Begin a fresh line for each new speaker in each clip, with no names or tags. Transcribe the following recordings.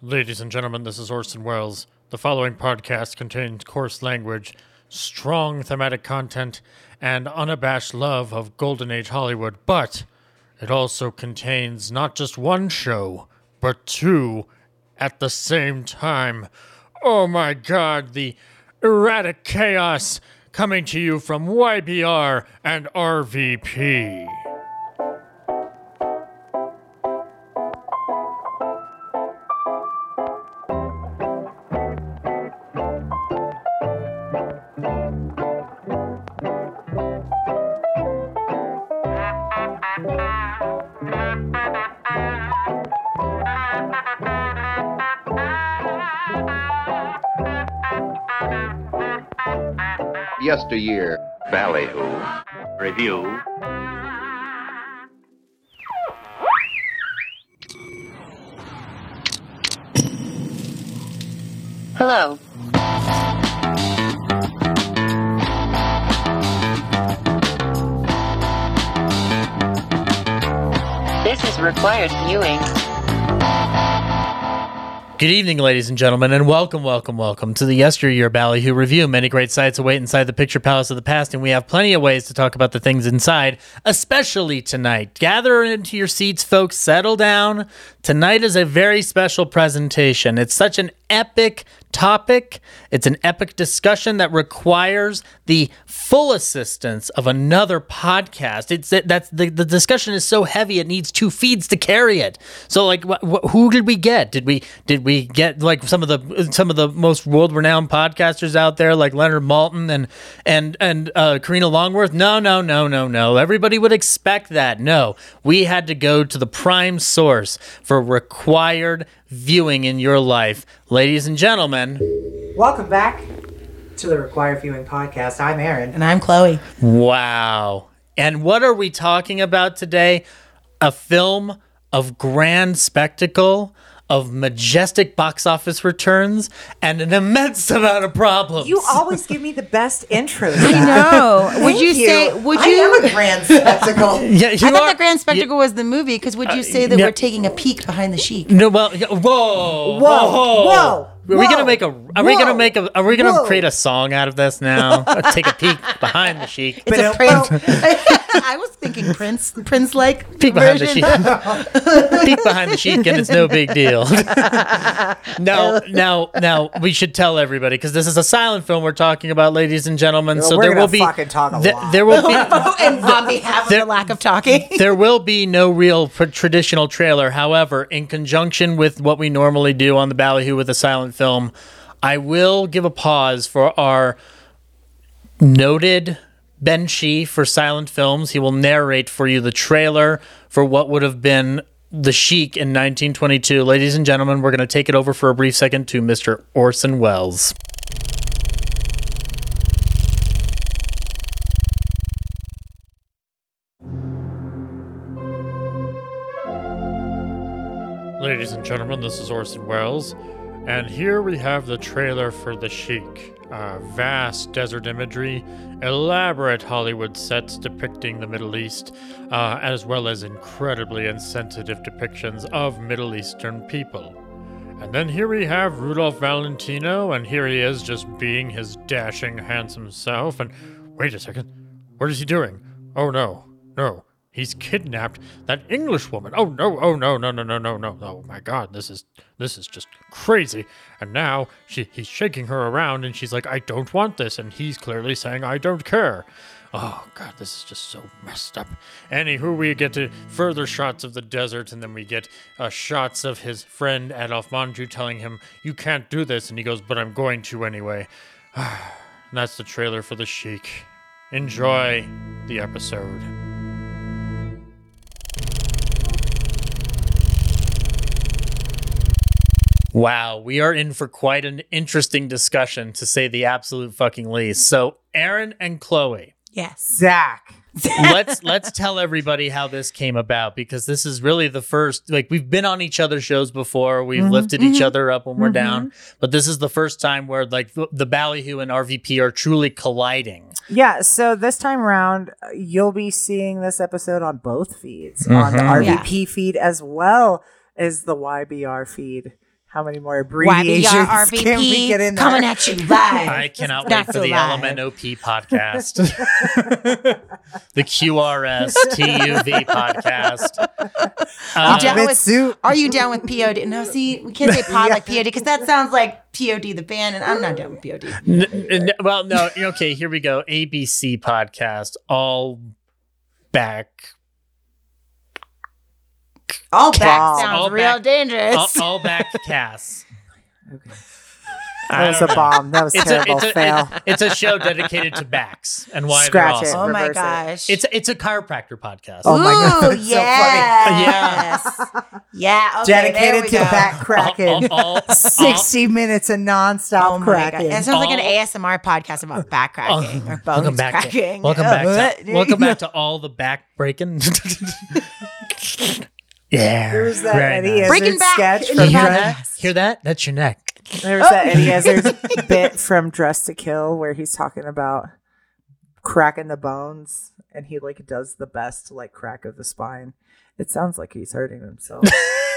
Ladies and gentlemen, this is Orson Welles. The following podcast contains coarse language, strong thematic content, and unabashed love of Golden Age Hollywood, but it also contains not just one show, but two at the same time. Oh my god, the erratic chaos coming to you from YBR and RVP.
yesteryear.
Ballyhoo. Review.
Hello. This is required viewing.
Good evening, ladies and gentlemen, and welcome, welcome, welcome to the Yesteryear Ballyhoo Review. Many great sights await inside the picture palace of the past, and we have plenty of ways to talk about the things inside, especially tonight. Gather into your seats, folks, settle down. Tonight is a very special presentation. It's such an epic topic, it's an epic discussion that requires the full assistance of another podcast. It's that that's the, the discussion is so heavy it needs two feeds to carry it. So like wh- wh- who did we get? Did we did we get like some of the some of the most world renowned podcasters out there like Leonard Malton and and and uh, Karina Longworth? No, no, no, no, no. Everybody would expect that. No, we had to go to the prime source for required viewing in your life, ladies and gentlemen.
Welcome back to the Require Viewing podcast. I'm Aaron.
And I'm Chloe.
Wow. And what are we talking about today? A film of grand spectacle, of majestic box office returns, and an immense amount of problems.
You always give me the best intro.
No. would you, say, would
I
you?
am a grand spectacle.
yeah, you
I thought
are-
the grand spectacle was the movie because would you say that
yeah.
we're taking a peek behind the chic?
No, well, yeah, whoa, whoa,
whoa,
Are we gonna
whoa,
make a? Are we gonna
whoa,
make a? Are we gonna
whoa.
create a song out of this now? Take a peek behind the sheik.
It's a
Ba-dum,
Prince. uh, I was thinking Prince, Prince like
peek behind the
version.
sheet. peek behind the sheet, and it's no big deal. now, now, now, we should tell everybody because this is a silent film we're talking about, ladies and gentlemen. so
we're
there
gonna
will be
fucking talk a
th-
lot.
there will be
and on behalf of
There-
the lack of talking.
there will be no real pr- traditional trailer. However, in conjunction with what we normally do on the Ballyhoo with a silent film, I will give a pause for our noted Ben Shee for silent films. He will narrate for you the trailer for what would have been The Sheik in 1922. Ladies and gentlemen, we're going to take it over for a brief second to Mr. Orson Welles.
Ladies and gentlemen, this is Orson Welles, and here we have the trailer for The Sheik. Uh, vast desert imagery, elaborate Hollywood sets depicting the Middle East, uh, as well as incredibly insensitive depictions of Middle Eastern people. And then here we have Rudolph Valentino, and here he is just being his dashing, handsome self. And wait a second, what is he doing? Oh no, no, he's kidnapped that Englishwoman. Oh no, oh no, no, no, no, no, no. Oh my God, this is this is just crazy. And now she he's shaking her around, and she's like, I don't want this, and he's clearly saying, I don't care. Oh god, this is just so messed up. Anywho, we get to further shots of the desert, and then we get uh, shots of his friend Adolf Manju telling him, "You can't do this," and he goes, "But I'm going to anyway." And that's the trailer for the Sheik. Enjoy the episode.
Wow, we are in for quite an interesting discussion, to say the absolute fucking least. So, Aaron and Chloe.
Yes.
Zach.
let's let's tell everybody how this came about because this is really the first like we've been on each other's shows before we've
Mm-hmm,
lifted each other up when we're down but this is the first time where like the, the ballyhoo and rvp are truly colliding
Yeah, so this time around, uh, you'll be seeing this episode on both feeds, on the
Mhm.
RVP feed as well as the YBR feed. How many more abbreviations
YBRVP
can we get in there?
coming at you
I
live.
cannot wait
That's
for the
a lie.
LMNOP podcast, the QRS TUV podcast.
You down with-
Mitsu.
Are you down with POD? No, see, we can't say pod like POD because that sounds like POD the band, and I'm not down with POD.
N- n- well, no, okay, here we go. ABC podcast, all back,
All back
Wow.
sounds
All
real
back.
dangerous.
all, all back cast.
That was a bomb. That was
It's a,
terrible.
it's,
Fail.
a, it's a show dedicated to backs and why
Scratch
they're
it.
awesome.
oh my
Reverse it.
gosh.
It's it's a chiropractor podcast.
Oh my God,
Ooh,
that's so funny.
yes. yeah. Okay, there we
Dedicated to
go.
back cracking.
all, all, all,
60 minutes of nonstop
Oh my god!
cracking.
That sounds like an
All- Oh,
ASMR podcast about back cracking or bones
Welcome back. To,
cracking.
welcome
Oh,
back. To,
bleh.
welcome back to all the back breaking. yeah.
There's that
very
Eddie
nice.
Izzard
Breaking back
sketch
in
from
the
Hear
Dress. Oh.
that? Hear that? That's your neck.
There's that Eddie Izzard bit from Dress to Kill where he's talking about cracking the bones, and he like does the best like crack of the spine. It sounds like he's hurting himself.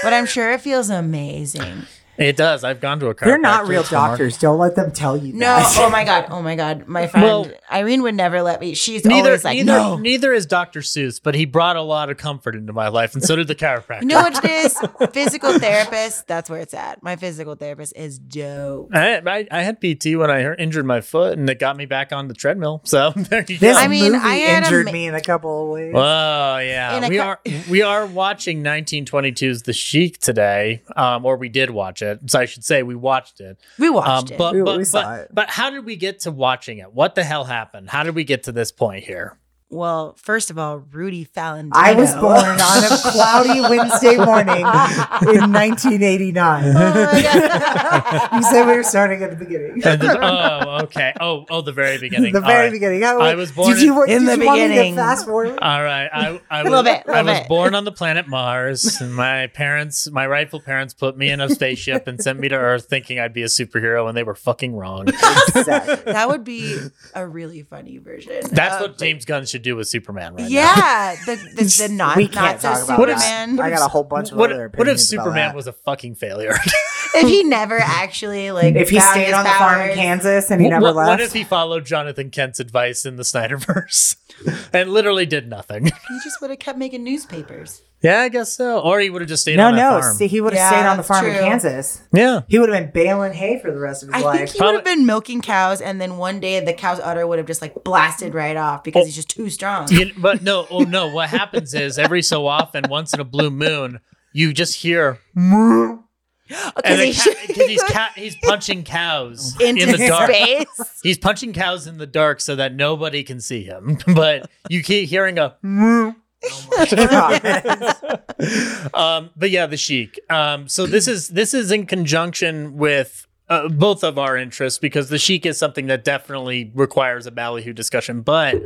But I'm sure it feels amazing.
It does. I've gone to a chiropractor.
They're not real
It's a mark.
doctors. Don't let them tell you
No,
that.
oh my god, oh my god, my friend
Well-
Irene would never let me. She's
Neither,
always like,
neither,
no,
neither is Dr. Seuss, but he brought a lot of comfort into my life, and so did the chiropractor.
you know what it is? physical therapist. That's where it's at. My physical therapist is dope.
I, I, I had PT when I hurt- injured my foot, and it got me back on the treadmill. So there you
This
go.
I mean,
movie
I had a
injured
ma-
me in a couple of ways.
Oh yeah,
In a
we
co-
are we are watching 1922's The Sheik today, um, or we did watch it. So I should say we watched it.
We
Um,
watched
but
it.
We-
but,
we
but,
saw it.
but how did we get to watching it? What the hell happened? How did we get to this point here?
Well, first of all, Rudy Fallon.
I was born on a cloudy Wednesday morning in 1989.
Oh
you said we were starting at the beginning.
And then- oh okay. Oh oh, the very beginning.
The
All
very
right.
beginning. How-
I was born
Did you,
in-
wa-
In
did
the
you want me to
beginning.
fast forward?
All right, I I was,
Little bit,
I
little
was
bit.
born on the planet Mars, and my parents, my rightful parents, put me in a spaceship and sent me to Earth, thinking I'd be a superhero, and they were fucking wrong.
Exactly.
That would be a really funny version.
That's
of-
what James Gunn should do with Superman, right? now.
Yeah, the the, the not
we
not
can't
so
talk about
What if-
Superman.
that. I got a whole bunch of
What,
other
what if
opinions about
Superman
that.
was a fucking failure?
if he never actually like
If he
found
stayed
his
on the farm in
powers.
Kansas and he never
what,
left,
what if he followed Jonathan Kent's advice in the Snyderverse and literally did nothing?
he just would have kept making newspapers.
Yeah, I guess so. Or he would have just stayed
no,
on that
no.
farm.
See, he would have
Yeah,
stayed on the
that's
farm in
true.
Kansas.
yeah.
He would have been baling hay for the rest of his
I think
life.
he would have been milking cows, and then one day the cow's udder would have just like blasted right off because
Oh.
he's just too strong.
You- but no, oh no. What happens is every so often, once in a blue moon, you just hear and
he
a ca-
should-
'cause he's ca- he's punching cows
into
in the dark.
space.
He's punching cows in the dark so that nobody can see him. But you keep hearing a um, but yeah, the Sheik. Um, so this is this is in conjunction with uh, both of our interests because the Sheik is something that definitely requires a ballyhoo discussion. But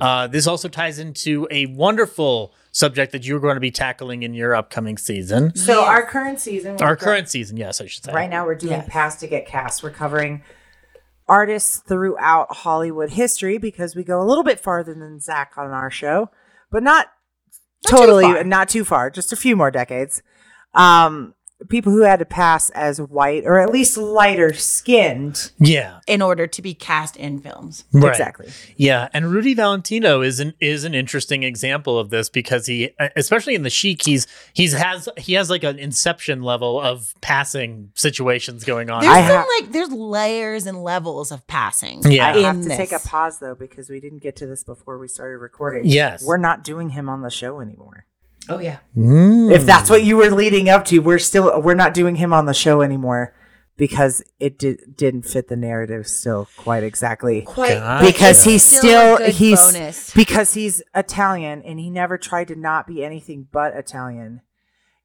uh, this also ties into a wonderful subject that you're going to be tackling in your upcoming season,
so our current season,
our
we've got-
current season. Yes, I should say.
Right now, we're doing
Yes.
Pass to Get Cast. We're covering artists throughout Hollywood history because we go a little bit farther than Zach on our show, but not,
too
totally,
far.
not too far, just a few more decades. Um, people who had to pass as white or at least lighter skinned.
Yeah.
in order to be cast in films.
Right.
Exactly.
Yeah, and Rudy Valentino is an is an interesting example of this because he, especially in the Chic, he's he's has he has like an inception level of passing situations going on.
There's
I
some
ha-
like there's layers and levels of passing.
Yeah.
I have
in
to
this.
take a pause though because we didn't get to this before we started recording.
Yes.
We're not doing him on the show anymore.
Oh yeah,
Mm. Hmm.
If that's what you were leading up to, we're still we're not doing him on the show anymore because it did, didn't fit the narrative still quite exactly.
quite
Gotcha.
Because he's
Still
still,
a good
he's
bonus.
because he's Italian and he never tried to not be anything but Italian.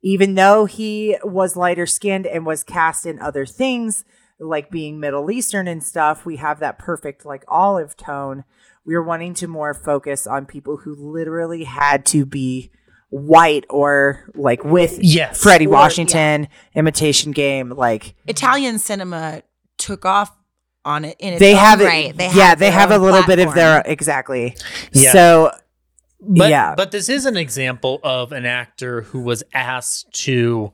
Even though he was lighter skinned and was cast in other things like being Middle Eastern and stuff, we have that perfect like olive tone. We are wanting to more focus on people who literally had to be white or like with
Yes.
Freddie Washington, imitation game, like
Italian cinema took off on it. In its
they
own
have it,
right.
yeah,
their
they have a
own
little bit of their
platform.
exactly.
Yeah.
So
But,
Yeah.
But this is an example of an actor who was asked to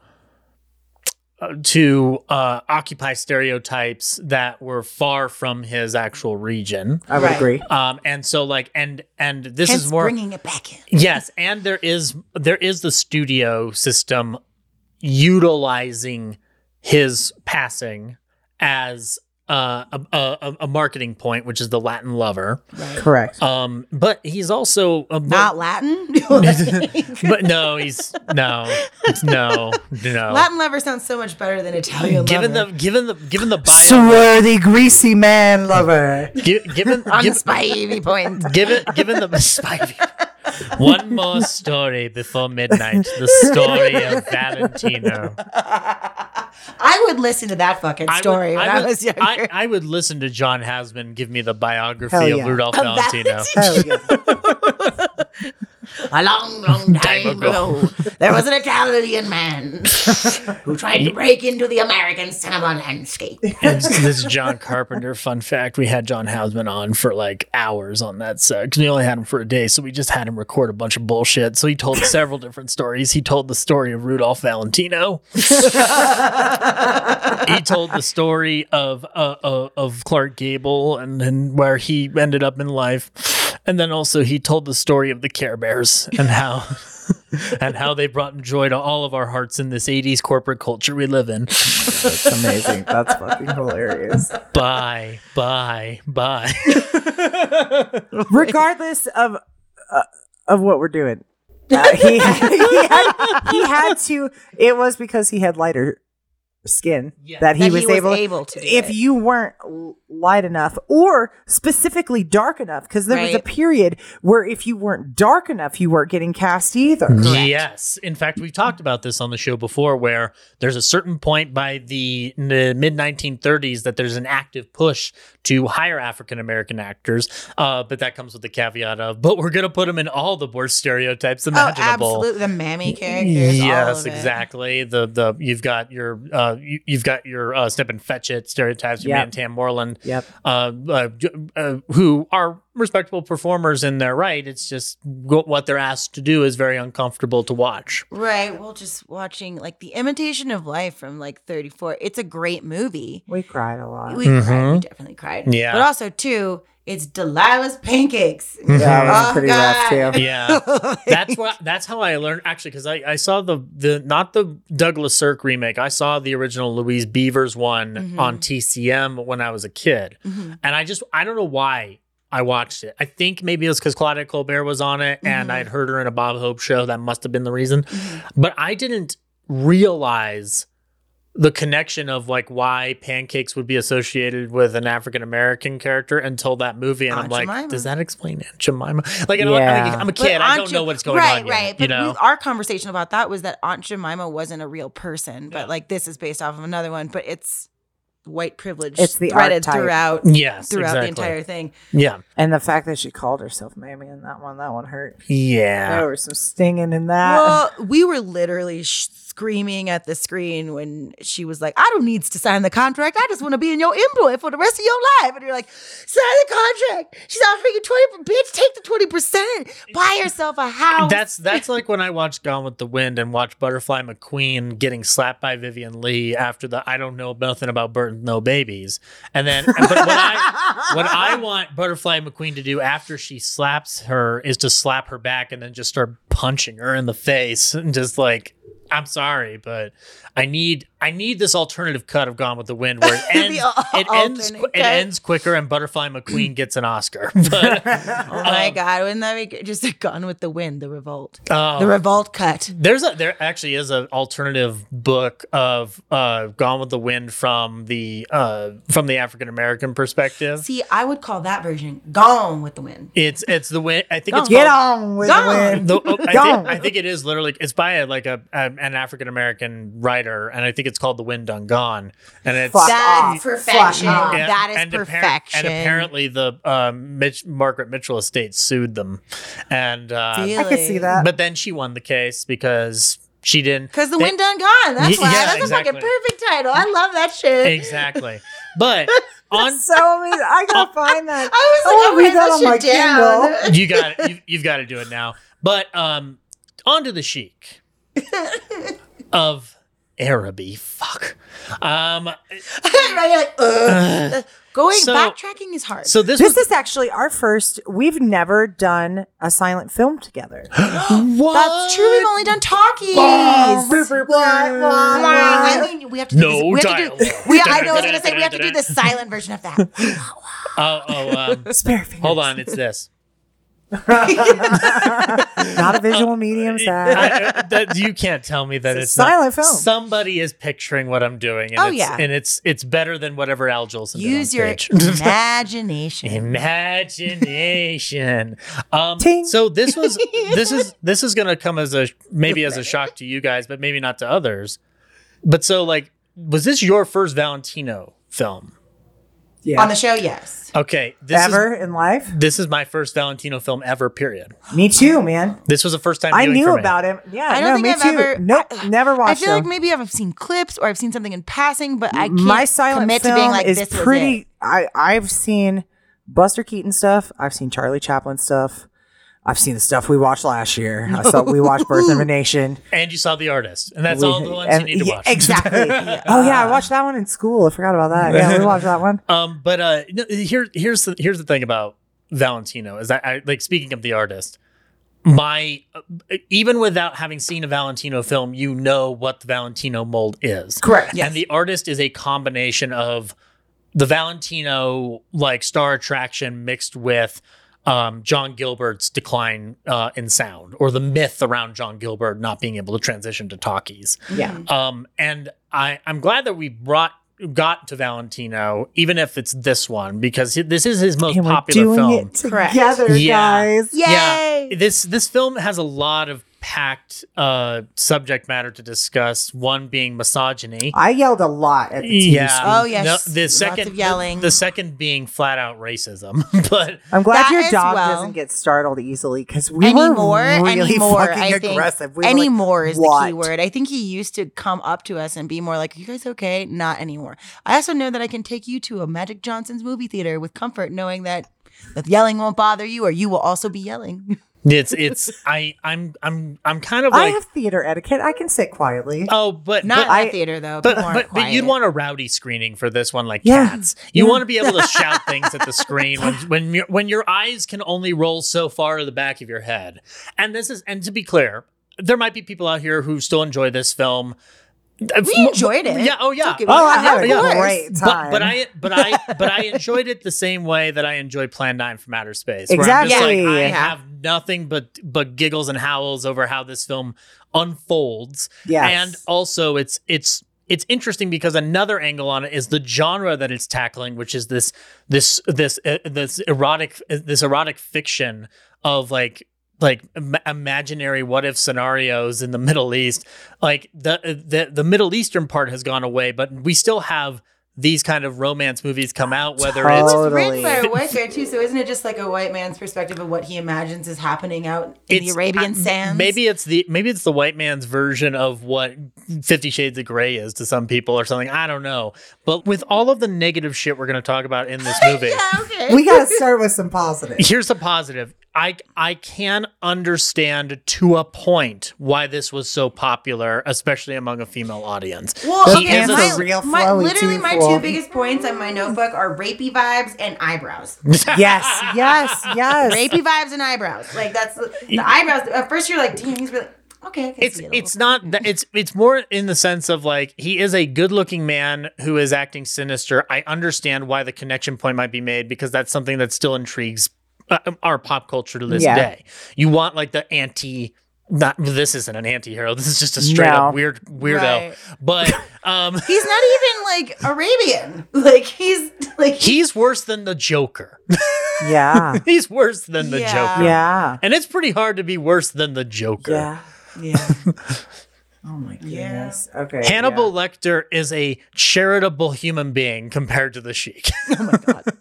uh, to uh, occupy stereotypes that were far from his actual region.
I would
Right.
agree.
Um, and so like and and this
Hence
is more
bringing it back in.
yes, and there is there is the studio system utilizing his passing as uh, a, a, a marketing point, which is the Latin lover.
Correct.
Um, but he's also a,
Not Latin.
but no, he's no, it's no, no.
Latin lover sounds so much better than Italian
given
lover.
the given the given the bio,
Swarthy, greasy man lover.
gi- given
on
given,
the spivey point.
given given the spivey. One more story before midnight. The story of Valentino.
I would listen to that fucking story when I,
would,
was younger.
I, I would listen to John Hasman give me the biography
Hell
of
yeah.
Rudolph
Of
Valentino.
Hell yeah.
A long, long time
ago.
ago, there was an Italian man who tried to break into the American cinema landscape.
and this is John Carpenter. Fun fact: We had John Hausman on for like hours on that set because we only had him for a day, so we just had him record a bunch of bullshit. So he told several different stories. He told the story of Rudolph Valentino. he told the story of uh, uh, of Clark Gable and and where he ended up in life, and then also he told the story of the Care Bears and how. and how they brought joy to all of our hearts in this 80s corporate culture we live in.
That's amazing. That's fucking hilarious.
Bye, bye, bye.
Regardless of uh, of what we're doing, uh, he, he, had, he had to. It was because he had lighter skin that he, was, able,
to. do
If
it.
you weren't l- light enough, or specifically dark enough, because there was a
Right.
period where if you weren't dark enough, you weren't getting cast either.
Yes. In fact, we've talked about this on the show before where there's a certain point by the, mid 1930s that there's an active push to hire African American actors. Uh, but that comes with the caveat of, but we're going to put them in all the worst stereotypes
oh,
imaginable.
absolutely, the mammy characters. all
Yes,
of it.
exactly. The the you've got your uh you, you've got your uh snip and fetch it stereotypes. Your
Yep.
man Tam Moreland,
Yep.
uh, uh, j- uh, who are respectable performers in their right. It's just go- what they're asked to do is very uncomfortable to watch.
Right. Well, just watching like The Imitation of Life from like 34. It's a great movie.
We cried a lot.
We cried. We definitely cried.
Mm-hmm. Yeah. Mm-hmm.
But also, too, it's Delilah's Pancakes.
yeah, it was
Oh,
pretty rough too.
Yeah, that's what that's how I learned actually because I, I saw the the not the Douglas Sirk remake. I saw the original Louise Beavers one on TCM when I was a kid, and I just I don't know why I watched it. I think maybe it was because Claudia Colbert was on it, and I'd heard her in a Bob Hope show. That must have been the reason, but I didn't realize the connection of like why pancakes would be associated with an African American character until that movie, and
Aunt
I'm like,
Jemima.
does that explain Aunt Jemima? Like, I don't, I'm,
Yeah.
a, I'm a kid, I
Aunt
don't
Jem-
know what's going
right,
on.
Right,
Right,
But
You know,
we- our conversation about that was that Aunt Jemima wasn't a real person, but like this is based off of another one. But it's white privilege.
It's the
threaded
archetype.
throughout
yes,
throughout
exactly.
the entire thing.
yeah,
And the fact that she called herself Mammy in that one, that one hurt.
yeah.
There was some stinging in that.
Well, we were literally sh- screaming at the screen when she was like, "I don't needs to sign the contract. I just want to be in your employ for the rest of your life." And you're like, "Sign the contract." She's offering you twenty. Bitch, take the twenty percent. Buy yourself a house.
That's that's like when I watched Gone with the Wind and watched Butterfly McQueen getting slapped by Vivian Lee after the I don't know nothing about Burton No Babies, and then but what I what I want Butterfly McQueen to do after she slaps her is to slap her back and then just start punching her in the face and just like. I'm sorry, but I need I need this alternative cut of Gone with the Wind where it ends
al-
it ends
alternate
it
cut.
ends quicker and Butterfly McQueen gets an Oscar. But,
oh my
um,
god! Wouldn't that be good? just gone with the wind? The revolt.
oh,
The revolt cut.
There's a there actually is an alternative book of uh, Gone with the Wind from the uh, from the African American perspective.
See, I would call that version "Gone with the Wind."
it's it's the wind. I think it's
Get
called-
on with
Gone.
it.
The, oh, I,
Gone.
think, I think it is literally it's by a, like a, a an African American writer, and I think it's called The Wind Done Gone, and it's
Fuck
That's
off.
perfection.
Fuck off.
and-
that is
and appar-
perfection.
and apparently, the um, Mitch, Margaret Mitchell estate sued them, and uh,
I could see that.
but then she won the case because she didn't
Because the
they-
wind done gone. That's
Ye-
why.
yeah,
That's a
exactly.
fucking perfect title. I love that shit.
exactly. But on
so amazing. I gotta find that.
I was like,
Oh,
oh,
we
write
got
that
on my
shit down.
you got it. You, you've got to do it now. But um, onto the chic of Araby. Fuck. Um,
Right, you're like, ugh. Going
So-
backtracking is hard.
so this,
This
was
is actually our first. We've never done a silent film together.
Oh, what?
That's true. We've only done talkies. I mean, we have to do
No
this. We have to do,
dialogue.
we, I know. I was gonna say we have to do the silent version of that.
Oh, oh, um,
Spare fingers.
hold on. It's this.
Not a visual medium, Zach.
I, that, you can't tell me that
It's a
it's, not-
silent film.
Somebody is picturing what I'm doing, and
Oh,
it's
yeah.
and it's it's better than whatever Al Jolson did on
Use your
stage.
imagination.
imagination. Um,
Ting.
so this was this is this is going to come as a maybe as a shock to you guys, but maybe not to others. But so like, was this your first Valentino film?
Yeah.
On the show, yes.
Okay, this
ever
Is,
in life?
this is my first Valentino film ever. Period.
Me too, man.
This was the first time
I
viewing
knew
for me.
about him. Yeah,
I
no,
don't
me
think I've
too.
ever.
Nope,
I-
never watched
I feel like
him.
maybe I've seen clips or I've seen something in passing, but I can't
My silent
commit
film
to being like
is
this was
pretty.
it.
I I've seen Buster Keaton stuff. I've seen Charlie Chaplin stuff. I've seen the stuff we watched last year. I saw we watched Birth of a Nation.
And you saw the artist, and that's
We-
all the ones
and-
you need to
yeah,
watch.
Exactly. oh yeah, I watched that one in school. I forgot about that. Yeah, we watched that one.
Um, but uh, no, here, here's the here's the thing about Valentino is that I like speaking of the artist. My uh, even without having seen a Valentino film, you know what the Valentino mold is,
Correct. Yes.
and the artist is a combination of the Valentino like star attraction mixed with um, John Gilbert's decline uh, in sound, or the myth around John Gilbert not being able to transition to talkies.
Yeah.
Um, and I, I'm glad that we brought got to Valentino, even if it's this one, because h- this is his most
And we're
popular
doing
film.
it
Correct.
together,
Yeah.
guys.
Yay!
Yeah, this this film has a lot of packed uh, subject matter to discuss. One being misogyny.
I yelled a lot at the TV
Yeah.
screen.
Oh, yes.
the
Lots
second
of yelling.
The second being flat out racism. but
I'm glad
That
your
as
dog
well.
doesn't get startled easily because we
anymore,
were really
anymore,
fucking
I think.
aggressive. We were like,
anymore is the
"What?"
key word. I think he used to come up to us and be more like, "You guys okay?" Not anymore. I also know that I can take you to a Magic Johnson's movie theater with comfort, knowing that that yelling won't bother you, or you will also be yelling.
it's it's I I'm I'm I'm kind of
I
like
have theater etiquette. I can sit quietly.
oh, but
Not
but-
in that
I-
theater though.
But,
People aren't
but, but you'd
quiet.
want a rowdy screening for this one, like
Yeah.
cats. You want to be able to shout things at the screen when when your, when your eyes can only roll so far to the back of your head. And this is and to be clear, there might be people out here who still enjoy this film.
we enjoyed it.
Yeah. Oh yeah.
Don't get me
oh,
wrong.
I had a
Yeah, of course.
great
But,
time.
but I but I but I enjoyed it the same way that I enjoy Plan Nine from Outer Space. Where I'm
Exactly.
just like, I
Yeah.
have nothing but but giggles and howls over how this film unfolds.
Yes.
And also it's it's it's interesting because another angle on it is the genre that it's tackling, which is this this this uh, this erotic this erotic fiction of like like im- imaginary what if scenarios in the Middle East. Like the uh, the the Middle Eastern part has gone away, but we still have these kind of romance movies come out. Whether it's
It's
totally.
written by a white guy too, so isn't it just like a white man's perspective of what he imagines is happening out in
it's
the Arabian
uh, m-
sands?
Maybe it's the maybe it's the white man's version of what Fifty Shades of Grey is to some people or something. I don't know. But with all of the negative shit we're going to talk about in this movie,
Yeah, okay.
We gotta start with some positive.
here's the positive. I I can understand to a point why this was so popular, especially among a female audience.
Well,
He
okay,
is a
my,
real
my,
flowy
literally my
tool.
two biggest points on my notebook are rapey vibes and eyebrows.
yes, yes, yes.
rapey vibes and eyebrows. Like that's the, the eyebrows. At first you're like, damn, he's really okay. I can
it's
see it a
it's not that it's it's more in the sense of like he is a good looking man who is acting sinister i understand why the connection point might be made because that's something that still intrigues uh, our pop culture to this
Yeah.
day you want like the anti not this isn't an anti-hero this is just a straight
No.
up weird weirdo
Right.
but um
He's not even like Arabian. Like he's like
he's worse than the joker
Yeah,
he's worse than the
Yeah.
joker
yeah,
and it's pretty hard to be worse than the joker
yeah.
yeah.
Oh my goodness. Okay.
Hannibal Lecter is a charitable human being compared to the Sheik. Oh my god.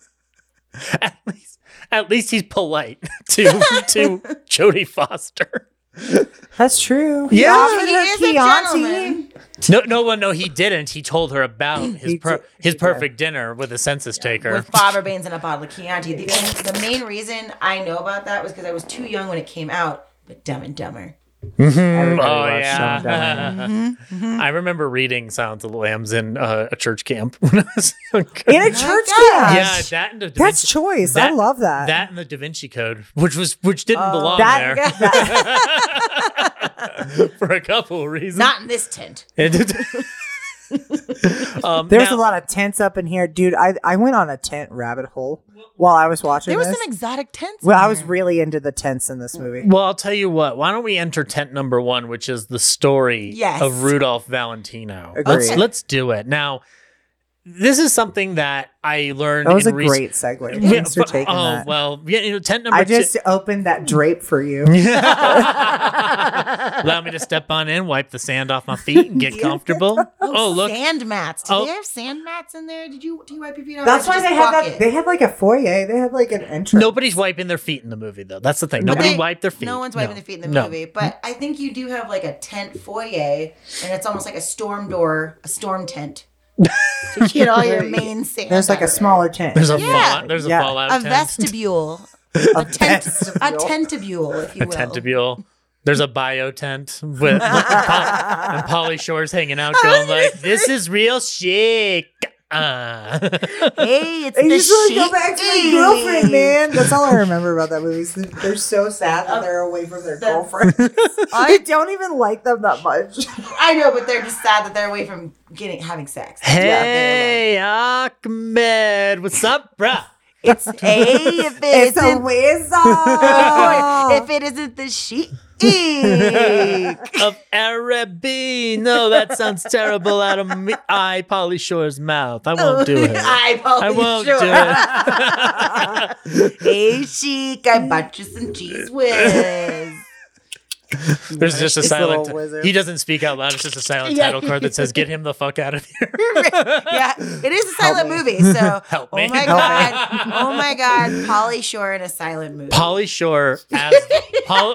at least at least he's polite to to Jodie Foster.
yeah. that's true.
Yeah.
offered
He
her
is a
Chianti.
gentleman.
No no one no he didn't. He told her about his
He
per-
did-
his perfect dinner with a census taker.
With Bob Baines and a bottle of Chianti. The, the main reason I know about that was because I was too young when it came out, but Dumb and Dumber
Mhm.
Everybody
Oh,
loves
yeah.
Shyamalan.
I remember reading Silence of the Lambs in uh, a church camp when I was younger.
in a church
God.
yeah,
cast.
that and the Da
That's
Vinci-
choice. I love that. Oh,
That and the Da Vinci Code, which was which didn't belong
that-
there for a couple of reasons.
Not in this tent.
It did- um,
There's
now-
a lot of tents up in here, dude. I I went on a tent rabbit hole while I was watching.
There was
this.
some exotic tents.
well,
in
I was
there.
really into the tents in this movie.
Well, I'll tell you what. Why don't we enter tent number one, which is the story
Yes.
of Rudolph Valentino?
Agreed.
Let's let's do it now. This is something that I learned.
That was a
in rec-
great segue.
Yeah,
Thanks for
but-
taking
oh
that.
well, yeah, you know, tent number
I
two-
just opened that drape for you.
Mm. Allow me to step on in, wipe the sand off my feet, and get comfortable. Oh, look.
sand mats. Did
Oh.
they have sand mats in there? Did you do you wipe your feet on?
That's
or
why
did you
they
just
had
walk
that.
it?
They had like a foyer. They had like an entrance.
Nobody's wiping their feet in the movie, though. That's the thing.
But
Nobody
they-
wiped their feet.
No one's wiping their feet in the
No.
movie, but
Mm.
I think you do have like a tent foyer, and it's almost like a storm door, a storm tent. to get all your main sand.
There's like a
out.
smaller tent.
There's a
Yeah.
fallout. There's
Yeah.
a fallout. tent.
a vestibule, a tent, a tentabule, if you
a
will.
tentabule. There's a bio tent with, with Pol- and Polly Shore's hanging out, going like, "This is real chic." Uh.
Hey, it's
I
the
just really go
chic
back to my
dude.
girlfriend, man. That's all I remember about that movie. is that They're so sad
Um,
that they're away from their girlfriend. I don't even like them that much.
I know, but they're just sad that they're away from getting having sex.
hey, Ahmed, what's up, bro?
it's hey, if
It's
it
a
isn't,
wizard.
Oh.
if it isn't the chic.
of Araby. No, that sounds terrible out of me. I Polly Shore's mouth. I won't
Oh,
do it.
I,
I won't do it.
Hey, chic, I bought you some cheese whiz.
There's just a
This
silent.
little wizard.
He doesn't speak out loud. It's just a silent
Yeah.
title card that says, "Get him the fuck out of here."
yeah, it is a silent movie, so
Help
oh
me.
my
Help
god, oh my god, Polly Shore in a silent movie.
Polly Shore as Paul,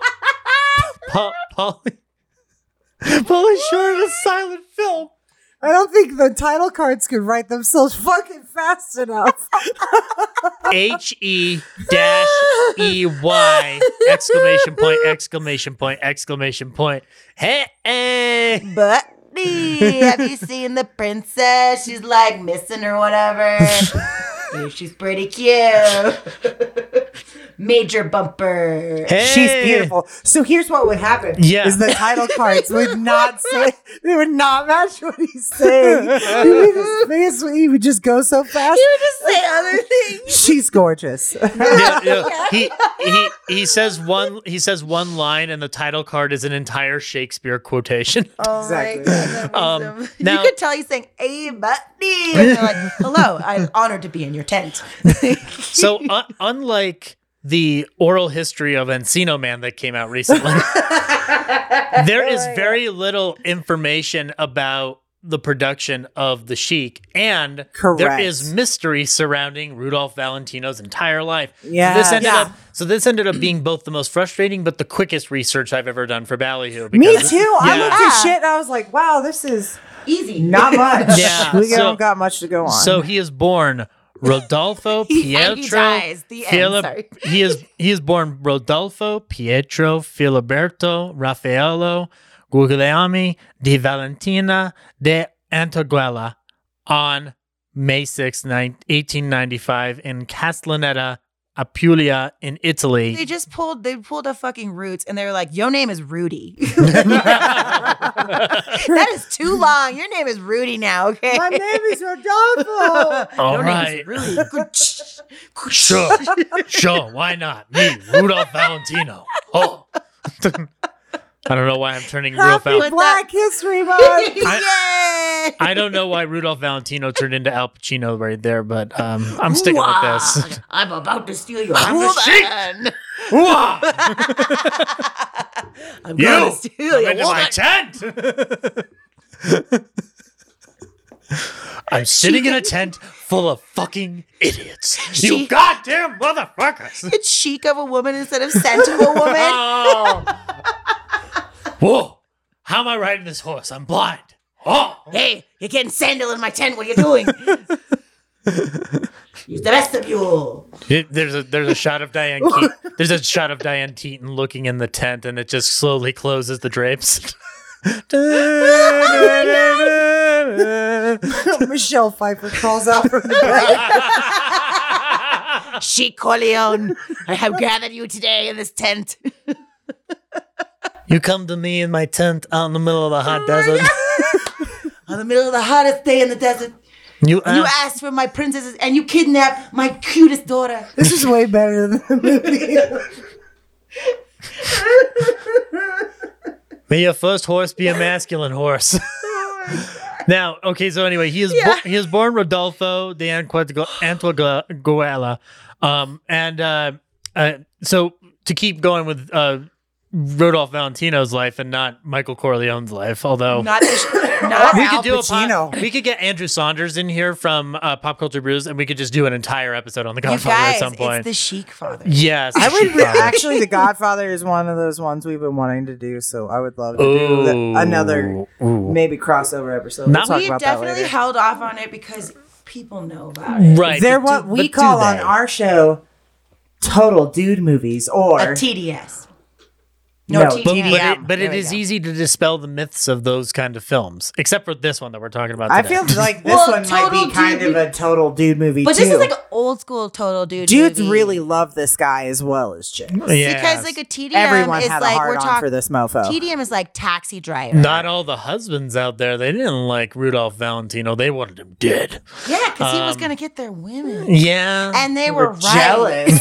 Paul, Polly Polly Shore in a silent film.
I don't think the title cards could write themselves fucking fast enough.
H E dash E Y exclamation point exclamation point exclamation point. Hey, hey.
But have you seen the princess? She's like missing or whatever. Ooh, She's pretty cute. Major bumper.
She's beautiful. So here's what would happen.
Yeah.
Is the title cards would not say they would not match what he's saying. He would just- his face, he would just go so fast.
You just say other things.
She's gorgeous.
Oh Yeah, yeah. He he he says one he says one line and the title card is an entire Shakespeare quotation.
Oh
Exactly.
god.
Um,
Um,
now-
you could tell he's saying, hey, buddy. And they're like, hello, I'm honored to be in your tent.
So uh, unlike the oral history of Encino Man that came out recently, there
Oh,
is very little information about the production of the Sheik, and there
Correct.
is mystery surrounding Rudolph Valentino's entire life.
Yeah.
so this ended
Yeah.
up. So this ended up being both the most frustrating, but the quickest research I've ever done for Ballyhoo.
Me
because-
too. I
Yeah.
looked at
Yeah.
shit and I was like, wow, this is
Easy.
not much.
Yeah,
We
so-
don't got much to go on.
So he is born Rodolfo
He- and he
Pietro.
dies. The end, sorry.
he is he is born Rodolfo Pietro Filiberto Raffaello Guglielmi di Valentina de Anteguela on May 6, 9, 1895 in Castellaneta, Apulia in Italy.
They just pulled. They pulled a fucking roots, and they were like, "Your name is Rudy. that is too long. Your name is Rudy now. Okay.
My name is Rodolfo.
All
Your
right.
name is Rudy.
Sure. sure. Why not? Me, Rudolph Valentino. Oh. I don't know why I'm turning real
Happy
Valentino.
Black History Month.
Yay!
I don't know why Rudolph Valentino turned into Al Pacino right there, but um, I'm sticking with this.
I'm about to steal your woman.
Hoo-ah!
I'm
You
going to steal
come
your
into my
woman.
tent. I'm sitting in a tent full of fucking idiots. you
She-
goddamn motherfuckers.
It's chic of a woman instead of scent of a woman.
Oh. Whoa! How am I riding this horse? I'm blind. Oh.
hey, you're getting sandal in my tent. What are you doing? Use the rest of you.
It- there's a there's a shot of Diane. Keaton, there's a shot of Diane Keaton looking in the tent, and it just slowly closes the drapes.
Michelle Pfeiffer crawls out from the bed.
She Corleone, I have gathered you today in this tent.
you come to me in my tent out in the middle of the hot desert.
On the middle of the hottest day in the desert,
You
you
ask,
asked for my princesses and you kidnapped my cutest daughter.
this is way better than the movie.
may your first horse be a masculine horse. now, okay, so anyway, he is bo- he is born Rodolfo de Antuaguela, um, and uh, uh, so to keep going with uh, Rodolph Valentino's life and not Michael Corleone's life, although
Not, not
we
Al
could do a pod-
Pacino.
we could get Andrew Saunders in here from uh, Pop Culture Brews, and we could just do an entire episode on The
you
Godfather
guys.
at some point.
It's the chic father.
yes,
I would
Godfather.
actually. The Godfather is one of those ones we've been wanting to do, so I would love to do
Ooh.
the, another
Ooh.
maybe crossover episode.
Not-
We'll talk
We've
about that
definitely
later.
held off on it because people know about it.
right.
They're
but
what
do- but
we
do
call on
they?
our show total dude movies
A
or
TDS.
No,
No,
but-
Mm. But, but,
TDM.
it, but
There
it
we
is
go.
easy to dispel the myths of those kind of films, except for this one that we're talking about.
I
today.
feel like this
Well,
one might
total
be kind of
dude
a total dude movie
But
too.
this is like an old school total dude.
dudes
movie.
really love this guy as well as chicks.
Yes.
because like a TDM
Everyone
is
had a
like
hard
we're
on for
talking
this mofo.
TDM is like taxi driver.
not all the husbands out there they didn't like Rudolph Valentino. They wanted him dead.
Yeah, because he was
Um,
gonna get their women,
Yeah,
and they were, right.
Jealous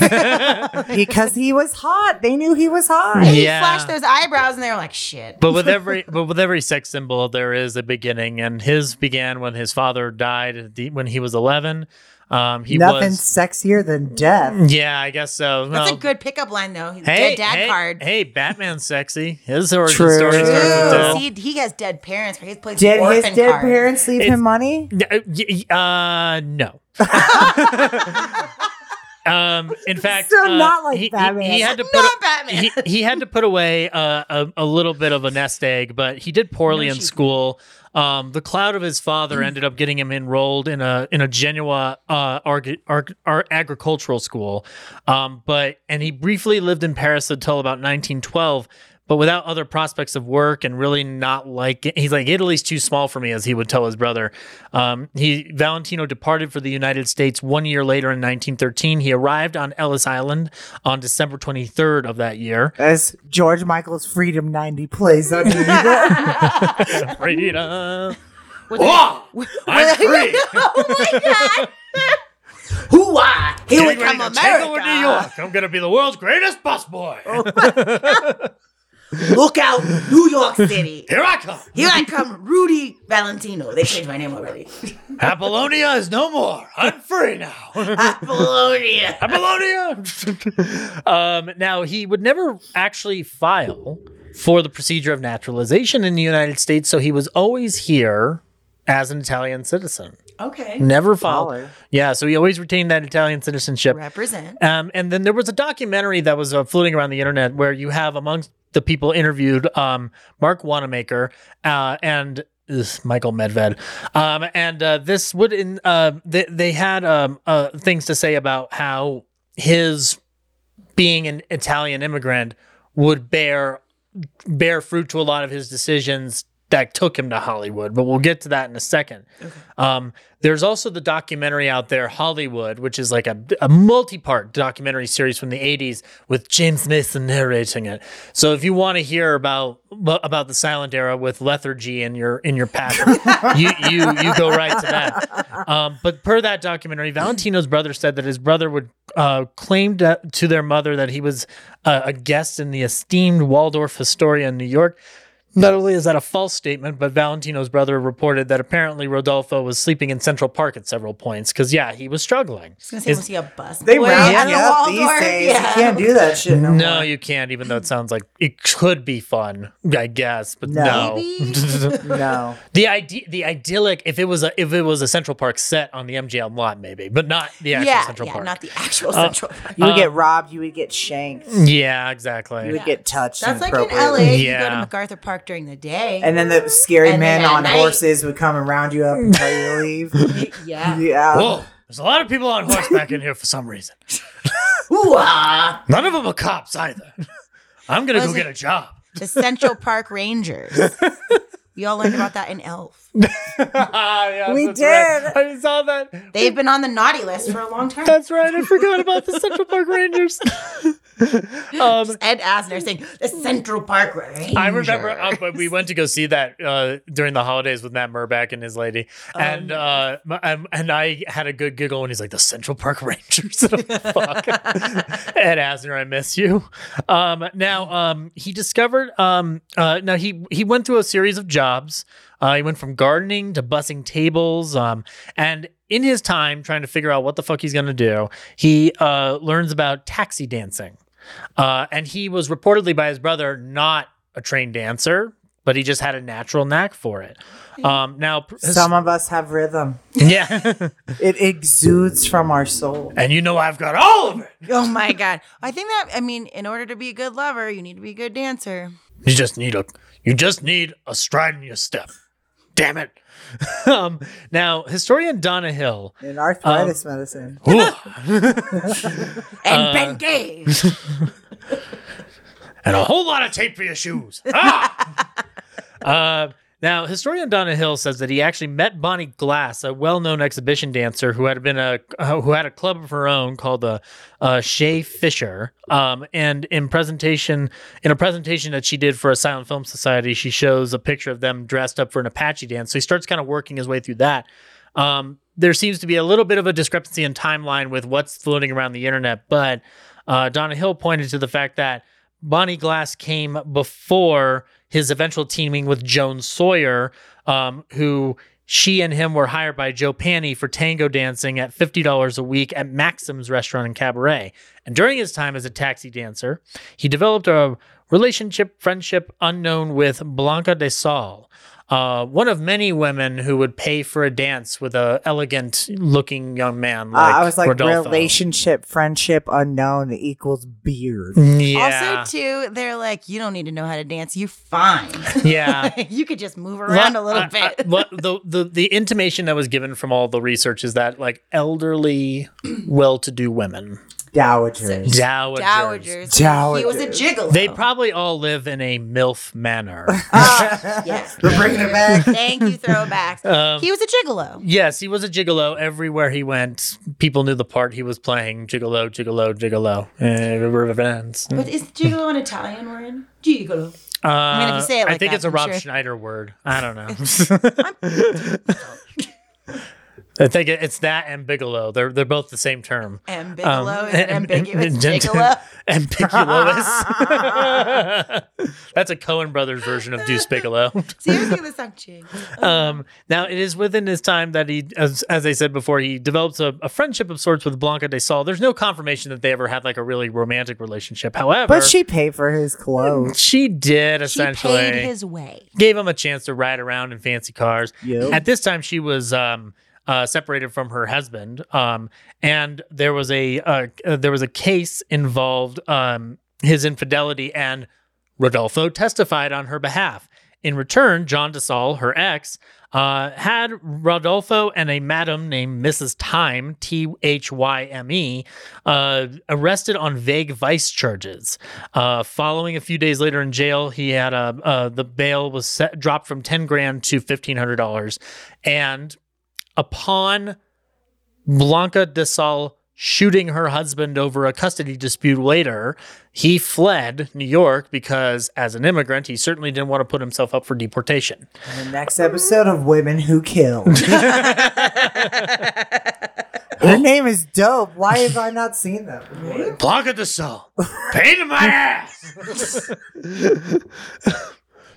because he was hot. They knew he was hot.
And he
Yeah.
flashed those eyebrows, and they were like, "Shit."
but with every but with every sex symbol there is a beginning and his began when his father died at the, when he was 11 um he
Nothing
was
sexier than death.
yeah i guess so
That's
Well,
a good pickup line, though. He's
um, hey
dead dad
hey,
card.
hey batman's sexy his origin
True.
story starts with
True.
death.
See, he has dead parents. He plays
Did
orphan
his dead
card.
parents leave
It's-
him money?
Yeah, uh, y- y- uh, no. um, in fact,
So
uh,
not like
he- he,
Batman.
he had to put
Not Batman.
He, he had to put away uh, a, a little bit of a nest egg, but he did poorly in school. Um, the cloud of his
Mm.
father ended up getting him enrolled in a in a Genoa uh, arg- arg- ar- agricultural school, um, but and he briefly lived in Paris until about 1912. But without other prospects of work and really not like he's like Italy's too small for me, as he would tell his brother. Um, he Valentino departed for the United States one year later in 1913. He arrived on Ellis Island on December 23rd of that year.
As George Michael's Freedom 90 plays underneath it.
Freedom.
I'm free. oh my god. Hoo-ah! Here we come, America!
I'm gonna be the world's greatest busboy.
Look out, New York City!
Here I come.
Here I come, Rudy Valentino. They changed my name already.
Apollonia is no more. I'm free now.
Apollonia.
Apollonia. um, now he would never actually file for the procedure of naturalization in the United States, so he was always here as an Italian citizen.
Okay.
Never filed.
Baller.
Yeah, so he always retained that Italian citizenship.
Represent.
Um, and then there was a documentary that was uh, floating around the internet where you have amongst the people interviewed um, Mark Wanamaker uh, and ugh, Michael Medved. Um, and uh, this would in uh, they, they had um, uh, things to say about how his being an Italian immigrant would bear bear fruit to a lot of his decisions that took him to Hollywood. But we'll get to that in a second. Um, there's also the documentary out there, Hollywood, which is like a, a multi part documentary series from the 80s with James Mason narrating it. So if you want to hear about about the silent era with lethargy in your in your past, you, you you go right to that. Um, but per that documentary, Valentino's brother said that his brother would uh, claim to, to their mother that he was uh, a guest in the esteemed Waldorf Astoria in New York. Not only is that a false statement, but Valentino's brother reported that apparently Rodolfo was sleeping in Central Park at several points because, yeah, he was struggling.
I was gonna say, was he a bus?
They
boy
round
at
you
the
up
Waldorf?
these days.
Yeah.
You can't do that shit no,
No,
more.
you can't, even though it sounds like it could be fun, I guess, but no.
No.
Maybe.
No.
the idea, the idyllic, if it was a if it was a Central Park set on the MGM lot, maybe, but not the actual
yeah,
Central
yeah,
Park. Uh,
not the actual Central Park.
You would get robbed. You would get shanked. You
yeah, exactly.
would get touched.
That's like in LA.
inappropriately.
You go to
Yeah.
MacArthur Park during the day.
And then the scary
And then
men
at
on
night-
horses would come and round you up and tell you to leave.
yeah.
yeah.
Whoa, There's a lot of people on horseback in here for some reason.
Ooh-ah.
None of them are cops either. I'm gonna go
Was it-
get a job.
The Central Park Rangers. We all learned about that in Elf.
Yes,
We
that's right.
did.
I saw that.
They've been on the naughty list for a long time.
That's right. I forgot about the Central Park Rangers. um,
Ed Asner saying the Central Park Rangers.
I remember uh, but we went to go see that uh, during the holidays with Matt Murback and his lady, and uh, my- um, and I had a good giggle when he's like the Central Park Rangers. And I'm like, Fuck, Ed Asner, I miss you. Um, now um, he discovered. Um, uh, now he he went through a series of jobs. Uh, he went from gardening to bussing tables, um, and in his time trying to figure out what the fuck he's gonna do, he uh, learns about taxi dancing. Uh, and he was reportedly by his brother not a trained dancer, but he just had a natural knack for it. Um, now, pr- his-
Some of us have rhythm.
yeah,
It exudes from our soul.
and you know I've got all of it.
Oh my god! I think that I mean, in order to be a good lover, you need to be a good dancer.
You just need a, you just need a stride in your step. Damn it. um, now, historian Donna Hill.
In arthritis
Um,
medicine.
Ooh.
And
Uh,
Ben Gay.
and a whole lot of tape for your shoes. Ah! uh, now, historian Donna Hill says that he actually met Bonnie Glass, a well-known exhibition dancer who had been a uh, who had a club of her own called the uh, Shea Fisher. Um, and in presentation in a presentation that she did for a silent film society, she shows a picture of them dressed up for an Apache dance. So he starts kind of working his way through that. Um, there seems to be a little bit of a discrepancy in timeline with what's floating around the internet, but uh, Donna Hill pointed to the fact that Bonnie Glass came before his eventual teaming with Joan Sawyer, um, who she and him were hired by Joe Panny for tango dancing at $50 a week at Maxim's restaurant and cabaret. And during his time as a taxi dancer, he developed a relationship, friendship unknown with Blanca de Sol, uh, one of many women who would pay for a dance with a elegant looking young man.
Uh,
Like
I was like,
Rodolfo.
relationship, friendship, unknown equals beard.
Yeah.
Also, too, they're like, you don't need to know how to dance. You're fine.
yeah.
you could just move around a
Lot-
little
I- I-
bit.
uh, what the, the the intimation that was given from all the research is that like elderly, well-to-do women,
Dowagers.
dowagers,
Dowagers. He was a
Dowagers.
gigolo.
they probably all live in a milf manner.
yes.
We're bringing it back.
Thank you, throwbacks.
Um,
he was a gigolo.
yes, he was a gigolo. Everywhere he went, people knew the part he was playing. Gigolo, gigolo, gigolo. Eh, Revenge.
But is gigolo an Italian word? Gigolo.
Uh, I
mean, if you say it like
think
that,
it's a
I'm
Rob
sure.
Schneider word. I don't know. I think it- it's that and Bigelow. They're they're both the same term. Um,
And Bigelow is an
am-
ambiguous
am- am-
gigolo.
ambiguous. That's a Cohen Brothers version of Deuce Bigelow.
Seriously, the song ching.
Um, now, it is within his time that he, as, as I said before, he develops a, a friendship of sorts with Blanca de Sol. There's no confirmation that they ever had like a really romantic relationship. However,
But she paid for his clothes.
she did
She
essentially
paid his way.
gave him a chance to ride around in fancy cars.
Yep.
At this time, she was um, uh, separated from her husband, um, and there was a uh, uh, there was a case involved um, his infidelity, and Rodolfo testified on her behalf. In return, John DeSalle, her ex, uh, had Rodolfo and a madam named Mrs. Time, T H Y M E, uh, arrested on vague vice charges. Uh, following a few days later in jail, he had a uh, the bail was set, dropped from ten grand to fifteen hundred dollars, and upon Blanca DeSalle shooting her husband over a custody dispute later, he fled New York because, as an immigrant, he certainly didn't want to put himself up for deportation.
In the next episode of Women Who Kill. Her name is dope. Why have I not seen them?
Blanca de Sol. Pain in my ass.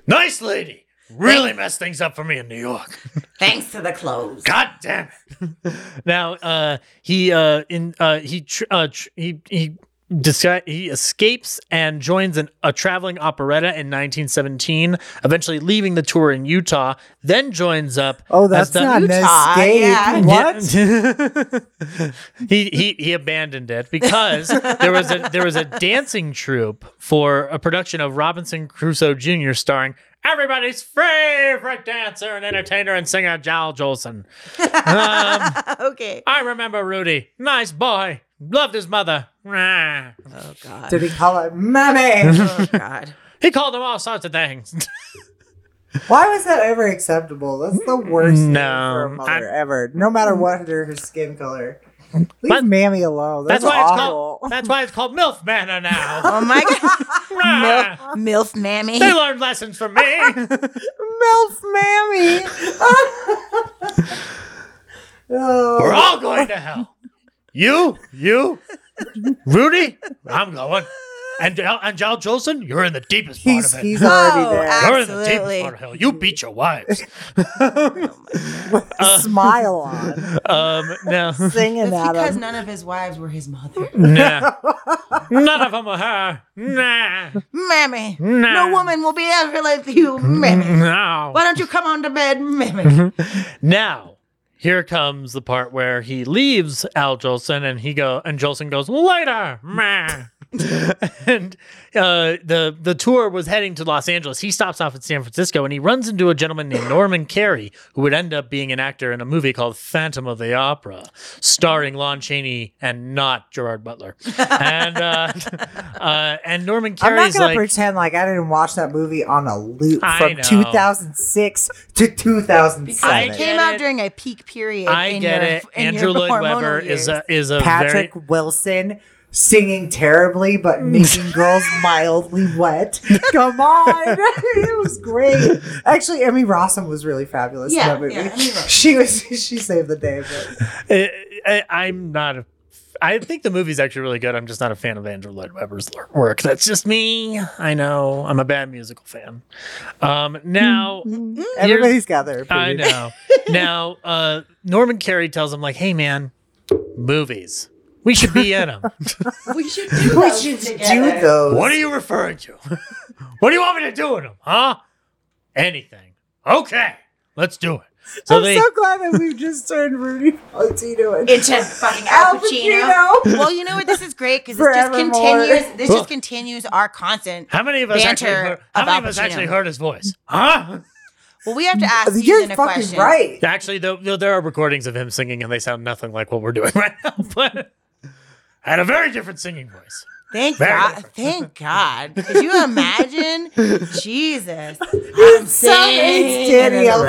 nice lady. Really messed things up for me in New York.
Thanks to the clothes.
God damn it. now, uh, he uh, in uh, he tr- uh, tr- he he. Disgu- he escapes and joins an, a traveling operetta in 1917, eventually leaving the tour in Utah, then joins up.
Oh,
as
that's
the-
not an
Utah,
escape.
yeah.
What?
he, he he abandoned it because there was a there was a dancing troupe for a production of Robinson Crusoe Jr. starring everybody's favorite dancer and entertainer and singer Jal Jolson. Um,
okay.
I remember Rudy. Nice boy. Loved his mother. Rah.
Oh God.
Did he call her mommy?
Oh God.
He called him all sorts of things.
Why was that ever acceptable? That's the worst thing
No,
for a mother ever. No matter what her, her skin color. Leave
But-
Mammy alone.
That's
That's,
why it's
awful.
called That's why it's called MILF Manor now.
Oh my God.
Rah.
Milf, mammy.
They learned lessons from me.
MILF Mammy. oh,
We're all going to hell. You, you, Rudy, I'm going. And Angel Jolson, you're in the deepest part
he's,
of it.
he's
Oh,
already there.
I-
you're in the deepest
absolutely.
part of hell. You beat your wives.
With a smile on.
Um, no,
Singing
That's
at
because
him.
none of his wives were his mother.
nah. none of them are her. Nah,
Mammy.
Nah.
No woman will be ever like you, mammy.
no.
Why don't you come on to bed, mammy?
Now, here comes the part where he leaves Al Jolson and he go and Jolson goes later. meh." and uh, the the tour was heading to Los Angeles. He stops off in San Francisco and he runs into a gentleman named Norman Carey, who would end up being an actor in a movie called Phantom of the Opera, starring Lon Chaney and not Gerard Butler. And uh, uh, and Norman
I'm not
Carey's
gonna
like,
pretend like I didn't watch that movie on a loop
I
from
know.
2006 to
Because
I
it
2007.
came
get
out
it.
during a peak period.
I
in
get
your,
it.
in
Andrew
your
Lloyd
hormonal
Webber
years.
is a is a very
Patrick Wilson singing terribly but
Mm.
making girls mildly wet. Come on. it was great. Actually, Emmy Rossum was really fabulous
Yeah,
in that movie.
yeah, Emmy Rossum.
she was she saved the day. But
I, Uh, I- I'm not. A, I think the movie's actually really good. I'm just not a fan of Andrew Lloyd Webber's l- work. That's just me. I know. I'm a bad musical fan. Um, now,
Mm-hmm. everybody's got their opinion.
I know. now, uh, Norman Carey tells him like, "Hey, man, movies. We should be in them.
We should do
We
those
should do
together.
those.
what are you referring to? what do you want me to do in them? Huh? Anything? Okay, let's do it." So
I'm
they.
so glad that we just turned Rudy Valentino into
It's just fucking Al Pacino. Well, you know what? This is great because this just
Forevermore.
continues. This just continues our constant.
how many of us actually
banter
heard, how many
about
of us
Pacino.
actually heard his voice? Huh?
Well, we have to ask
You're
Susan a
fucking
question.
right.
Actually, though, though there are recordings of him singing, and they sound nothing like what we're doing right now. But had a very different singing voice.
Thank
Very
God.
different.
Thank God. Could you imagine? Jesus. I'm
so
singing in the
hysterical.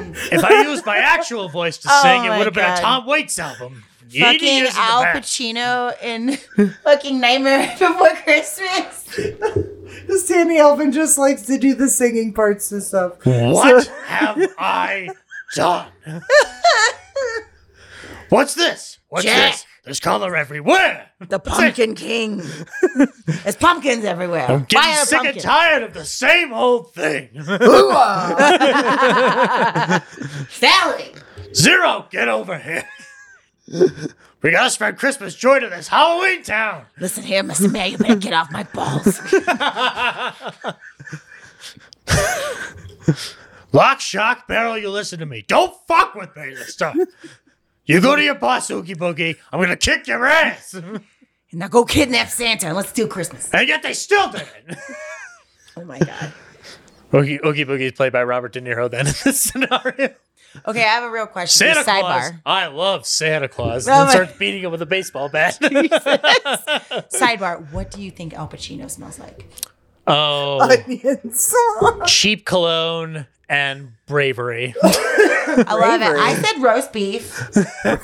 rain.
If I used my actual voice to
Oh
sing, it
my
would have been a
God.
Tom Waits album. 80
Fucking
years in the
Al
past.
Pacino in fucking Nightmare Before Christmas.
Because Danny Elfman just likes to do the singing parts and stuff.
What have I done? What's this? What's
Jack.
this? There's color everywhere.
The Pumpkin King. There's pumpkins everywhere.
I'm getting
Buy a
sick
pumpkin.
and tired of the same old thing.
Sally.
Zero, get over here. we gotta spread Christmas joy to this Halloween town.
Listen here, Mr. Mayor, you better get off my balls.
Lock, shock, barrel, you listen to me. Don't fuck with me this time. you go to your boss, Oogie Boogie. I'm going to kick your ass. And
now go kidnap Santa and let's do Christmas.
yet they still didn't.
Oh my God.
Oogie, Oogie Boogie is played by Robert De Niro then in this scenario.
Okay, I have a real question.
Santa
Just
Claus.
sidebar.
I love Santa Claus.
Oh
and
my-
starts beating him with a baseball bat.
Sidebar. What do you think Al Pacino smells like?
oh,
Onions. Oh,
cheap cologne and bravery.
I love it. I said roast beef. and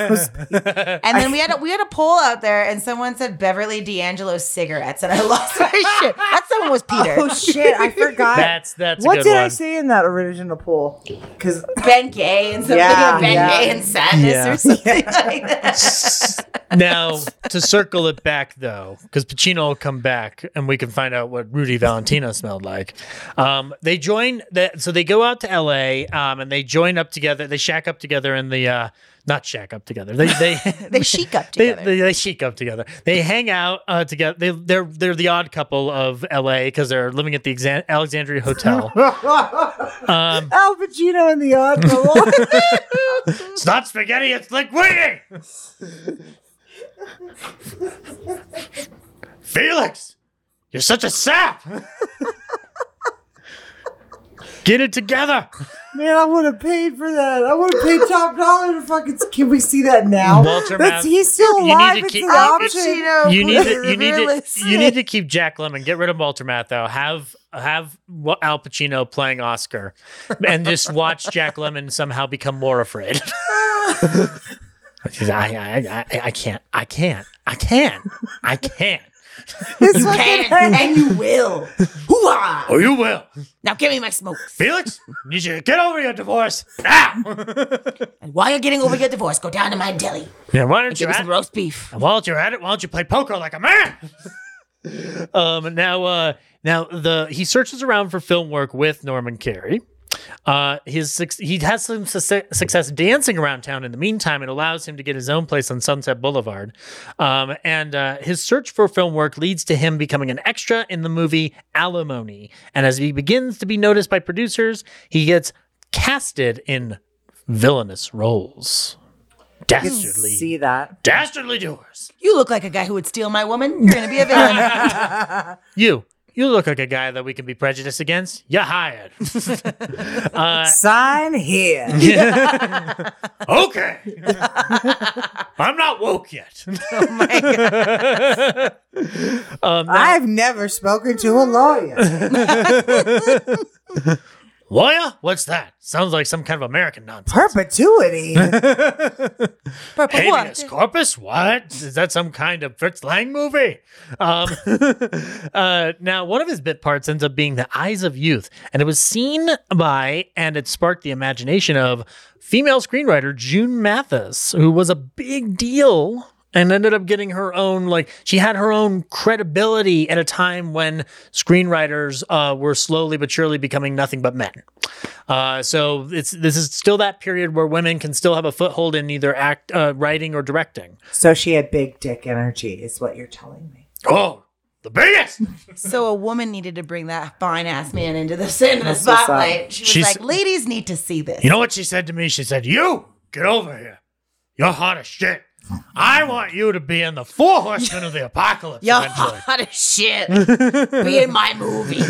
then we had a, we had a poll out there, and someone said Beverly D'Angelo cigarettes, and I lost my shit. That someone was Peter.
oh shit! I forgot.
That's that's
what
a good
did
one.
I say in that original poll? Because
Ben Gay and something
Yeah,
yeah, Ben
yeah.
Gay and sadness
Yeah.
or something like that.
now to circle it back though because pacino will come back and we can find out what rudy valentino smelled like um, they join the, so they go out to la um, and they join up together they shack up together in the uh, not shack up together they they
They chic up
They,
together.
they, they chic up together. They hang out uh, together. They, they're they're the odd couple of L.A. because they're living at the Exan- Alexandria Hotel. um,
Al Pacino and the Odd Couple.
it's not spaghetti. It's linguine. Felix, you're such a sap.
Get it together.
Man, I would have paid for that. I would have paid top dollar to fucking. Can we see that now?
Walter
That's
Matthau-
he's still
You need
alive.
to
It's
keep-
an
Al
option.
You need to, you need to, you need to keep Jack Lemon. Get rid of Walter Matthau. Have have Wa- Al Pacino playing Oscar, and just watch Jack Lemon somehow become more afraid. I, I, I, I can't. I can't. I can't. I can't.
His
You
fucking head.
can and you will. Hoo-ah!
Oh, you will,
Now give me my smokes.
Felix. Need you to get over your divorce now.
And while you're getting over your divorce, go down to my deli
yeah, why don't
and
you?
give me some
act-
roast beef.
And while you're at it, why don't you play poker like a man? um, now, uh, now the he searches around for film work with Norman Carey. Uh, his suc- he has some suc- success dancing around town. In the meantime, it allows him to get his own place on Sunset Boulevard. Um, and uh, his search for film work leads to him becoming an extra in the movie Alimony. And as he begins to be noticed by producers, he gets casted in villainous roles. Dastardly
See that?
dastardly doers.
You look like a guy who would steal my woman. You're gonna be a villain.
You, you look like a guy that we can be prejudiced against. You're hired. uh,
Sign here.
okay. I'm not woke yet.
I've never spoken to a lawyer.
Lawyer? What's that? Sounds like some kind of American nonsense.
Perpetuity.
Purple
Habeas corpus? What? Is that some kind of Fritz Lang movie? Um, uh, now, one of his bit parts ends up being the eyes of youth, and it was seen by and it sparked the imagination of female screenwriter June Mathis, who was a big deal and ended up getting her own like she had her own credibility at a time when screenwriters uh, were slowly but surely becoming nothing but men uh, so it's this is still that period where women can still have a foothold in either act uh, writing or directing
so she had big dick energy, is what you're telling me.
oh the biggest
So a woman needed to bring that fine ass man into the into the
what's up.
spotlight. She was
She's-
like, "Ladies need to see this."
you know what she said to me she said you get over here you're hot as shit i want you to be in the four horsemen of the apocalypse
Y'all
eventually
hot as shit. Be in my movie.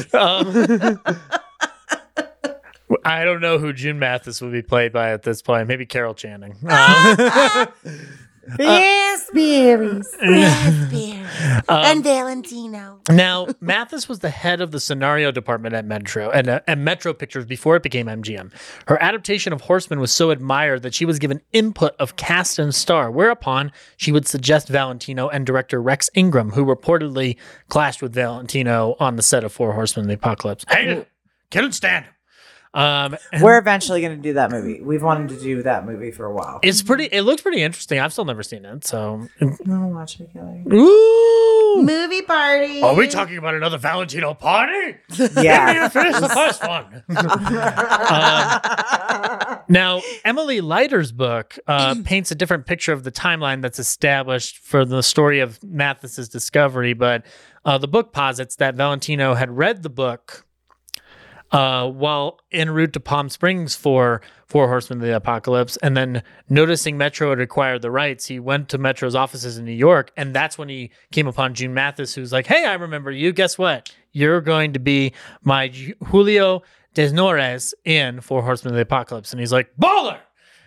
I don't know who June Mathis would be played by at this point. Maybe Carol Channing. Uh,
Uh,
Raspberries.
Raspberry
Um,
and Valentino.
Now, Mathis was the head of the scenario department at Metro and uh, at Metro Pictures before it became MGM. Her adaptation of Horseman was so admired that she was given input of cast and star, whereupon she would suggest Valentino and director Rex Ingram, who reportedly clashed with Valentino on the set of Four Horsemen of the Apocalypse.
Hated him. Couldn't stand him.
Um, and
We're eventually going to do that movie. We've wanted to do that movie for a while.
it's pretty. It looks pretty interesting. I've still never seen it. So,
No, watch it together.
ooh,
Movie party.
Are we talking about another Valentino party? We
Yeah.
didn't finish the first one.
Um, Now, Emily Leiter's book uh, paints a different picture of the timeline that's established for the story of Mathis's discovery, but uh, the book posits that Valentino had read the book uh, while en route to Palm Springs for Four Horsemen of the Apocalypse, and then noticing Metro had acquired the rights, he went to Metro's offices in New York, and that's when he came upon June Mathis, who's like, "Hey, I remember you. Guess what? You're going to be my Ju- Julio Desnores in Four Horsemen of the Apocalypse," and he's like, "Baller!"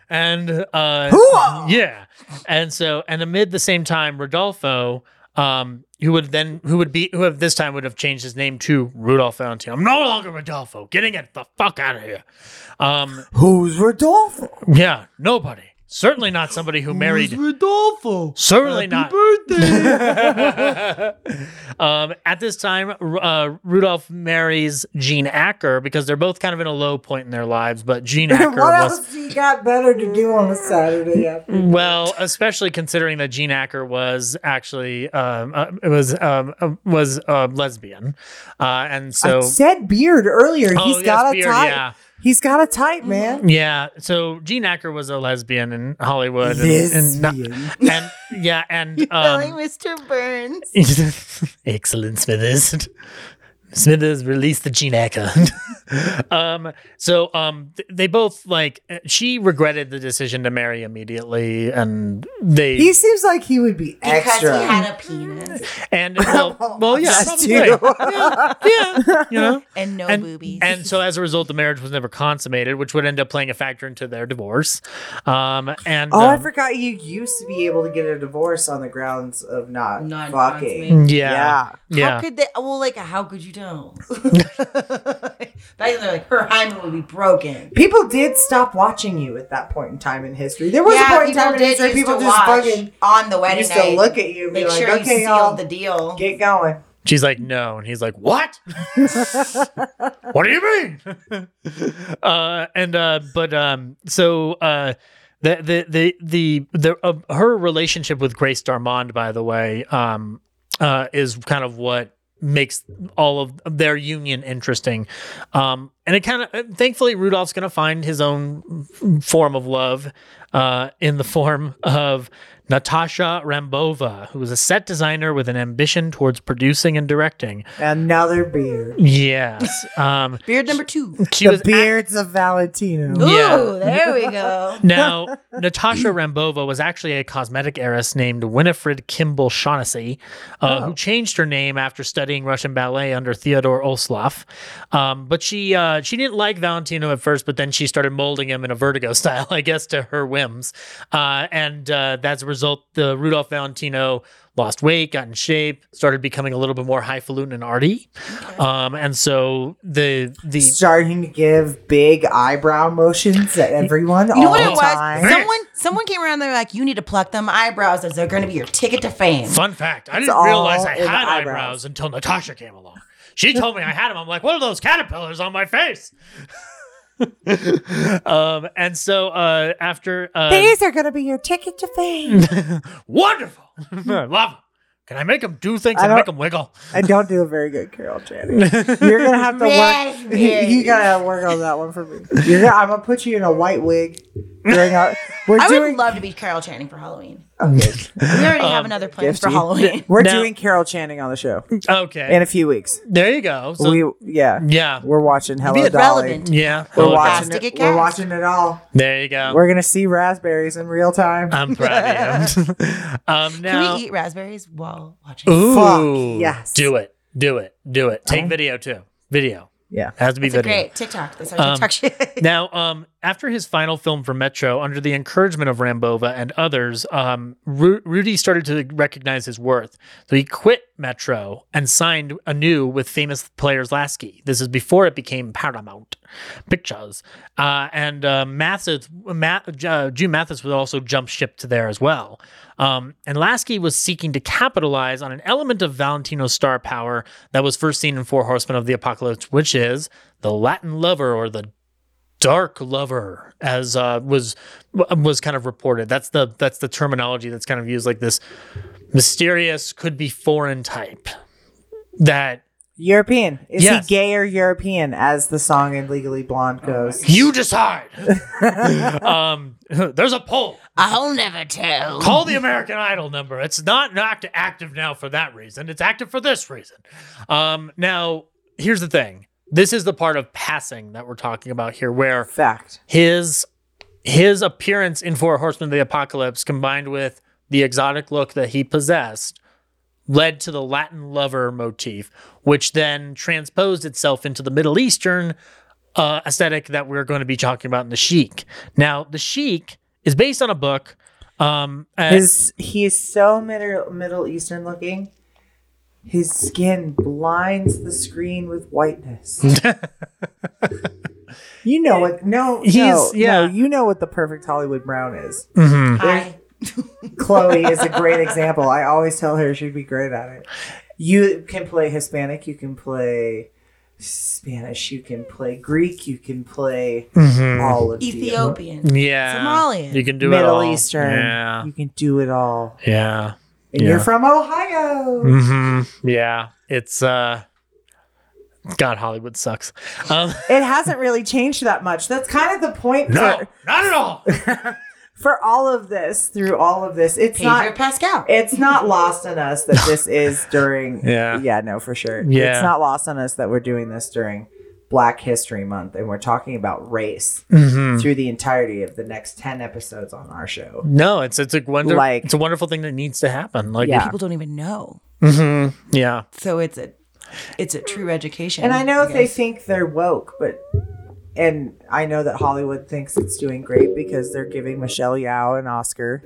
And uh,
Hoo-ah!
yeah, and so and amid the same time, Rodolfo. Um, who would then who would be who have this time would have changed his name to Rudolph Valentino. I'm no longer Rodolfo. Getting it the fuck out of here. Um,
Who's Rodolfo?
yeah, nobody. Certainly not somebody who married.
Rodolfo.
Certainly not.
Birthday.
Um, at this time, Ru- uh, Rudolph marries Jean Acker because they're both kind of in a low point in their lives. But Jean Acker
What
was Mm.
else do you got better to do on a Saturday afternoon?
well, especially considering that Jean Acker was actually um, uh, was um, uh, was uh, lesbian, uh, and so
I said beard earlier. He's
Oh, yes,
got a
beard,
type.
yeah. Mm.
He's got a type, man.
Yeah, so Gene Acker was a lesbian in Hollywood, and, and, not-
Lesbian.
and yeah, and
Telling
um,
Mr. Burns.
excellent Smithers. Smithers released the Genaka. um, so um, th- they both like uh, she regretted the decision to marry immediately, and they
He seems like he would be
Because
extra.
he had a penis
and well, well yeah,
That's
probably.
you.
yeah, yeah, you know.
and no
and,
Oh, boobies.
and so as a result, the marriage was never consummated, which would end up playing a factor into their divorce. Um, and
Oh, I
um,
forgot you used to be able to get a divorce on the grounds of not
Not
fucking.
consummating.
yeah,
How
yeah,
could they? Well, like, how could you tell? Back then, they're like, her hymen would be broken.
People did stop watching you at that point in time in history. There was a
yeah,
point in
people
time in
did
history
used
people
to
just
watch
fucking
on the wedding
used
night.
to look at you and be
make
like,
sure you
okay,
sealed
y'all,
the deal.
get going.
She's like, no. And he's like, what? what do you mean? uh, and, uh, but, um, so, uh, the, the, the, the, the uh, her relationship with Grace Darmond, by the way, um, uh, is kind of what makes all of their union interesting. Um, and it kind of, thankfully, Rudolph's going to find his own form of love uh, in the form of Natasha Rambova, who is a set designer with an ambition towards producing and directing.
Another beard.
Yes. Um,
Beard number two.
she was
the beards of Valentino.
Ooh, Yeah.
Ooh, there we go.
Now, Natasha Rambova was actually a cosmetic heiress named Winifred Kimball Shaughnessy, uh, who changed her name after studying Russian ballet under Theodore Osloff. Um, but she uh, she didn't like Valentino at first, but then she started molding him in a Vertigo style, I guess, to her whims. Uh, and uh, as a result, the Rudolph Valentino lost weight, got in shape, started becoming a little bit more highfalutin and arty. Um, and so the the
Starting to give big eyebrow motions at everyone
You know
all
what
the
it was?
time.
Someone someone came around there like, you need to pluck them eyebrows as they're gonna be your ticket to fame.
Fun fact: I
It's
didn't realize
all
I
in
had eyebrows.
eyebrows.
until Natasha came along. She told me I had them. I'm like, what are those caterpillars on my face? um, and so uh, after uh,
These are gonna be your ticket to fame.
wonderful, I love 'em. Can I make them do things
I
and
don't-
make them wiggle?
I don't do a very good Carol Channing. You're gonna have to work.
Raspberry.
You gotta work on that one for me. You're gonna, I'm gonna put you in a white wig. During our, we're
I
doing
would love to be Carol Channing for Halloween. We already
Oh,
have another plan for
Gifty.
Halloween.
we're
Now-
doing Carol Channing on the show
Okay,
in a few weeks.
there you go. So
we yeah
yeah,
we're watching Hello
Be
Dolly.
relevant.
yeah,
We're
Oh,
watching
Fantastic
it.
at
We're
cast.
watching it all.
there you go.
We're gonna see raspberries in real time.
I'm proud of you. um,
Can
now,
we eat raspberries while watching?
ooh,
Fuck, yes.
do it, do it, do it. Take video too. Video
Yeah.
has to be
It's a
video.
great TikTok. That's
Um,
how TikTok shit.
Now, um, after his final film for Metro, under the encouragement of Rambova and others, um, Ru- Rudy started to recognize his worth. So he quit Metro and signed anew with famous players Lasky. This is before it became Paramount Pictures. Uh, and uh, Mathis, Ma- uh, June Mathis would also jump ship to there as well. Um, and Lasky was seeking to capitalize on an element of Valentino's star power that was first seen in Four Horsemen of the Apocalypse, which is the Latin lover or the dark lover as uh, was was kind of reported that's the that's the terminology that's kind of used like this mysterious could be foreign type that
European. Is
Yes.
he gay or European? As the song in Legally Blonde goes.
you decide um there's a poll
I'll never tell.
call the american idol number it's not not active now for that reason it's active for this reason um now here's the thing this is the part of passing that we're talking about here where
Fact.
his his appearance in Four Horsemen of the Apocalypse combined with the exotic look that he possessed led to the Latin lover motif, which then transposed itself into the Middle Eastern uh, aesthetic that we're going to be talking about in the Sheik. Now, the Sheik is based on a book. Um, uh,
His he is so middle Middle Eastern looking. His skin blinds the screen with whiteness. you know what? No, he's
He's- yeah.
yeah. you know what the perfect Hollywood brown is.
mhm.
Hi.
Chloe is a great example. I always tell her she'd be great at it. You can play Hispanic. You can play Spanish. You can play Greek. You can play all of the-
Mm-hmm.
Ethiopian.
Yeah.
Somalian.
You can Mm-hmm. do it
Middle
all.
Eastern.
Yeah.
You can do it all.
Yeah.
And
Yeah.
you're from Ohio.
hmm Yeah. It's, uh, God, Hollywood sucks. Um,
It hasn't really changed that much. That's kind of the point.
No,
For,
not at all.
for all of this, through all of this. It's
Pedro
not
Pascal.
it's not lost on us that this is during
Yeah.
yeah no for sure
Yeah.
it's not lost on us that we're doing this during black history month and we're talking about race
Mhm.
through the entirety of the next 10 episodes on our show
No, it's it's a wonder.
Like-
it's a wonderful thing that needs to happen. Like,
Yeah.
People don't even know.
Mhm. yeah.
So it's a it's a true education.
and i know they
guess.
think they're woke but and i know that hollywood thinks it's doing great because they're giving michelle yao an oscar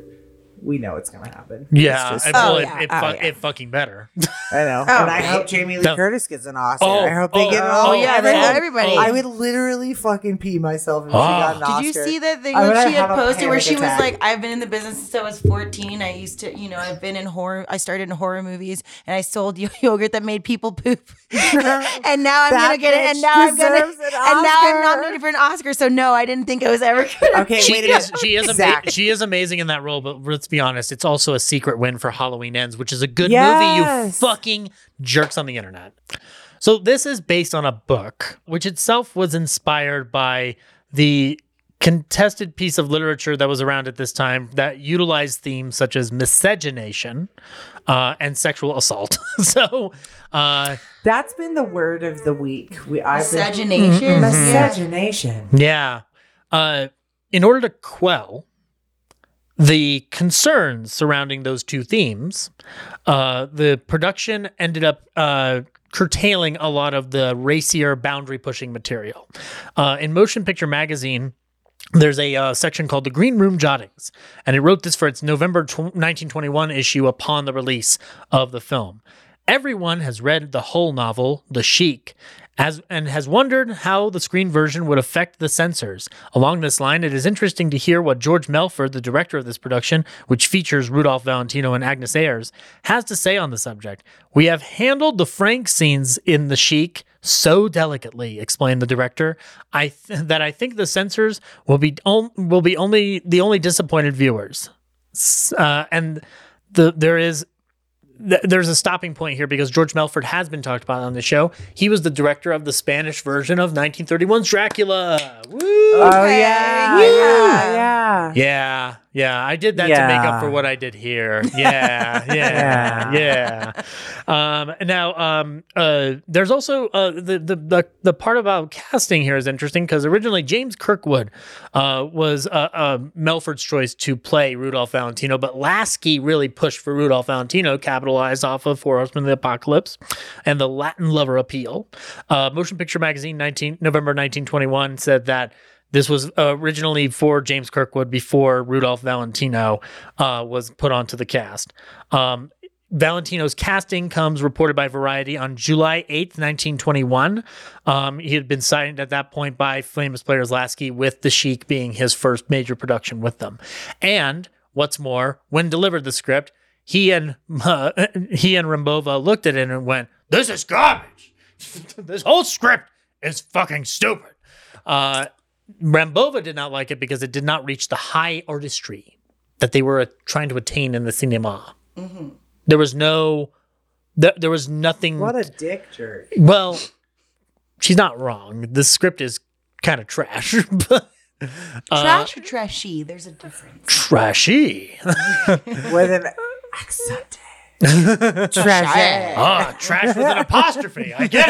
we know it's gonna happen
Yeah,
It's
it-
just-
well,
Oh,
it,
yeah.
It,
Oh,
fu-
yeah.
it fucking better.
i know and i
yeah.
hope jamie lee
No.
curtis gets an oscar
Oh,
i hope they
oh,
get an
oh,
oscar
Oh yeah,
everyone-
they- everybody.
I would literally fucking pee myself if she
Oh.
got an Oscar.
Did you see that thing
I
that
would
she had
have a
posted where
panic
she
attack.
was like, I've been in the business since I was 14. I used to, you know, I've been in horror. I started in horror movies and I sold yo- yogurt that made people poop. and now I'm
That
going to get it. And
bitch
now I'm going to.
deserves an
And now I'm
Oscar.
nominated for an Oscar. So no, I didn't think I was ever going to.
Okay,
she
wait a
is
minute.
she is ama-
Zach.
she is amazing in that role, but let's be honest, it's also a secret win for Halloween Ends, which is a good movie. You
Yes.
fucking jerks on the internet. So this is based on a book, which itself was inspired by the contested piece of literature that was around at this time that utilized themes such as miscegenation uh, and sexual assault. so uh,
That's been the word of the week. We I've been Mm-hmm.
Mm-hmm.
Miscegenation. Yeah.
miscegenation.
Yeah. Uh, in order to quell the concerns surrounding those two themes, uh, the production ended up uh, curtailing a lot of the racier boundary pushing material. Uh, in Motion Picture Magazine, there's a uh, section called the Green Room Jottings, and it wrote this for its November tw 1921 issue upon the release of the film. Everyone has read the whole novel, The Sheik, as, and has wondered how the screen version would affect the censors. Along this line, it is interesting to hear what George Melford, the director of this production, which features Rudolph Valentino and Agnes Ayers, has to say on the subject. We have handled the Frank scenes in The Sheik so delicately, explained the director, I th- that I think the censors will be on- will be only the only disappointed viewers. S- Uh, and the there is th- there's a stopping point here because George Melford has been talked about on the show. He was the director of the Spanish version of 1931's Dracula. Woo!
Oh
Okay.
yeah,
Yeah.
yeah, yeah.
Yeah, yeah. I did that to make up
Yeah.
for what I did here. Yeah, yeah, yeah. Um, now, um, uh, there's also uh, the, the the the part about casting here is interesting because originally James Kirkwood uh, was uh, uh, Melford's choice to play Rudolph Valentino, but Lasky really pushed for Rudolph Valentino, capitalized off of Four Horsemen of the Apocalypse and the Latin lover appeal. Uh, Motion Picture Magazine, 19 November 1921, said that. This was originally for James Kirkwood before Rudolph Valentino uh, was put onto the cast. Um, Valentino's casting comes reported by Variety on July 8th, 1921. Um, he had been signed at that point by famous players Lasky, with The Sheik being his first major production with them. And what's more, when delivered the script, he and uh, he and Rambova looked at it and went, "This is garbage. this whole script is fucking stupid." Uh, Rambova did not like it because it did not reach the high artistry that they were uh, trying to attain in the cinema.
Mm-hmm.
There was no, there, there was nothing.
What a dick jerk.
well, she's not wrong. The script is kind of trash, but uh,
Trash or trashy? There's a difference.
trashy.
With an accent. Treasure.
Ah, trash with an apostrophe. I get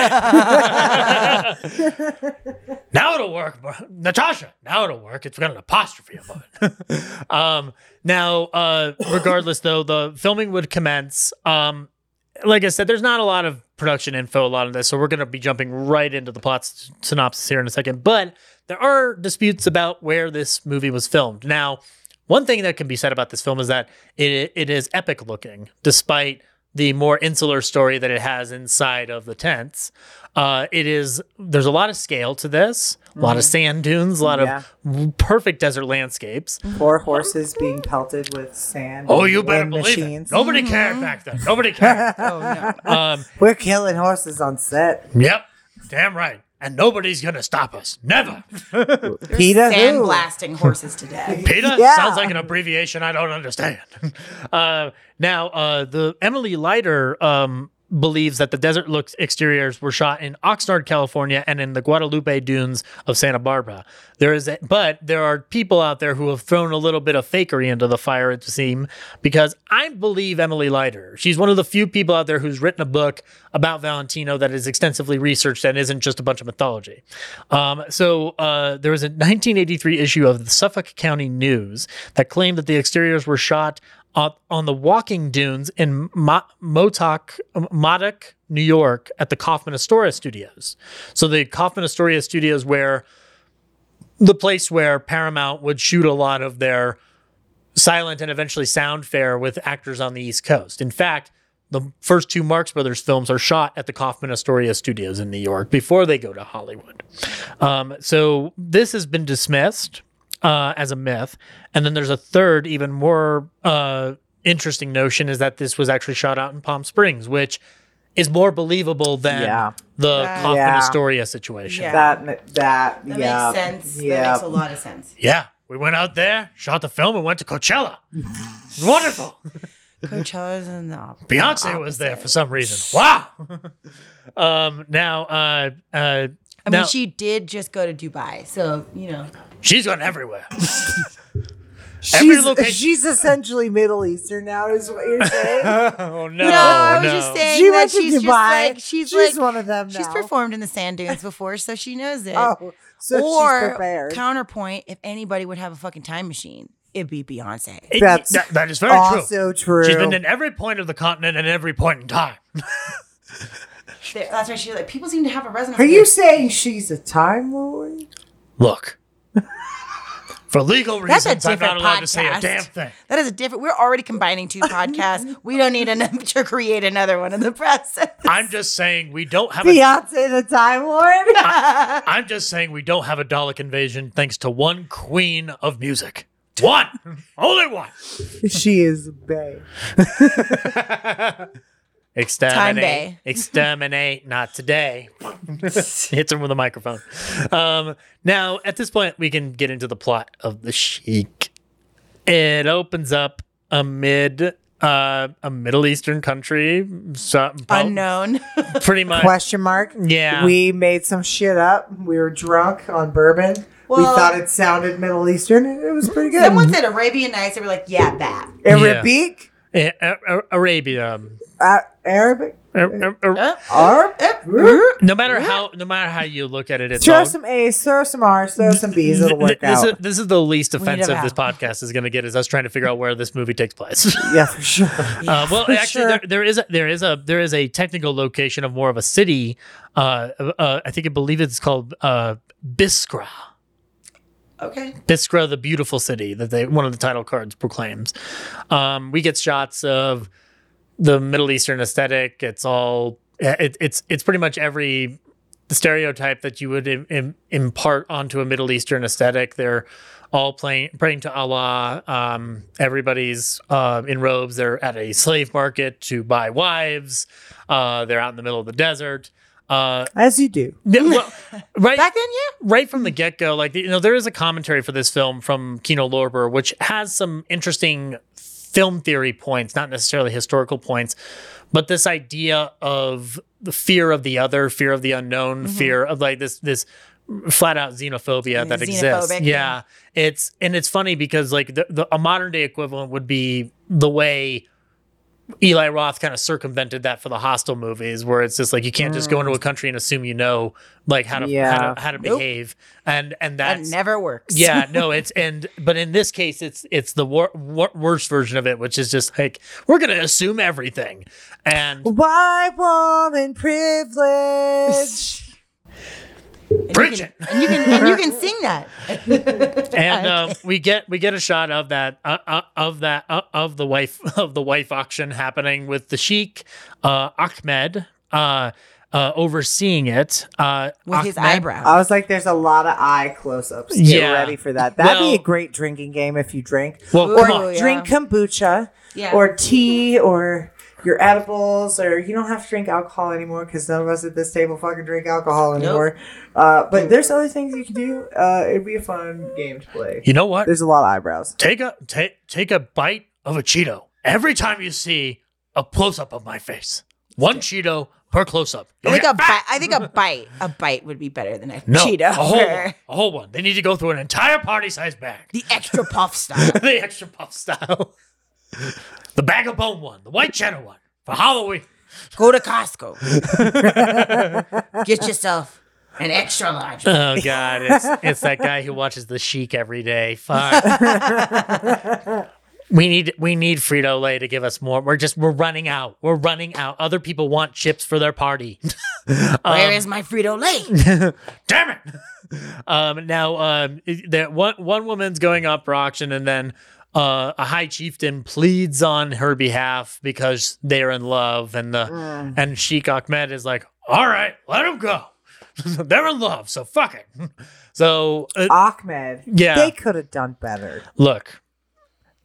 it. now it'll work, bro. Natasha. Now it'll work. It's got an apostrophe above it. um, now, uh, regardless, though, the filming would commence. Um, like I said, there's not a lot of production info, a lot of this, so we're going to be jumping right into the plot s- synopsis here in a second. But there are disputes about where this movie was filmed. Now, one thing that can be said about this film is that it it is epic looking, despite the more insular story that it has inside of the tents. Uh, it is there's a lot of scale to this, a lot of sand dunes, a lot
Mm-hmm. Yeah.
of perfect desert landscapes.
Four horses being pelted with sand.
Oh,
and
you better
wind
believe
machines. Mm-hmm.
it. Nobody cared back then. Nobody cared. um,
We're killing horses on set.
Yep. Damn right. And nobody's gonna stop us. Never.
Peta
Sand
who?
blasting horses to death.
PETA
Yeah.
sounds like an abbreviation I don't understand. Uh, now, uh, the Emily Leiter um, believes that the desert looks exteriors were shot in Oxnard, California, and in the Guadalupe dunes of Santa Barbara. There is, a, but there are people out there who have thrown a little bit of fakery into the fire. It seems because I believe Emily Leiter. She's one of the few people out there who's written a book about Valentino that is extensively researched and isn't just a bunch of mythology. Um, so uh, there was a 1983 issue of the Suffolk County News that claimed that the exteriors were shot on, on the walking dunes in Mo- Motauk, Modoc, New York, at the Kaufman Astoria Studios. So the Kaufman Astoria Studios, where the place where Paramount would shoot a lot of their silent and eventually sound fair with actors on the East Coast. In fact, the first two Marx Brothers films are shot at the Kaufman Astoria Studios in New York before they go to Hollywood. Um, so this has been dismissed uh, as a myth. And then there's a third, even more uh, interesting notion is that this was actually shot out in Palm Springs, which is more believable than
Yeah.
the
Yeah.
Kaufman
Yeah.
Astoria situation.
Yeah.
That ma-
That
that, yeah.
makes sense. That
Yeah.
makes a lot of sense.
yeah. We went out there, shot the film, and went to Coachella. It's Wonderful.
Coachella's in the
Beyonce was there for some reason. Wow. um, now, uh, uh,
I
now,
mean, she did just go to Dubai, so you know.
she's gone everywhere. Every
she's,
location-
she's essentially Middle Eastern now, is what you're saying.
oh no!
no, I was just saying
she
that
went to
she's
Dubai.
just like she's, like
one of them
she's
now.
performed in the sand dunes before, so she knows it.
Oh, so
or
she's prepared.
counterpoint, if anybody would have a fucking time machine, it'd be Beyonce.
It-
That's
that- that is very true.
also true.
She's been in every point of the continent at every point in time.
There- That's why she's like, people seem to have a resonance.
Are
with
you
her.
saying she's a time lord?
Look, for legal
That's a
reasons, I'm not
different
allowed to say a
podcast.
damn thing.
That is a different. We're already combining two podcasts. We don't need another to create another one in the process.
I'm just saying we don't have a.
Beyonce the Time Lord?
I'm just saying we don't have a Dalek invasion thanks to one queen of music. One, only one.
she is bae.
Exterminate.
Time Bay.
Exterminate, not today. Hits him with a microphone. Um, now, at this point, we can get into the plot of the Sheik. It opens up amid uh, a Middle Eastern country. So, prob-
Unknown.
Pretty much.
Question mark.
Yeah.
We made some shit up. We were drunk on bourbon. we
Well-
thought it sounded Middle Eastern. It was pretty good.
Someone said Arabian Nights. They were like, yeah, that.
Arabic?
A- A- A- Arabia. um,
Uh, Arabic?
A- A- A-
Oh. Arab?
No matter how, no matter how you look at it, it's
Throw
all-
some A's, throw some R's, throw some B's. It'll
Th-
work
this, Is,
out.
this is the least
need a
offensive this
vowel.
podcast is going to get is us trying to figure out where this movie takes place.
Yeah, for sure.
Uh, well, actually,
sure.
there, there is a, there is a there is a technical location of more of a city. Uh, uh, I think I believe it's called uh, Biskra.
Okay.
Biskra, the beautiful city that they one of the title cards proclaims. Um, we get shots of the Middle Eastern aesthetic. It's all it, it's it's pretty much every stereotype that you would im- im- impart onto a Middle Eastern aesthetic. They're all playing, praying to Allah. Um, everybody's uh, in robes. They're at a slave market to buy wives. Uh, they're out in the middle of the desert. Uh,
As you do.
yeah, well, right
Back then, yeah.
right from the get go, like you know, there is a commentary for this film from Kino Lorber, which has some interesting film theory points, not necessarily historical points, but this idea of the fear of the other, fear of the unknown, fear of like this this flat out xenophobia that exists.
Xenophobic,
Yeah, it's and it's funny because like the, the a modern day equivalent would be the way. Eli Roth kind of circumvented that for the hostile movies, where it's just like you can't just go into a country and assume you know like how to how
Yeah.
to, how to
Nope.
behave, and and
That
that's
never works.
yeah no it's and but in this case it's it's the wor- wor- worst version of it, which is just like we're gonna assume everything, and
White woman privilege.
preach it.
And you can and you can sing that. Oh
and um, we get we get a shot of that uh, uh, of that uh, of the wife of the wife auction happening with the sheik uh, Ahmed uh, uh, overseeing it uh,
With his
Ahmed-
eyebrow.
I was like, there's a lot of eye close ups.
Yeah.
Get ready for that. That'd
Well-
be a great drinking game if you drink.
Well,
Ooh,
come on.
yeah.
drink kombucha
Yeah.
or tea or your edibles or you don't have to drink alcohol anymore because none of us at this table fucking drink alcohol anymore. Uh, but there's other things you can do. Uh, it'd be a fun game to play.
You know what?
There's a lot of eyebrows.
take a take take a bite of a Cheeto every time you see a close up of my face. One Cheeto per close up.
I think a bite. I think a bite. A bite would be better than a
no,
cheetah.
A whole, one, a whole one. They need to go through an entire party size bag.
the extra puff style.
the extra puff style. The bag of bone one. The white cheddar one. For Halloween.
Go to Costco. Get yourself an extra large.
Oh God, it's it's that guy who watches the Sheik every day. Fuck. we need we need Frito Lay to give us more. We're just we're running out. We're running out. Other people want chips for their party.
Where is my Frito Lay?
Damn it. Um, now um, that one one woman's going up for auction, and then uh, a high chieftain pleads on her behalf because they are in love, and the and Sheikh Ahmed is like, "All right, let him go. They're in love, so fuck it." So uh,
Ahmed.
Yeah.
They could have done better.
Look,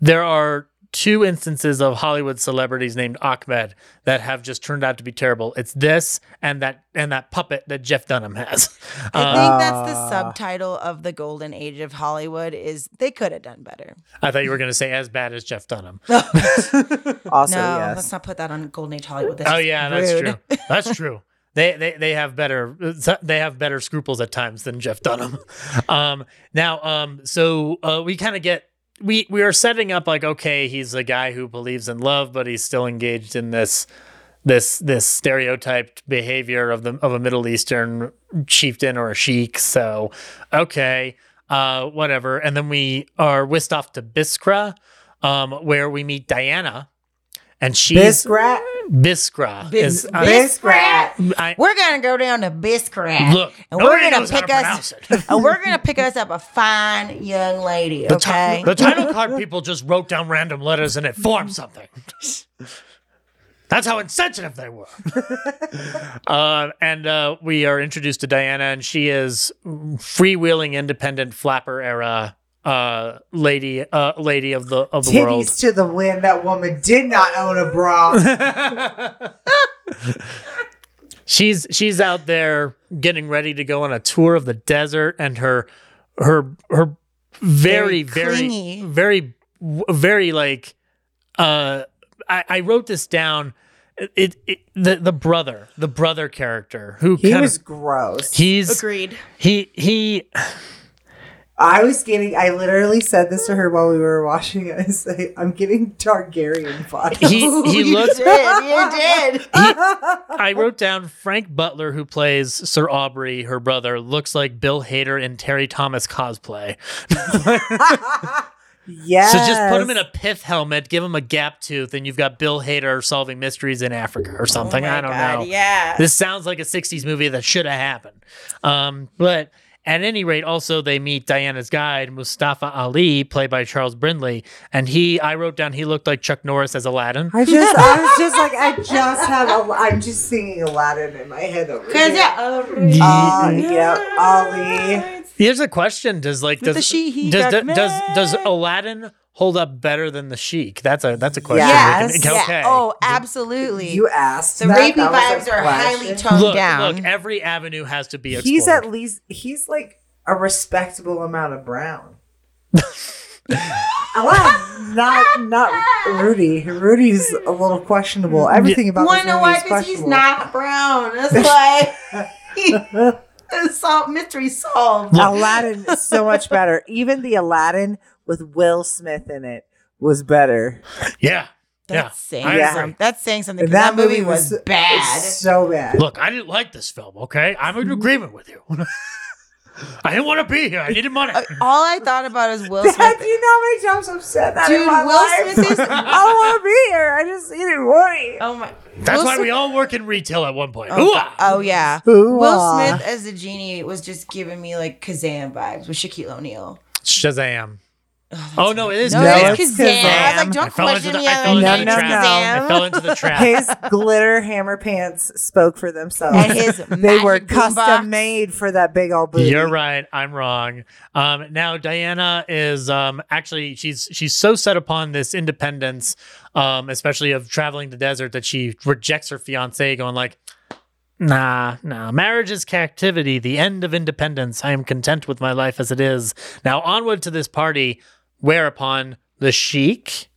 there are two instances of Hollywood celebrities named Ahmed that have just turned out to be terrible. It's this and that and that puppet that Jeff Dunham has.
I
Uh,
think that's the
Uh.
subtitle of the golden age of Hollywood is they could have done better.
I thought you were going to say as bad as Jeff Dunham.
Also,
no,
yes.
let's not put that on golden age Hollywood. That's
Oh
just
yeah, that's
rude.
true. That's true. They, they, they have better they have better scruples at times than Jeff Dunham. Um, now um, so uh, we kind of get we we are setting up like okay he's a guy who believes in love but he's still engaged in this this this stereotyped behavior of the of a Middle Eastern chieftain or a sheik. So okay, uh, whatever. And then we are whisked off to Biskra, um, where we meet Diana, and she's
Biskrat.
Biskra is I-
Biskrat.
I-
We're gonna go down to Biscrat.
look.
and
nobody
we're gonna
knows how
pick
to
us
pronounce it.
and we're gonna pick us up a fine young lady.
The, ti-
okay.
the title card people just wrote down random letters and it formed something. That's how insensitive they were. uh, and uh, we are introduced to Diana, and she is freewheeling, independent, flapper era uh, lady, uh, lady of the of the
Titties
world.
to the wind. That woman did not own a bra.
she's she's out there getting ready to go on a tour of the desert and her her her very
Very
very
clingy.
very w- very like uh I, I wrote this down it, it the the brother the brother character who
he
kind
was
of
gross.
he's
Agreed.
he he
I was getting. I literally said this to her while we were watching it. I say, I'm getting Targaryen vibes.
he
Oh,
he looks
you did.
I wrote down Frank Butler, who plays Sir Aubrey, her brother, looks like Bill Hader in Terry Thomas cosplay.
yes.
So just put him in a pith helmet, give him a gap tooth, and you've got Bill Hader solving mysteries in Africa
Oh
or something. I don't know.
Yeah.
This sounds like a 60s movie that should have happened. Um, but at any rate, also they meet Diana's guide, Mustafa Ali, played by Charles Brindley. And he, I wrote down, he looked like Chuck Norris as Aladdin.
I just, I was just like, I just have, a, I'm just singing Aladdin in my head over here.
Oh,
Uh, yeah, Ali.
Here's a question: Does like
With
does
the she, he
does,
got
does, does
mad.
does Aladdin hold up better than the Sheik? That's a that's a question.
Yes.
we can- okay.
Oh, absolutely.
You asked.
the
that,
rapey
that was
vibes
a
are highly
question.
toned
look,
um, down.
look, every avenue has to be explored.
He's at least, he's like a respectable amount of brown. Aladdin, not not Rudy. Rudy's a little questionable. Everything about this
Wonder
movie
why?
is
Because he's
questionable.
not brown. That's why. He- Sol- mystery solved.
Aladdin is so much better. Even the Aladdin with Will Smith in it was better.
yeah. Yeah.
That's saying
I
agree.
something. That's saying something. 'cause
That
That,
movie
movie was,
was-
bad.
It's so bad.
Look, I didn't like this film. Okay, I'm
Mm-hmm.
in agreement with you. I didn't want to be here. I needed money.
Uh, All I thought about is Will
Dad, do
Smith.
you know how many times I've said that in
Dude,
my
Will
life?
Smith is-
I don't want to be here. I just need a worry.
Oh my.
That's
Will
why
Smith-
we all work in retail at one point.
Oh,
Ooh-ah!
oh, yeah.
Ooh,
Will
ah.
Smith as the genie was just giving me like Kazam vibes with Shaquille O'Neal.
Shazam! Oh no, it is.
No,
Kazam.
it's
it's
Kazam. I was
Kazam.
I
like, don't
fell into
question
the,
me.
I fell
on
into
No,
the
no,
that.
trap. I
Kazam.
fell into the trap.
His glitter hammer pants spoke for themselves.
And his
they were
magic boombox.
custom made for that big old booty.
You're right. I'm wrong. Um, now Diana is um, actually she's she's so set upon this independence, um, especially of traveling the desert, that she rejects her fiance, going like, "Nah, nah. Marriage is captivity, the end of independence. I am content with my life as it is." Now onward to this party, whereupon the sheik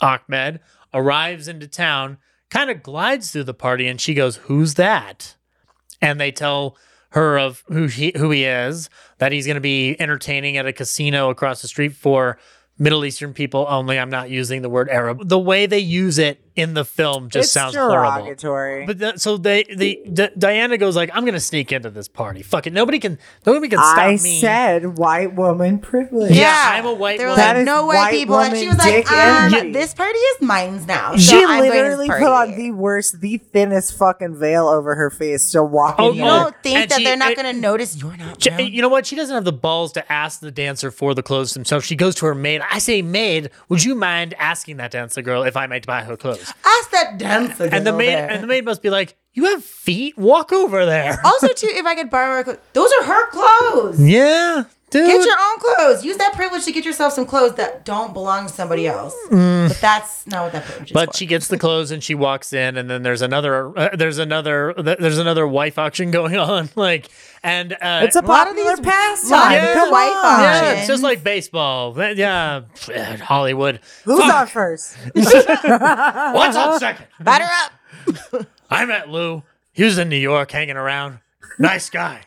Ahmed arrives into town. kind of glides through the party and she goes, Who's that? And they tell her of who he who he is, that he's gonna be entertaining at a casino across the street for Middle Eastern people only. I'm not using the word Arab. The way they use it in the film just
it's
sounds horrible.
derogatory.
But that, so they, the D- Diana goes like, "I'm gonna sneak into this party. Fuck it. Nobody can, nobody can stop
I
me."
said white woman privilege.
Yeah, I'm a white
They were
woman.
That
like,
is
no white
white
people. And she
woman
was like,
dick
um,
energy.
this party is mine's now. So
She
I'm going to this
literally put on
party."
the worst, the thinnest fucking veil over her face to walk
Oh,
in.
you
You
here.
know-
don't think
And
that
she-
they're not
it-
going to notice you're not
J-
brown?
You know what? She doesn't have the balls to ask the dancer for the clothes themselves. She goes to her maid. I say, "Maid, would you mind asking that dancer girl if I might buy her clothes?"
Ask that dancer.
And the
girl
maid,
there.
and the maid must be like, "You have feet. Walk over there."
also, too, if I could borrow her clothes, those are her clothes.
yeah, dude.
Get your own clothes. Use that privilege to get yourself some clothes that don't belong to somebody else.
Mm.
But that's not what that privilege is
but
for.
she gets the clothes and she walks in and then there's another uh, there's another th- there's another wife auction going on like and uh,
it's a
lot of
popular
these-
pastime.
Yeah.
Come
Wife
on.
auction.
Yeah, it's just like baseball. That- Yeah, pfft, Hollywood.
Who's
Fuck.
on first?
What's on second?
Batter up.
I met Lou. He was in New York hanging around. Nice guy.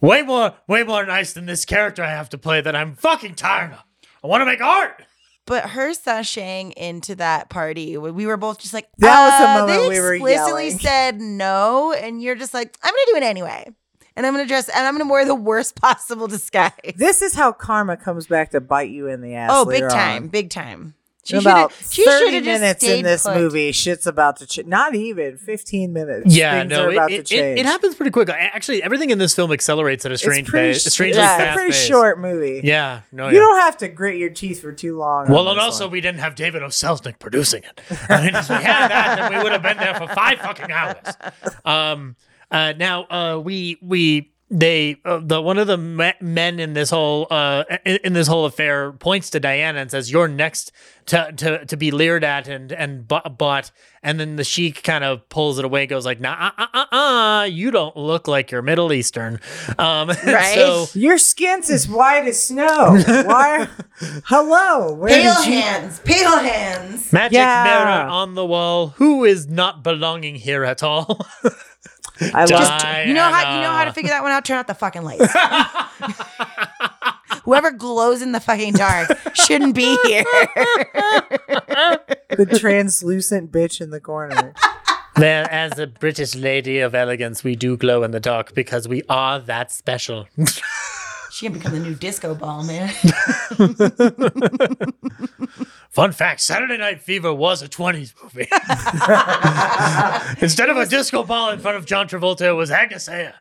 way more, way more nice than this character I have to play that I'm fucking tired of. I want to make art.
But her sashaying into that party, we we were both just like,
That was the
uh,
moment
they
we were
explicitly
yelling.
said no, and you're just like, I'm gonna do it anyway, and I'm gonna dress, and I'm gonna wear the worst possible disguise.
This is how karma comes back to bite you in the ass.
oh, big
later
time,
on.
big time. She
In about
shoulda- she
thirty
shoulda just
minutes in
stayed
this
put.
movie, shit's about to change. Not even fifteen minutes.
Yeah,
things
no,
are
it,
about
it,
to
it-
change.
it happens pretty quick. A- Actually, everything in this film accelerates at a strange
it's pretty,
pace.
sh-
strangely
it's
fast
a pretty
pace.
short movie.
Yeah, no,
You
yeah.
don't have to grit your teeth for too long.
Well,
on
and
this
also
one.
we didn't have David O. Selznick producing it. I mean, if we had that, then we would have been there for five fucking hours. Um, uh, now uh, we we they uh, the one of the me- men in this whole uh, in, in this whole affair points to Diana and says, "You're next to to, to be leered at and and bu- bought." And then the sheik kind of pulls it away, goes like, "Nah, uh, uh, uh, uh, you don't look like you're Middle Eastern." Um,
Right?
so-
your skin's as white as snow. Why? Hello, where
Pale
did you
hands, pale hands.
Magic
Yeah.
mirror on the wall. Who is not belonging here at all?
I love
Diana.
You know how you know how to figure that one out. Turn out the fucking lights. Whoever glows in the fucking dark shouldn't be here.
the translucent bitch in the corner.
Well, as a British lady of elegance, we do glow in the dark because we are that special.
She can become the new disco ball, man.
Fun fact: Saturday Night Fever was a '20s movie. Instead of a disco ball in front of John Travolta, it was Agnes Ayer.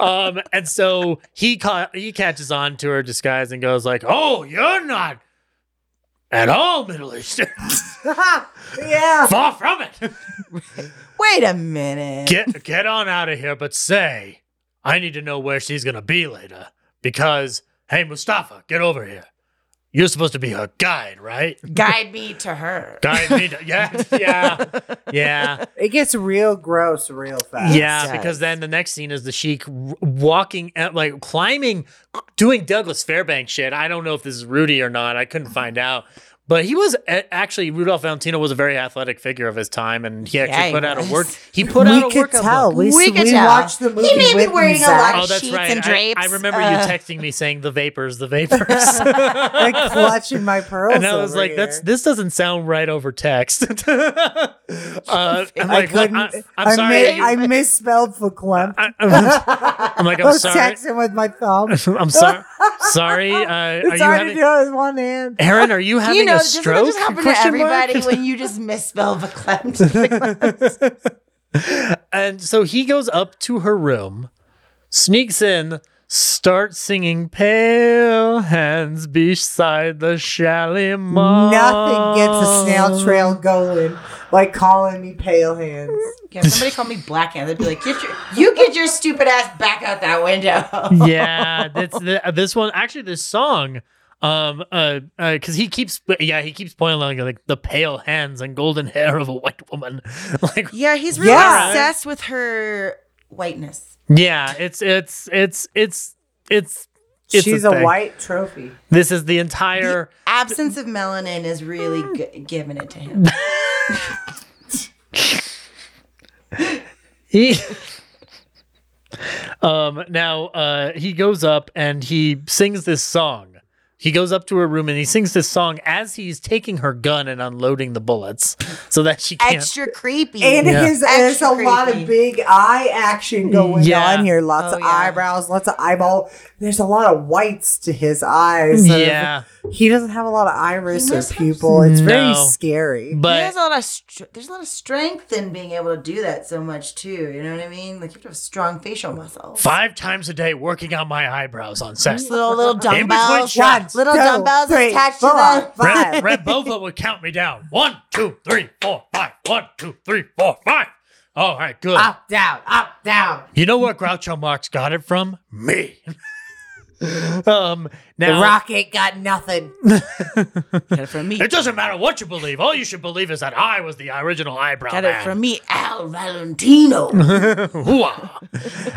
um, and so he ca- he catches on to her disguise and goes like, "Oh, you're not at all Middle Eastern.
yeah.
Far from it."
Wait a minute.
get get on out of here, but say, I need to know where she's gonna be later. Because hey Mustafa, get over here. You're supposed to be her guide, right?
Guide me to her.
Guide me to Yeah, yeah. Yeah.
It gets real gross real fast.
Yeah, because then the next scene is the Sheik w- walking at like climbing doing Douglas Fairbanks shit. I don't know if this is Rudy or not. I couldn't find out. But he was a- actually Rudolph Valentino was a very athletic figure of his time, and he actually
Yeah, he
put out
was.
a work. He put
we
out a
could
workout.
tell.
book.
We,
We
we,
could tell.
watched the
He
movie.
may be
with
wearing a
you, Zach.
lot of- sheets and
Oh, I- I,
drapes.
remember
Uh.
you texting me saying the vapors, the vapors.
like clutching my pearls.
and I was
over
like,
here.
that's this doesn't sound right over text. uh, I'm
I
like,
couldn't.
I,
I
am sorry.
mi-
you-
I misspelled for clump.
I, am like,
I
I'm
was
sorry.
texting with my thumb. It's
I'm sorry. Sorry. Uh, are you
hard to
having,
do it with one hand.
Aaron, are you having
you know,
a
doesn't that
stroke?
just happen to
Question mark?
everybody when you just misspell Verklempt?
And so he goes up to her room, sneaks in, starts singing Pale Hands Beside the Shalimar.
Nothing gets a snail trail going like calling me pale hands.
yeah, if somebody called me black hand. They'd be like, get your, you get your stupid ass back out that window.
yeah, that's the, uh, this one. Actually, this song, um, uh, because he keeps, yeah, he keeps pointing out like the pale hands and golden hair of a white woman. like,
Yeah, he's really
Yeah.
obsessed with her whiteness.
yeah, it's it's it's it's it's It's
She's
a
a,
thing.
white trophy.
This is the entire.
Absence of melanin is really
Hmm.
g- giving it to him.
He, um, now uh, he goes up and he sings this song. He goes up to her room and he sings this song as he's taking her gun and unloading the bullets so that she can't.
Extra creepy.
And
Yeah.
his, there's a
Extra
lot
creepy.
of big eye action going
Yeah.
on here. Lots
Oh,
of
yeah.
eyebrows, lots of eyeball. There's a lot of whites to his eyes. So
yeah,
He doesn't have a lot of iris or
must have-
pupil. It's very
No.
scary.
but
there's a lot of str- there's a lot of strength in being able to do that so much too. You know what I mean? Like you have to have strong facial muscles.
five times a day working on my eyebrows on set.
little little
between
dumbbells.
shots.
Little
Two,
dumbbells
three,
attached
four,
to the
five.
Red, Red Bova would count me down. One, two, three, four, five. One, two, three, four, five. All right, good.
Up, down, up, down.
You know where Groucho Marx got it from? Me. um, now
the rocket got nothing.
Get it from me.
It doesn't matter what you believe. All you should believe is that I was the original eyebrow
Get it
man.
from me, Al Valentino.
Hoo-ah.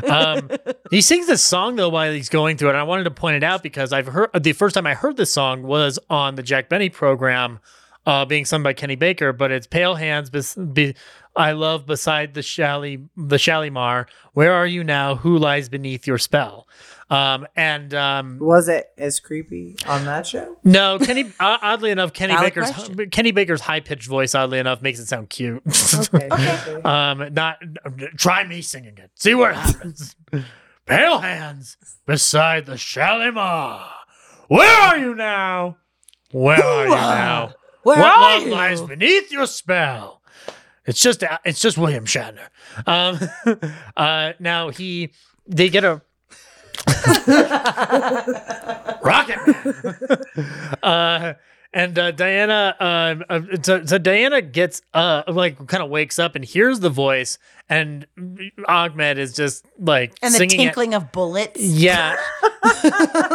um, he sings this song though while he's going through it. And I wanted to point it out because I've heard the first time I heard this song was on the Jack Benny program, uh, being sung by Kenny Baker. But it's "Pale Hands." Bes- be- I love beside the Shally the Shalimar. Where are you now? Who lies beneath your spell? Um, and um,
Was it as creepy on that show?
No, Kenny. Uh, oddly enough, Kenny
Valid
Baker's
question.
Kenny Baker's high pitched voice, oddly enough, makes it sound cute.
Okay. okay.
um, not try me singing it. See what happens. Pale hands beside the Shalimar. Where are you now? Where are you now?
uh, Where
what
are
love
you?
lies beneath your spell? It's just it's just William Shatner. Um, uh, now he they get a rocket man. uh, and uh, Diana, um, uh, so, so Diana gets uh like kind of wakes up and hears the voice, and Ahmed is just like
and the
singing it.
tinkling of bullets.
Yeah.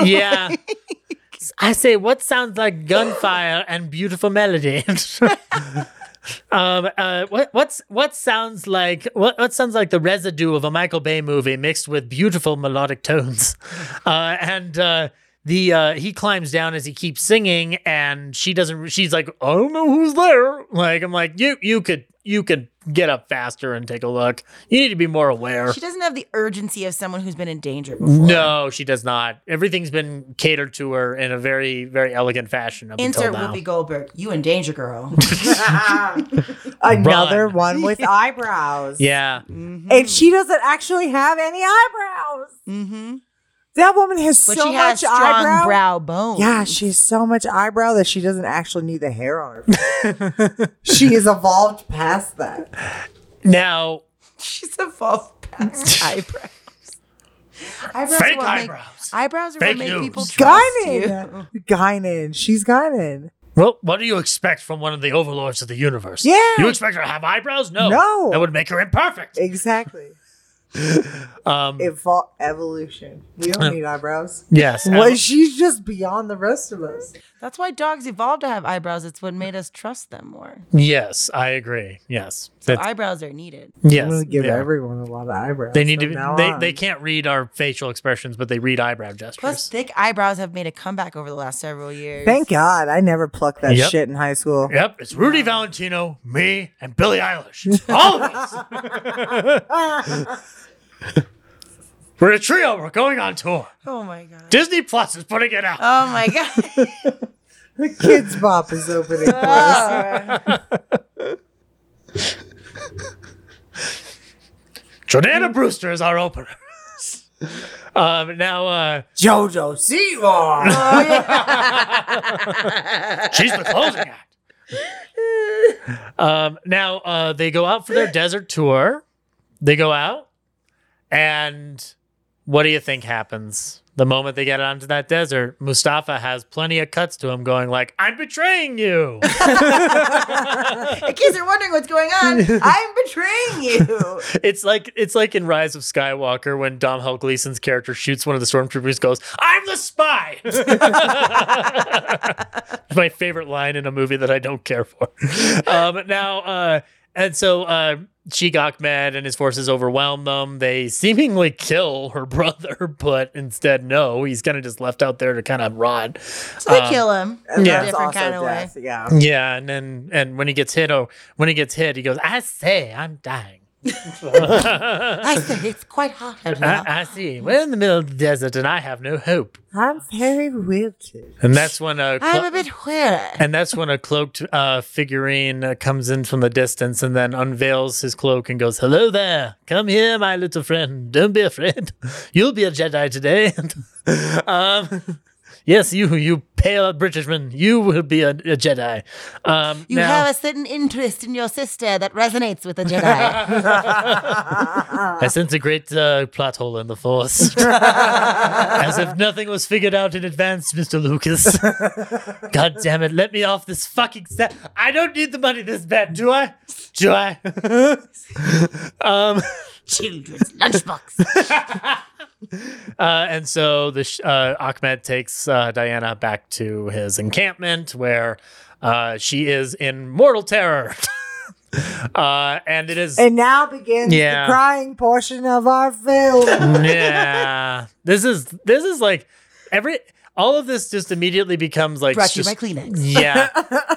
yeah. I say, what sounds like gunfire and beautiful melody? um, uh, what what's what sounds like what, what sounds like the residue of a Michael Bay movie mixed with beautiful melodic tones? Uh, and uh, the uh, he climbs down as he keeps singing, and she doesn't. She's like, I don't know who's there. Like I'm like, you you could you could get up faster and take a look. You need to be more aware.
She doesn't have the urgency of someone who's been in danger before.
No, she does not. Everything's been catered to her in a very, very elegant fashion up
Insert
until now.
Whoopi Goldberg. You in danger, girl.
Another
Run.
one with eyebrows.
yeah,
Mm-hmm. And she doesn't actually have any eyebrows.
Mm-hmm.
That woman has
But
so
she
much
has strong
eyebrow.
brow bones.
Yeah, she has so much eyebrow that she doesn't actually need the hair on her face. she has evolved past that.
now
she's evolved past eyebrows. eyebrows
fake
are what make-
eyebrows.
eyebrows are
Fake
what make
news.
people trust you.
Guinan. Guinan. She's Guinan.
Well, what do you expect from one of the overlords of the universe?
Yeah.
you expect her to have eyebrows? No,
No.
that would make her imperfect.
Exactly.
Um, uh,
Evol- evolution. We don't need eyebrows.
yes,
Well, she's just beyond the rest of us.
That's why dogs evolved to have eyebrows. It's what made us trust them more.
yes, I agree. Yes, That-
Eyebrows are needed.
I'm
yes,
gonna give
yeah.
everyone a lot of eyebrows.
They need to.
from
Be,
now
they
on.
they can't read our facial expressions, but they read eyebrow gestures.
Plus, thick eyebrows have made a comeback over the last several years.
Thank God I never plucked that
Yep.
shit in high school.
Yep, it's Rudy Valentino, me, and Billie Eilish. All of us. We're a trio. We're going on tour.
Oh my god.
Disney Plus is putting it out.
Oh my god.
The kids' bop is opening for
Uh,
us.
Jordana Brewster is our opener. um, now uh,
JoJo
Oh,
Seymour.
she's the closing act. Um, now uh, they go out for their desert tour. They go out, and what do you think happens? The moment they get onto that desert, Mustafa has plenty of cuts to him, going like, "I'm betraying you."
In case you're wondering what's going on, I'm betraying you.
It's like it's like in Rise of Skywalker when Dom Hell Gleason's character shoots one of the stormtroopers, goes, "I'm the spy." My favorite line in a movie that I don't care for. Um, now, uh, And so uh, Sheik Ahmed and his forces overwhelm them. They seemingly kill her brother, but instead, no, he's kind of just left out there to kind of rot.
So they
Um,
kill him.
And
Yeah.
that's
Different
also
kind of way.
death, Yeah.
Yeah, and then and when he gets hit, oh, when he gets hit, he goes, "I say, I'm dying." I,
I said it's quite hot out now.
I see. We're in the middle of the desert, and I have no hope.
I'm very wilted.
And that's when a
I'm a bit weary.
and that's when a cloaked uh, figurine uh, comes in from the distance and then unveils his cloak and goes, "Hello there, come here, my little friend. Don't be afraid. You'll be a Jedi today." um, yes, you, you pale Britishman, you will be a, a Jedi. Um,
You
now-
have a certain interest in your sister that resonates with the Jedi.
I sense a great uh, plot hole in the Force. As if nothing was figured out in advance, Mr. Lucas. God damn it, let me off this fucking set. I don't need the money this bad, do I? Do I? um,
Children's lunchbox.
uh, and so the sh- uh, Ahmed takes uh, Diana back to his encampment where uh, she is in mortal terror. uh, and it is.
And now begins
Yeah.
the crying portion of our film.
yeah. This is this is like every all of this just immediately becomes like
Brought to you
just-
by Kleenex.
yeah.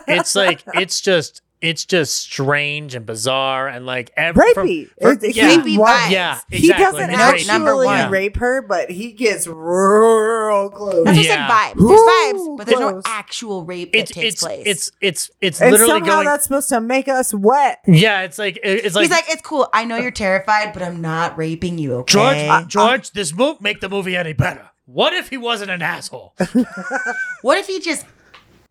it's like it's just it's just strange and bizarre and like every
Rapey. It- it-
yeah.
Creepy
wa-
vibes.
yeah, exactly.
He doesn't
Rape.
Rape, number
actually
one.
rape her, but he gets real close.
That's what
Yeah.
I said vibes. There's
Ooh,
vibes, but there's no
close.
actual rape
It's
that takes
it's,
place.
it's it's it's
and
literally
somehow
going.
that's supposed to make us wet.
yeah, it's like it- it's like,
He's like, it's cool. I know you're terrified, but I'm not raping you. Okay?
George George. this won't make the movie any better. What if he wasn't an asshole?
what if he just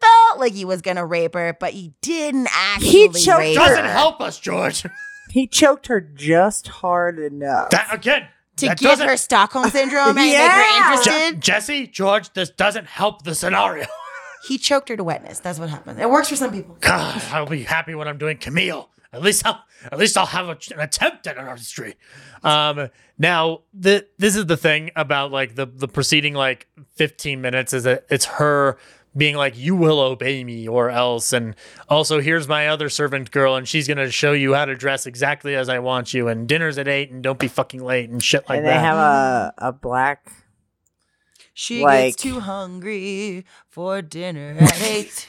felt like he was gonna rape her, but he didn't actually?
choked
rape
her.
Doesn't
her.
help us, George.
He choked her just hard enough.
That again.
to
that
give
doesn't-
her Stockholm syndrome and
Yeah.
make her
Je-
interested.
Jesse, George, this doesn't help the scenario.
He choked her to wetness. That's what happened. It works for some people.
God, I'll be happy when I'm doing Camille. At least I'll at least I'll have a, an attempt at an artistry. Um, now the this is the thing about like the the preceding like 15 minutes is that it's her being like you will obey me or else and also here's my other servant girl and she's gonna show you how to dress exactly as I want you and dinner's at eight and don't be fucking late and shit like
and they
that.
have a, a black
She
Like-
gets too hungry for dinner at eight.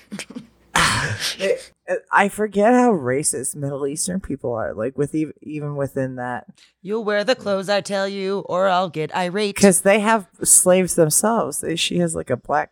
uh, I forget how racist Middle Eastern people are, like with ev- even within that,
You'll wear the clothes I tell you, or I'll get irate.
because they have slaves themselves. They- She has like a black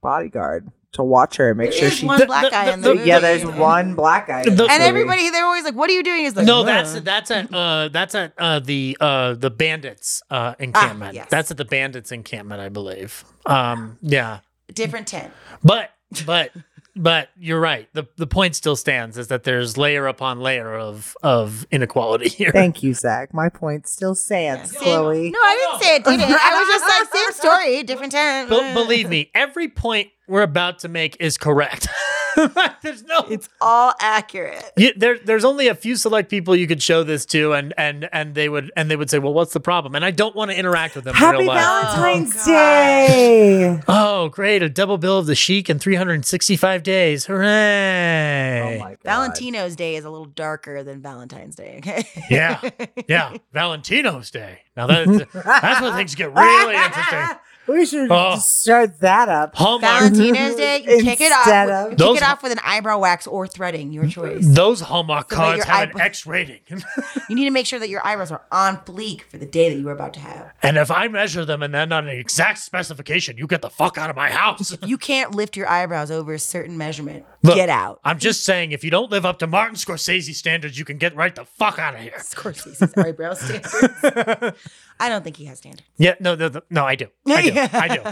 bodyguard to watch her and make sure
There's
she.
one
The-
black
the-
guy
the-
in the
the-
movie.
Yeah, there's one black guy, in
The-
this
And
movie.
everybody, they're always like, "What are you doing?" He's like,
no,
"Huh."
that's that's at uh, that's at uh, the uh, the bandits uh, encampment.
yes.
That's at the bandits encampment, I believe. Um, yeah,
different tent.
but but but you're right. the The point still stands is that there's layer upon layer of of inequality here.
Thank you, Zach. My point still stands,
Same-
Chloe.
No, I didn't say it didn't. I was just like, same story, different tent.
Be- believe me, every point we're about to make is correct. there's no.
it's all accurate.
you, there, there's only a few select people you could show this to, and and and they would and they would say, "Well, what's the problem?" And I don't want to interact with them. in
Happy
real life.
Valentine's
gosh.
Day.
Oh, great. A double bill of the chic in 365 days. Hooray.
Oh,
God.
Valentino's Day is a little darker than Valentine's Day. Okay.
yeah. Yeah. Valentino's Day. Now that, that's when things get really interesting.
We should
Oh.
just start that up.
Hallmark.
Valentino's Day, you kick it off.
Instead of- Mm-hmm.
With, you
Those-
kick it off with an eyebrow wax or threading, your choice.
Those Hallmark
So that
cards
your
have an
eyebrow-
X rating.
You need to make sure that your eyebrows are on bleak for the day that you were about to have.
and if I measure them and they're not an exact specification, you get the fuck out of my house.
You can't lift your eyebrows over a certain measurement.
Look,
Get out.
I'm just saying, if you don't live up to Martin Scorsese standards, you can get right the fuck out of here.
Scorsese's eyebrow standards. I don't think he has standards.
Yeah, no, no, no, no, I do. I do.
Yeah.
I do.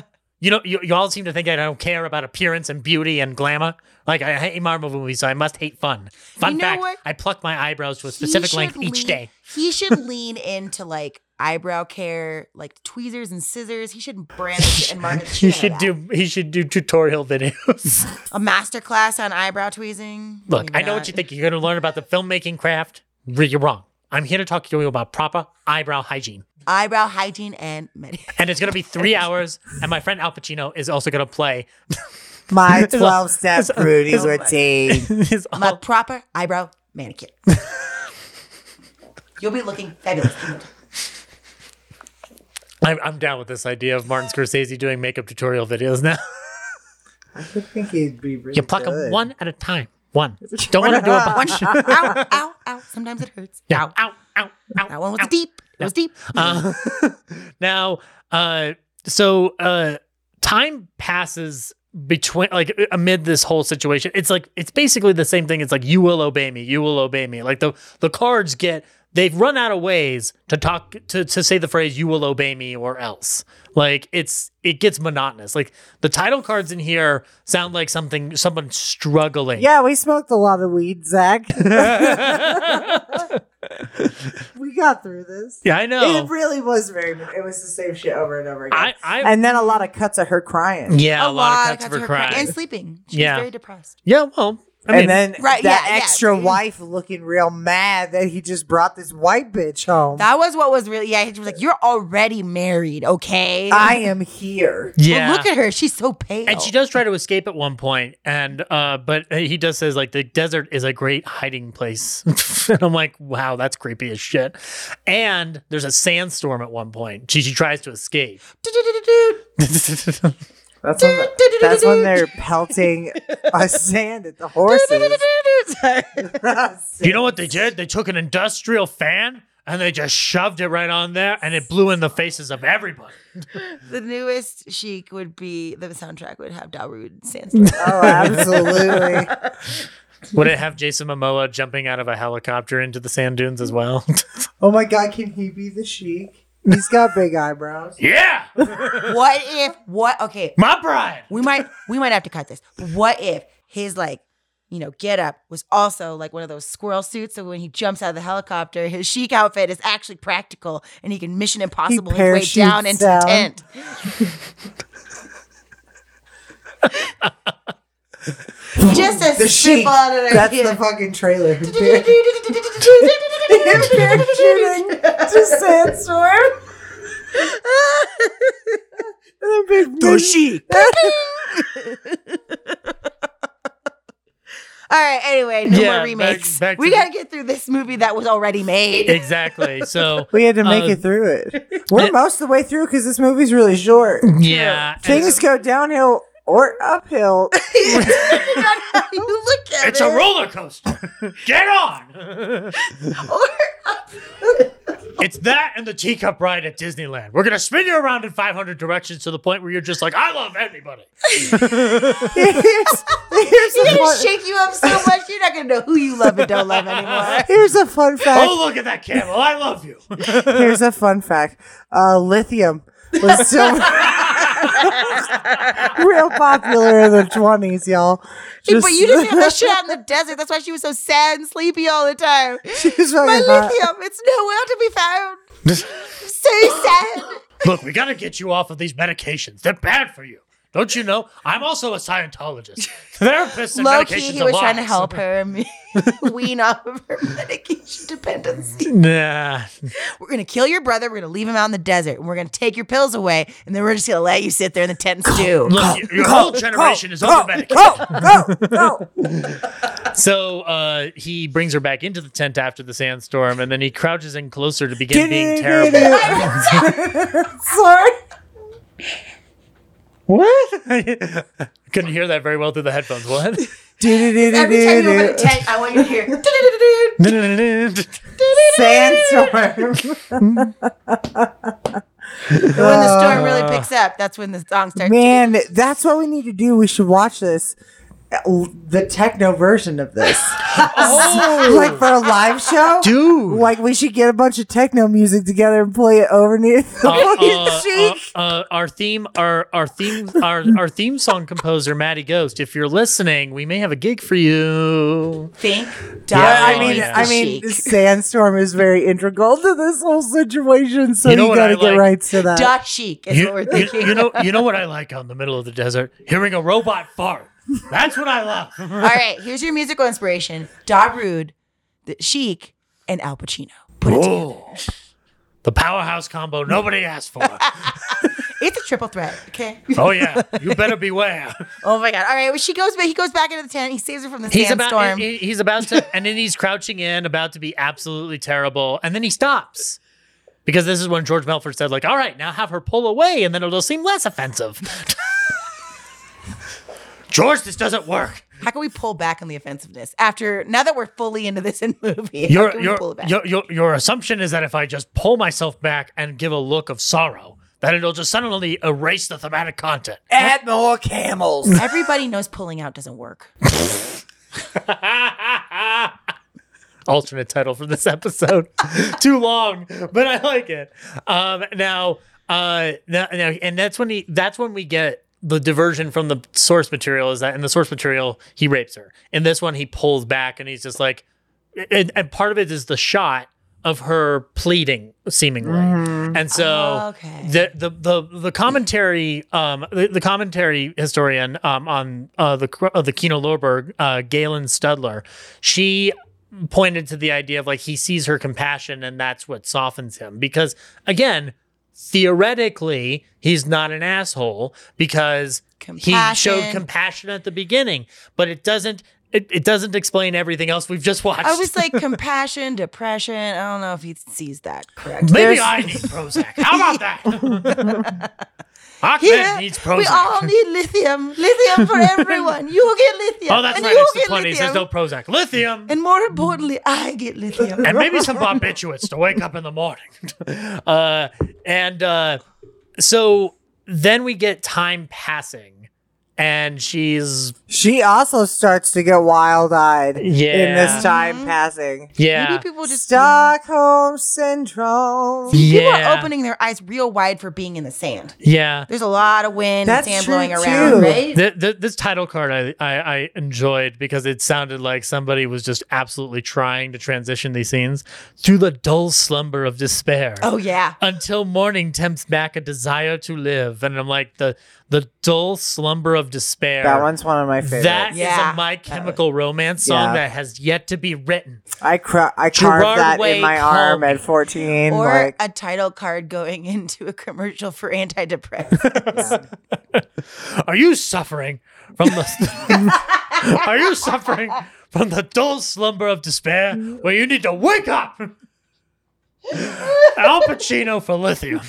You know, you, you all seem to think I don't care about appearance and beauty and glamour. Like I hate Marvel movies, so I must hate fun. Fun
You know
fact:
what?
I pluck my eyebrows to a
He
specific
should
length each
lean-
day.
He should lean into like eyebrow care, like tweezers and scissors. He should brandish and market. the
He
shit out
should
of
do. He should do tutorial videos.
that. a master class on eyebrow tweezing.
Look,
Maybe
I know
not.
what you think. You're going to learn about the filmmaking craft. Re- You're wrong. I'm here to talk to you about proper eyebrow hygiene,
Eyebrow hygiene and medicine.
and it's going to be three hours. And my friend Al Pacino is also going to play
My 12 step Rudy routine.
his
My proper eyebrow Mannequin.
You'll be looking fabulous.
I'm, I'm down with this idea of Martin Scorsese doing makeup tutorial videos now.
I would think he'd be really
you pluck
good.
them one at a time. One. Don't want to do a
One shot. ow, ow, ow. Sometimes it hurts.
Yeah.
Ow. Ow, ow, ow. That one was deep. It was deep.
Uh, now, uh, so uh, time passes between like amid this whole situation. It's like it's basically the same thing. It's like you will obey me, you will obey me. Like the the cards get they've run out of ways to talk to to say the phrase you will obey me or else. Like it's it gets monotonous. Like the title cards in here sound like something someone struggling.
Yeah, we smoked a lot of weed, Zach. we got through this.
yeah, I know.
It really was very. It was the same shit over and over again.
I I
and then a lot of cuts of her crying.
yeah, a, lot, of cuts
Oh, got
for
her
crying.
And sleeping. She
Yeah.
was very depressed.
Yeah, well, I mean,
and then
Right,
that
yeah, yeah.
extra wife looking real mad that he just brought this white bitch home.
That was what was really, yeah. She was like, You're already married, okay?
I am here.
Well,
yeah.
look at her. She's so pale.
and she does try to escape at one point, and uh, but he does says like the desert is a great hiding place, and I'm like, wow, that's creepy as shit. And there's a sandstorm at one point. She, she tries to escape.
That's when, that's when they're pelting a sand at the horses.
you know what they did? They took an industrial fan and they just shoved it right on there, and it blew in the faces of everybody.
The newest chic would be the soundtrack would have Darude Sandstorm.
Oh, absolutely.
Would it have Jason Momoa jumping out of a helicopter into the sand dunes as well?
Oh my god, can he be the chic? He's got big eyebrows.
yeah,
what if what okay,
my bride.
we might we might have to cut this. What if his like you know, get up was also like one of those squirrel suits. So when he jumps out of the helicopter, his chic outfit is actually practical and he can mission impossible his way
parachutes
down into
down.
the tent. Just a
The chic.
simple
That's the fucking trailer. Him parachuting to sandstorm. and a big
The chic. All right. Anyway, no
Yeah,
more remakes.
back- back
we
to
got to get through this movie that was already made.
Exactly. So
We had to make
Uh,
Um,
it through it. We're
it-
most of the way through because this movie's really short.
yeah, and
Things go downhill or uphill.
Depending on how you look at
It's
it.
a roller coaster. Get on. it's that and the teacup ride at Disneyland. We're gonna spin you around in 500 directions to the point where you're just like, I love anybody.
here's here's
It's
a
gonna
fun,
shake you up so much, you're not gonna know who you love and don't love anymore.
here's a fun fact.
Oh, look at that camel. I love you.
Here's a fun fact. Uh, lithium was so real popular in the twenties, y'all.
but you didn't have that shit out in the desert. That's why she was so sad and sleepy all the time.
She's
My
fucking hot.
lithium, it's nowhere to be found. so sad.
Look, we gotta get you off of these medications. They're bad for you. Don't you know? I'm also a Scientologist. Therapists and
Low
medications
key, he
are
was trying to
lies.
help her wean off of her medication dependency.
Nah.
We're gonna kill your brother. We're gonna leave him out in the desert, and we're gonna take your pills away, and then we're just gonna let you sit there in the tent and stew.
Look, your- your whole generation is over medicated.
Oh, go, go.
So uh, he brings her back into the tent after the sandstorm, and then he crouches in closer to begin being terrible.
Sorry.
What? Couldn't hear that very well through the headphones. What?
Every time you open a tent, I want you to hear.
Sandstorm.
And when the storm really
Uh,
picks up, that's when the song starts.
Man, that's what we need to do. We should watch this. The techno version of this. like for a live show?
Dude.
Like we should get a bunch of techno music together and play it over near the
Uh,
fucking
uh,
cheek.
uh, uh, our theme, our our theme, our our theme song composer, Matty Ghost. If you're listening, we may have a gig for you.
Think,
Yeah,
die.
I mean,
yeah.
I mean,
Chic.
sandstorm is very integral to this whole situation, so
You
you,
know what I
gotta get
like?
rights to that.
Dot chic
uh,
is what
You,
we're
you,
thinking.
you know, you know what I like out in the middle of the desert? Hearing a robot fart. That's what I love.
All right, here's your musical inspiration: Darude, the Chic, and Al
Oh.
Pacino. Put it together.
The powerhouse combo nobody asked for.
It's a triple threat. Okay.
Oh yeah, you better beware.
Oh my god. All right. Well, she goes. He goes back into the tent. He saves her from the
He's
sandstorm.
about he- he's about to, and then he's crouching in, about to be absolutely terrible, and then he stops. Because this is when George Melford said, like, all right, now have her pull away, and then it'll seem less offensive. George, this doesn't work.
How can we pull back on the offensiveness after now that we're fully into this in movie? how
Your,
can we pull
your,
it back?
your, your, your assumption is that if I just pull myself back and give a look of sorrow, that it'll just suddenly erase the thematic content.
Add more camels.
Everybody knows pulling out doesn't work.
alternate title for this episode. Too long, but I like it. Um, now, uh, now, now, and that's when he. That's when we get the diversion from the source material. Is that in the source material he rapes her? In this one, he pulls back and he's just like, and, and part of it is the shot of her pleading seemingly and so
Oh, Okay.
the, the the the commentary um the, the commentary historian um on uh the cr- of the Kino Lorberg uh Galen Studler she pointed to the idea of like he sees her compassion and that's what softens him because again theoretically he's not an asshole because he showed
Compassion.
compassion at the beginning but it doesn't it, it doesn't explain everything else we've just watched
I was like compassion, depression. I don't know if he sees that correct.
Maybe
There's-
I need Prozac. How about that? Ahmed
Yeah,
needs Prozac.
we all need lithium. Lithium for everyone. You get lithium.
oh, that's
and
right.
you
It's the
get
20s. There's
lithium.
no Prozac. Lithium.
And more importantly, I get lithium.
and maybe some barbiturates to wake up in the morning. uh, and uh, so then we get time passing. And she's,
She also starts to get wild eyed in
Yeah.
this time passing.
yeah.
Maybe people just
Stockholm Syndrome.
people
yeah.
are opening their eyes real wide for being in the sand.
Yeah.
There's a lot of wind
That's
and sand
true,
blowing
too.
around, right?
Th th this title card I, I, I enjoyed because it sounded like somebody was just absolutely trying to transition these scenes through the dull slumber of despair.
Oh yeah.
until morning tempts back a desire to live and i'm like the the dull slumber of despair
That one's one of my favorites.
That is
Yeah.
a my chemical romance song
Yeah.
that has yet to be written
I cra- I
Gerard
carved that
Way
in my
called
arm
me.
at 14.
Or
like,
a title card going into a commercial for antidepressants.
are you suffering from the are you suffering from the dull slumber of despair where you need to wake up al pacino for lithium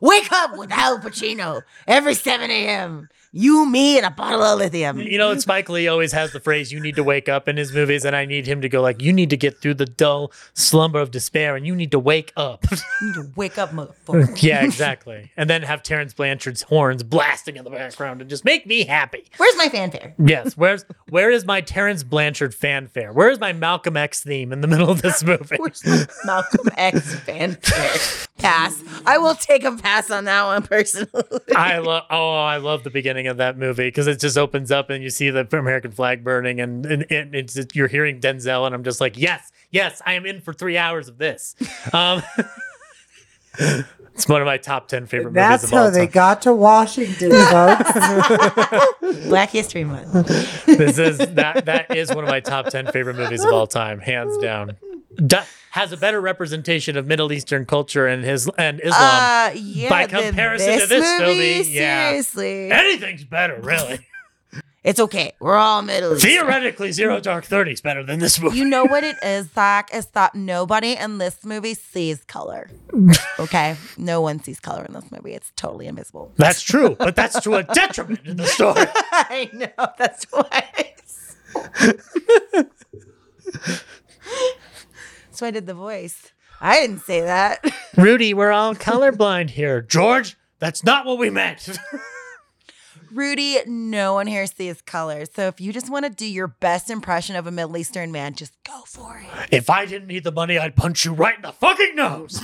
Wake up with Al Pacino every 7 a.m. You, me, and a bottle of lithium.
you know it's spike lee always has the phrase you need to wake up in his movies and i need him to go like you need to get through the dull slumber of despair and you need to wake up
Wake up, motherfucker.
Yeah, exactly. and then have Terrence Blanchard's horns blasting in the background and just make me happy.
Where's my fanfare?
Yes, where's where is my Terrence Blanchard fanfare? Where is my Malcolm X theme in the middle of this movie?
Where's my Malcolm X fanfare? Pass. I will take a pass on that one personally.
I love oh, I love the beginning of that movie because it just opens up and you see the American flag burning and and, and it's you're hearing Denzel and I'm just like yes, yes, I am in for three hours of this. Um, it's one of my top ten favorite
that's
movies of all
how they
time.
got to Washington, folks.
Black History Month.
this is that that is one of my top 10 favorite movies of all time hands down D- has a better representation of middle eastern culture and his and islam
Uh, yeah,
By
the-
comparison to this movie, yeah.
seriously,
anything's better really
it's okay. We're all middle. Eastern.
theoretically zero dark 30 is better than this movie
You know what it is, Zach? Is that nobody in this movie sees color. Okay? No one sees color in this movie. It's totally invisible.
that's true but that's to a detriment in the story
I know. That's why. that's why I did the voice. I didn't say that.
rudy we're all colorblind here george that's not what we meant
Rudy, no one here sees color. So if you just want to do your best impression of a Middle Eastern man, just go for it.
if i didn't need the money i'd punch you right in the fucking nose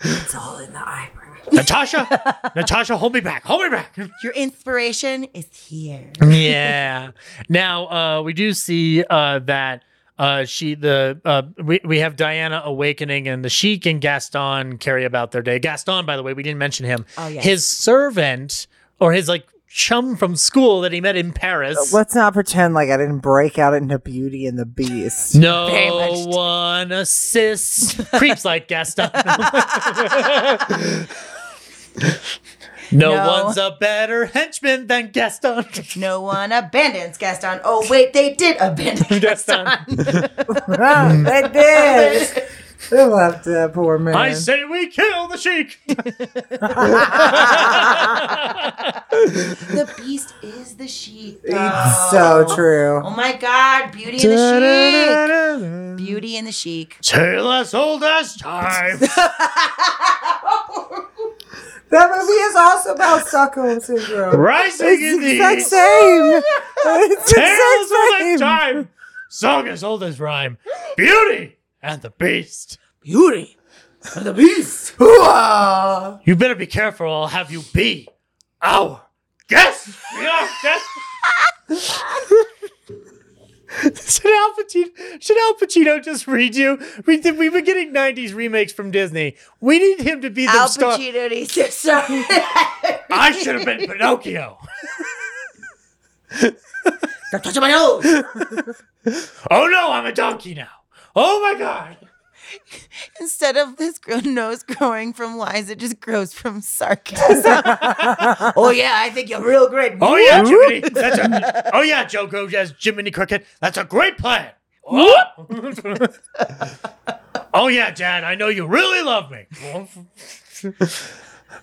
it's all in the eyebrow.
natasha natasha hold me back hold me back
Your inspiration is here.
yeah. Now uh, we do see uh, that uh, she the uh, we we have Diana awakening and the Sheik and Gaston carry about their day. Gaston, by the way, we didn't mention him.
Oh, yes.
His servant or his like chum from school that he met in Paris.
Let's not pretend like I didn't break out into Beauty and the Beast.
Very
No
much.
one assists creeps like Gaston. no,
No.
one's a better henchman than Gaston.
No one abandons Gaston. Oh wait, they did abandon Gaston.
oh, they did. They left that poor man.
I say we kill the sheik.
the beast is the sheep.
it's so true.
Oh my God, Beauty and the Sheik. Beauty and the Sheik.
Tale as old as time.
That movie is also about Stockholm syndrome.
Rising in
It's
the
the exact
east.
same. It's the
Tale as old
exact
as
same.
time. Song as old as rhyme. Beauty and the beast.
Beauty and the Beast.
Hoo-ah.
You better be careful, or I'll have you be our guest. We are guest. Should Al Pacino, should Al Pacino just read you? We did, we've been getting 90s remakes from Disney. We need him to be the
Al
star.
Pacino needs to stop.
I should have been Pinocchio.
Stop touching my nose.
Oh no, I'm a donkey now. Oh my god.
Instead of this gro- nose growing from lies, it just grows from sarcasm.
Oh yeah, I think you're real great.
Oh yeah, Jiminy. That's a, oh yeah, Joe Goes as Jiminy Cricket. That's a great plan. Oh. oh yeah, Dad. I know you really love me.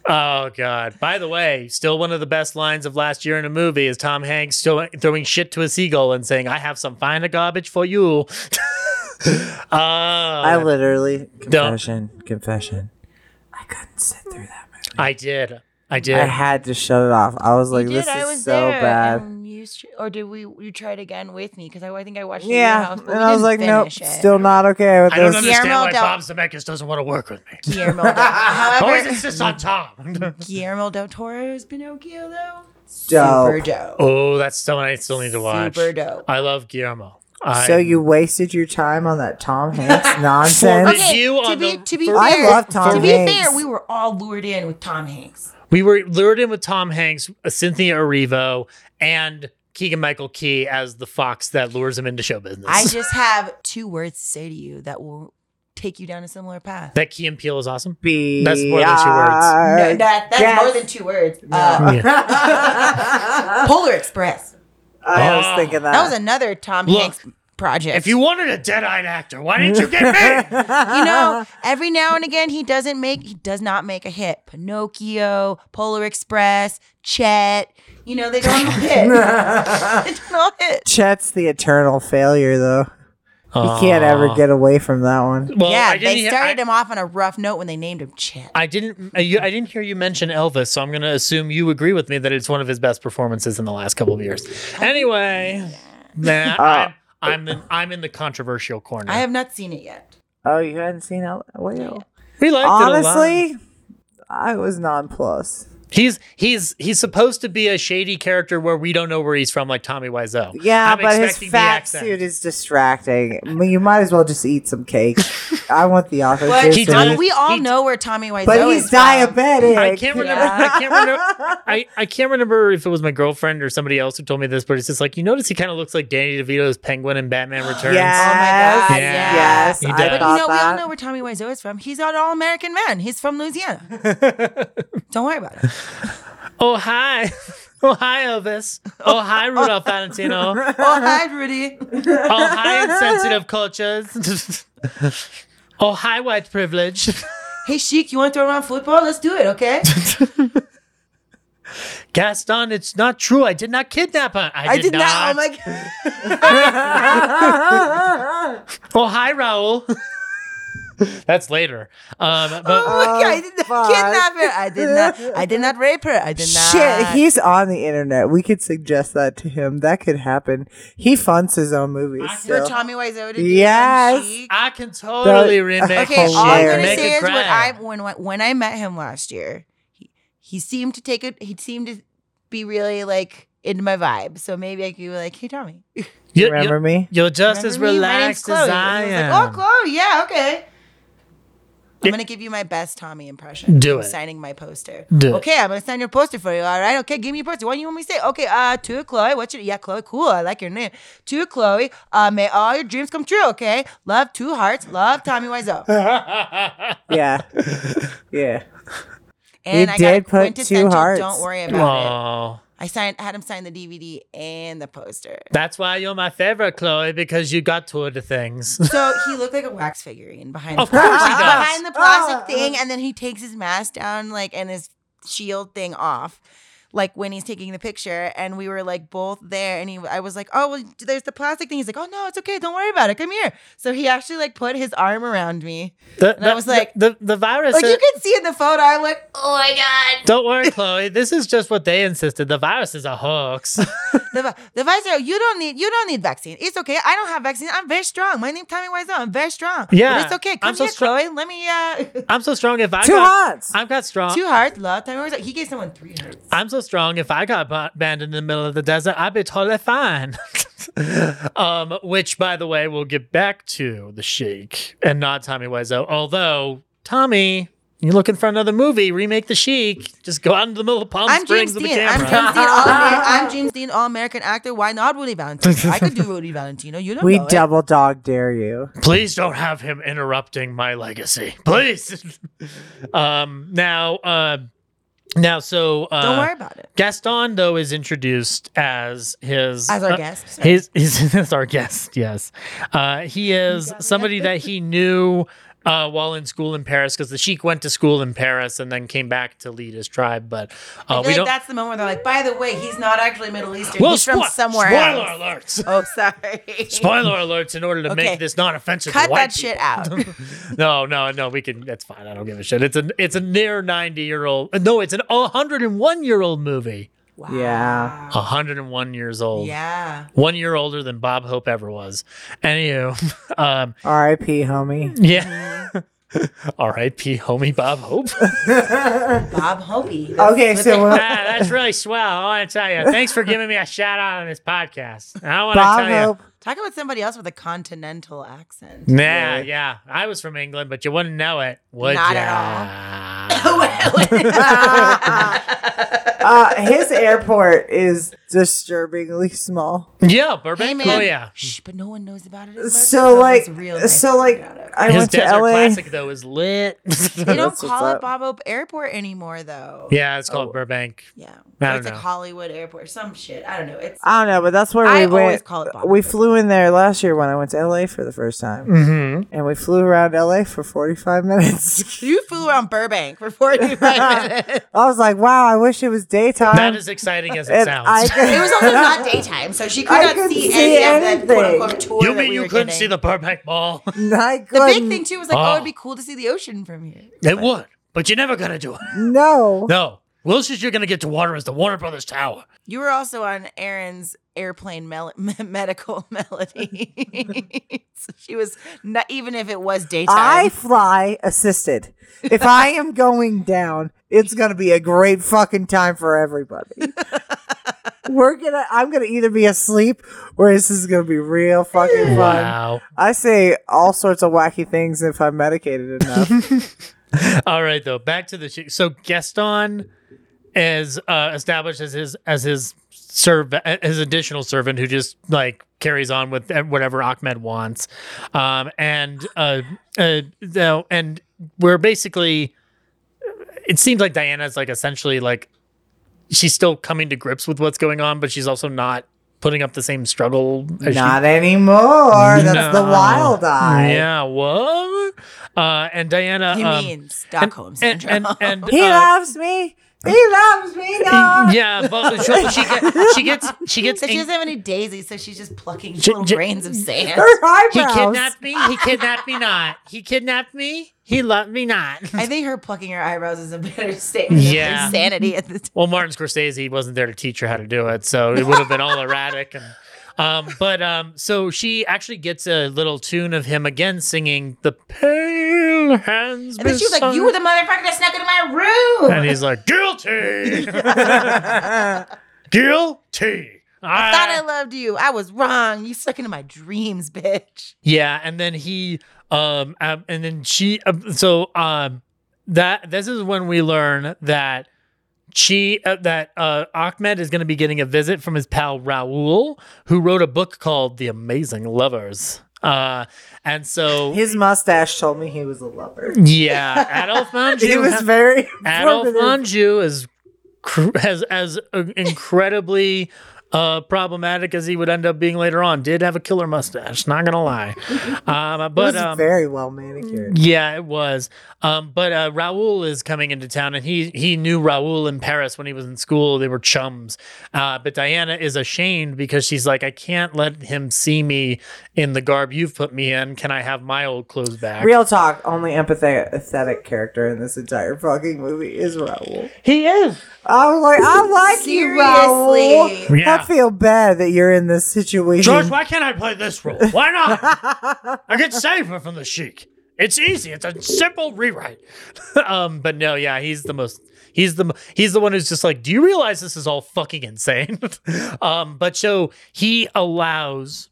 oh God. By the way, still one of the best lines of last year in a movie is Tom Hanks still throwing shit to a seagull and saying, "I have some finer garbage for you." uh,
I
I,
literally confession, confession. I couldn't sit through that movie.
did. I did.
I had to shut it off. I was like,
You
this
did, I
is
was
so
there,
bad.
and you str- or did we? You tried again with me because I, I think I watched. it at your
Yeah,
house,
and
but we
I was
didn't
like, nope,
finish it.
still not okay with
I don't
this.
understand
Guillermo
why
del-
Bob Zemeckis doesn't want to work with me.
Guillermo. del-
Always
However,
insists on Tom.
Guillermo del Toro's Pinocchio though.
Dope.
Super dope.
Oh, that's someone I still need to watch.
Super dope.
I love Guillermo. I,
So you wasted your time on that Tom Hanks nonsense.
Okay. You
to
on
be
the
to be fair,
first-
I love Tom
to be
Hanks.
fair, we were all lured in with Tom Hanks.
we were lured in with Tom Hanks, uh, Cynthia Erivo, and Keegan Michael Key as the fox that lures him into show business.
I just have two words to say to you that will take you down a similar path.
that Key and Peele is awesome.
Be-
That's more than two
No,
words.
that, that's
Yes.
more than two words. Uh,
Uh-huh.
Polar Express.
I was
Ah.
thinking that.
That was another Tom
Look,
Hanks project.
If you wanted a dead-eyed actor, why didn't you get me?
you
Uh-huh.
know, every now and again he doesn't make he does not make a hit. Pinocchio, Polar Express, Chet.
you know they don't hit.
They don't all hit.
Chet's the eternal failure, though. He can't
Ah.
ever get away from that one.
Well,
yeah,
I didn't
they
hear-
started
I,
him off on a rough note when they named him Chet.
I didn't. uh, You, I didn't hear you mention Elvis, so I'm going to assume you agree with me that it's one of his best performances in the last couple of years. Anyway, nah, I'm, I'm in. I'm in the controversial corner.
I have not seen it yet.
Oh, you hadn't seen El- Well,
we liked it a lot.
honestly, I was nonplussed.
He's he's he's supposed to be a shady character where we don't know where he's from, like Tommy Wiseau.
Yeah,
I'm
but his
expecting the
fat
accent.
suit is distracting. I mean, you might as well just eat some cake. I want the office.
But
here
He
soon.
does-
we all
he-
know where Tommy Wiseau
but
is
he's
from.
diabetic.
I can't remember. I can't remember. I, I can't remember if it was my girlfriend or somebody else who told me this, but it's just like you notice he kind of looks like Danny DeVito's Penguin in Batman Returns.
Yes,
Oh God,
Yeah.
yes.
He
I
does.
You
thought
know, we all
that.
know where Tommy Wiseau is from. He's an all-American man. He's from Louisiana. Don't worry about it.
Oh hi, oh hi Elvis. Oh hi Rudolph Valentino.
Uh-huh.
Oh, hi, Rudy.
Oh hi insensitive cultures. oh hi white privilege.
Hey, Sheik, you want to throw around football? Let's do it, okay?
Gaston, it's not true. I did not kidnap her. I,
I did not. Oh my god.
Oh, hi, Raul. That's later. Um, but
Oh my god. I did not
fuck.
kidnap her. I did not. I did not rape her. I did not.
Shit, he's on the internet. We could suggest that to him. That could happen. He funds his own movies.
for
still.
Tommy Wiseau to do
Yes.
some Sheik.
I can totally
That-
remake
Okay,
it.
all I'm gonna
Make
say
it
is when I
cry.
when when I met him last year, he he seemed to take it. He seemed to be really like into my vibe. So maybe I could be like, hey, Tommy.
You,
Remember
are
me?
just as
Remember me? My name's
relaxed as
"Oh, Chloe.
I
And
am.
I was like, oh, Chloe, yeah, okay. I'm gonna give you my best Tommy impression.
Do
I'm
it.
Signing my poster.
Do it.
okay, I'm gonna sign your poster for you. All right. Okay, give me your poster. What do you want me to say? Okay, uh, to Chloe. What's your yeah, Chloe? Cool. I like your name. To Chloe. Uh, may all your dreams come true. Okay. Love two hearts. Love Tommy Wiseau.
Yeah. yeah.
And
You
I got
did put two
quintessential,
hearts.
Don't worry about it.
Oh,
I signed. Had him sign the DVD and the poster.
that's why you're my favorite, Chloe, because you got two of the things.
So he looked like a wax figurine behind
Of
the
course he
plastic,
does.
behind the plastic
Ah.
thing, and then he takes his mask down, like and his shield thing off, like when he's taking the picture. And we were like both there, and he, I was like, oh well, there's the plastic thing. He's like, oh no, it's okay, don't worry about it, come here. So he actually like put his arm around me,
The,
And I
the-
was like-
the, the, the virus.
like you can see in the photo. I'm like, oh my god,
don't worry, Chloe. This is just what they insisted. The virus is a hoax.
the, vi- the viceroy, you don't need you don't need vaccine. It's okay. I don't have vaccine. I'm very strong. My name Tommy Wiseau. I'm very strong.
Yeah.
but it's okay.
I'm
Come
so Uh-huh.
here,
strong."
Chloe. Let me uh.
I'm so strong. If I
Two
got,
hearts.
I've got strong.
Two hearts, love. Tommy Wiseau. He gave someone three hearts.
I'm so strong. If I got ba- banned in the middle of the desert, I'd be totally fine. um, which, by the way, we'll get back to the Sheik and not Tommy Wiseau. Although Tommy, you're looking for another movie? Remake the Sheik. Just go out into the middle of Palm
I'm James
Springs with the
Dean. I'm
camera.
James Dean. All Amer- I'm James Dean, all American actor. Why not Rudy Valentino? I could do Rudy Valentino. You don't
We
know it.
double dog dare you.
Please don't have him interrupting my legacy. Please. um, now, uh, now, so uh,
Don't worry about it.
Gaston though is introduced as his
As our
uh,
guest, sorry.
His, his, as our guest, yes. Uh, he is somebody that he knew uh, while in school in Paris because the sheik went to school in Paris and then came back to lead his tribe. But uh,
I feel
we
like
don't.
that's the moment where they're like, by the way, he's not actually Middle Eastern.
Well,
he's from
spo-
somewhere
spoiler
else.
alerts.
Oh, sorry.
Spoiler alerts in order to
Okay.
make this non offensive.
Cut that shit out.
no, no, no. We can. That's fine. I don't give a shit. It's a it's a near ninety year old. No, it's an hundred and one year old movie.
Wow. Ah.
Yeah.
hundred and one years old.
Yeah.
One year older than Bob Hope ever was. Anywho, um,
R.I.P. homie.
yeah. R.I.P. Homie Bob Hope. ah,
Bob Hopi.
Okay, so uh,
that's really swell. I want to tell you. Thanks for giving me a shout out on this podcast. I want to
Bob
tell
Hope.
you.
Talk about somebody else with a continental accent.
Nah, yeah. I was from England, but you wouldn't know it, would
Not
ya?
at
Uh, his airport is disturbingly small.
yeah, Burbank.
Hey,
oh
man.
yeah.
Shh, but no one knows about it. as much,
So like,
it's real nice
so
to
like,
figure out.
I
His
went to
desert
L.A.
classic though is lit.
They don't
That's what's
call it
up.
Bob Hope Airport anymore, though.
yeah, it's called Burbank. I
Yeah. it's
don't know.
like Hollywood Airport or some shit. I don't know. It's
I don't know, but that's where we
I
went.
always call it Bob
we
Hope.
flew in there last year when I went to L.A. for the first time,
Mm-hmm.
and we flew around L.A. for forty-five minutes.
you flew around Burbank for 45 minutes.
I was like, wow, I wish it was daytime.
That is exciting as it
Um,
sounds.
And I could-
It was also not daytime, so she could
I
not
couldn't
see,
see
any of the quote
anything.
unquote tour.
you
that
mean
we
you
were
couldn't
getting.
see the Burbank Mall?
I
The
couldn't.
big thing too was like, oh,
Oh.
it'd be cool to see the ocean from here.
it would, but you're never gonna do it.
No.
No. Wilshire's you're going to get to water is the Warner Brothers Tower.
You were also on Aaron's airplane mel- medical melody. So she was not even if it was daytime.
I fly assisted. If I am going down, it's gonna be a great fucking time for everybody. We're gonna. I'm gonna either be asleep or this is gonna be real fucking fun.
Wow.
I say all sorts of wacky things if I'm medicated enough.
All right, though. Back to the sh- so Gaston is uh, established as his as his serv uh, his additional servant who just like carries on with whatever Ahmed wants, um, and uh, uh, though, and we're basically. It seems like Diana's like essentially like she's still coming to grips with what's going on, but she's also not putting up the same struggle as she
Not anymore. That's the
No.
wild eye.
Yeah, what? Uh, and Diana.
you
um,
mean Stockholm
and-
syndrome?
and- and-
He
Uh,
loves me. He loves me. No.
yeah, but she, she, get, she gets she gets
so she
ang-
doesn't have any daisies, so she's just plucking
J-
little
j-
grains of sand.
Her eyebrows.
he kidnapped me. He kidnapped me not. He kidnapped me. He loved me not.
I think her plucking her eyebrows is a better statement yeah.
Yeah.
of her sanity at this time.
Well, Martin Scorsese wasn't there to teach her how to do it, so it would have been all erratic. And, um, but um, so she actually gets a little tune of him again singing the pale hands.
And then she was like, You were the motherfucker that snuck into my room.
and he's like, guilty, guilty.
I
Ah.
thought I loved you. I was wrong. You snuck into my dreams, bitch.
Yeah, and then he Um, um, and then she, um, so um, that this is when we learn that she uh, that uh, Ahmed is going to be getting a visit from his pal Raoul, who wrote a book called The Amazing Lovers. Uh, and so
His mustache told me he was a lover.
yeah, Adolf Manju.
He was
has-
very
Adolf
informative.
Manju is cr- as as uh, incredibly uh, problematic as he would end up being later on. Did have a killer mustache, not gonna lie. Um,
He
but
was
um, Mm.
very well manicured.
yeah, it was. Um, but uh, Raoul is coming into town, and he he knew Raoul in Paris when he was in school. They were chums. Uh, but Diana is ashamed because she's like, I can't let him see me in the garb you've put me in. Can I have my old clothes back?
Real talk, only empathetic character in this entire fucking movie is Raul.
He is.
I was like, I like you, Raul.
Seriously.
Yeah.
I feel bad that you're in this situation.
George, why can't I play this role? Why not? I get safer from the Sheik. It's easy. It's a simple rewrite. um, but no, yeah, he's the most. He's the mo- he's the one who's just like, do you realize this is all fucking insane? um, but so he allows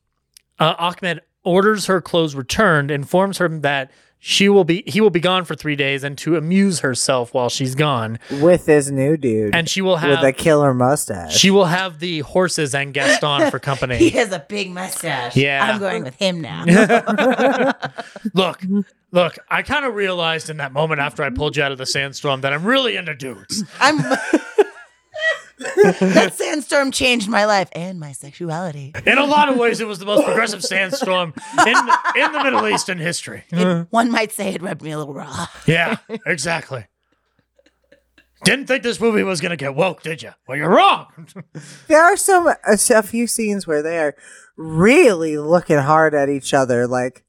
uh, Ahmed orders her clothes returned, informs her that she will be he will be gone for three days and to amuse herself while she's gone,
with this new dude
and she will
with a
have
killer mustache.
she will have the horses and Gaston for company.
He has a big mustache.
Yeah.
I'm going with him now.
look, look, I kind of realized in that moment after I pulled you out of the sandstorm that I'm really into dudes.
I'm. that sandstorm changed my life and my sexuality.
In a lot of ways, it was the most progressive sandstorm in in the Middle East in history.
One might say it rubbed me a little raw.
Yeah, exactly. Didn't think this movie was gonna get woke, did you? Well, you're wrong.
there are some a, a few scenes where they are really looking hard at each other like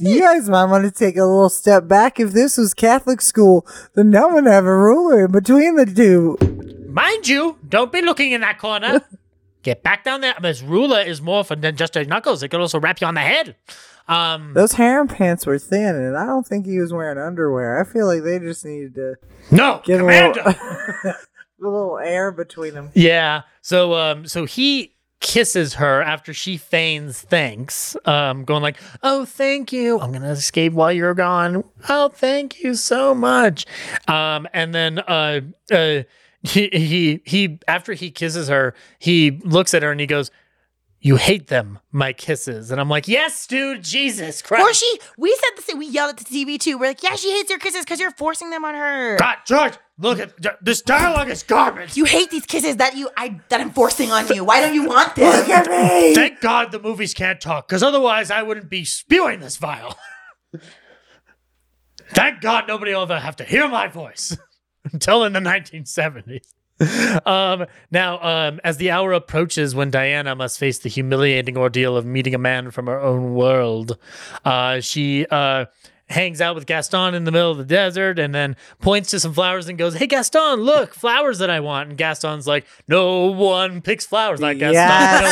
you guys might want to take a little step back if this was catholic school then no one have a ruler in between the two
Mind you, don't be looking in that corner. Get back down there. This ruler is more for than just a knuckles. It could also wrap you on the head. Um,
those harem pants were thin and i don't think he was wearing underwear i feel like they just needed to
no,
get a
Commander.
little, a little air between them
Yeah. So um so he kisses her after she feigns thanks. Um going like, "Oh, thank you. I'm going to escape while you're gone. Oh, thank you so much." Um and then uh uh he he he after he kisses her, he looks at her and he goes, "You hate them, my kisses." And I'm like, "Yes, dude, Jesus Christ."
Or she, we said the same. We yelled at the TV too. We're like, yeah, she hates your kisses because you're forcing them on her.
God, George, look at this dialogue is garbage.
You hate these kisses that you, I, that I'm forcing on you. Why don't you want this?
Thank God the movies can't talk, because otherwise I wouldn't be spewing this vile. Thank God nobody will ever have to hear my voice until in the 1970s. Um, now, um, as the hour approaches when Diana must face the humiliating ordeal of meeting a man from her own world, uh, she uh, hangs out with Gaston in the middle of the desert and then points to some flowers and goes, Hey, Gaston, look, flowers that I want. And Gaston's like, No one picks flowers like Gaston.
Yes,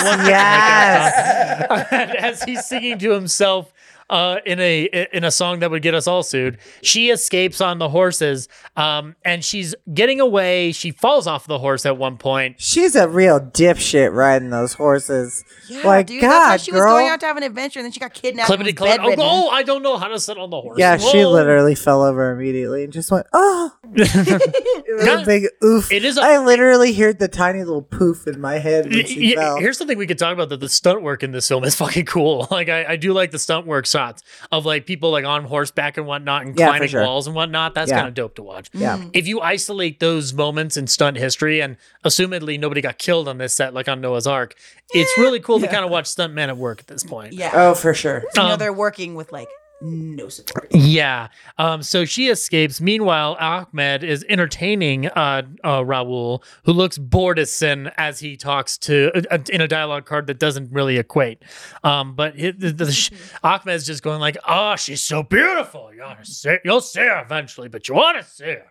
No one picks like
yes.
Gaston. And as he's singing to himself, uh, in a in a song that would get us all sued. She escapes on the horses, um, and she's getting away. She falls off the horse at one point.
she's a real dipshit riding those horses
Yeah,
like
dude, that's why
god
she was
girl
going out to have an adventure, and then she got kidnapped. and
Clippity
was
clop. Oh,
bedridden.
oh, I don't know how to sit on the horse.
Yeah, she
Whoa.
literally fell over immediately and just went, oh. it was
Yeah.
a big oof.
It is a-
I literally heard the tiny little poof in my head
Y-
when
y-
she fell.
Here's something we could talk about that the stunt work in this film is fucking cool. Like I, I do like the stunt work shots of like people like on horseback and whatnot and
Yeah, for
climbing
sure.
walls and whatnot. That's
Yeah.
kind of dope to watch.
Yeah.
If you isolate those moments in stunt history and assumedly nobody got killed on this set like on Noah's Ark, it's really cool to kind of watch stuntmen at work at this point.
Yeah.
Oh, for sure.
you know
Um,
they're working with like no support.
Yeah. Um, so she escapes. Meanwhile, Ahmed is entertaining uh, uh, Raul, who looks bored as sin as he talks to uh, uh, in a dialogue card that doesn't really equate. Um, but it, the, the, sh- Ahmed's just going like, "Oh, she's so beautiful. You ought to see, you'll see her eventually, but you ought to see her."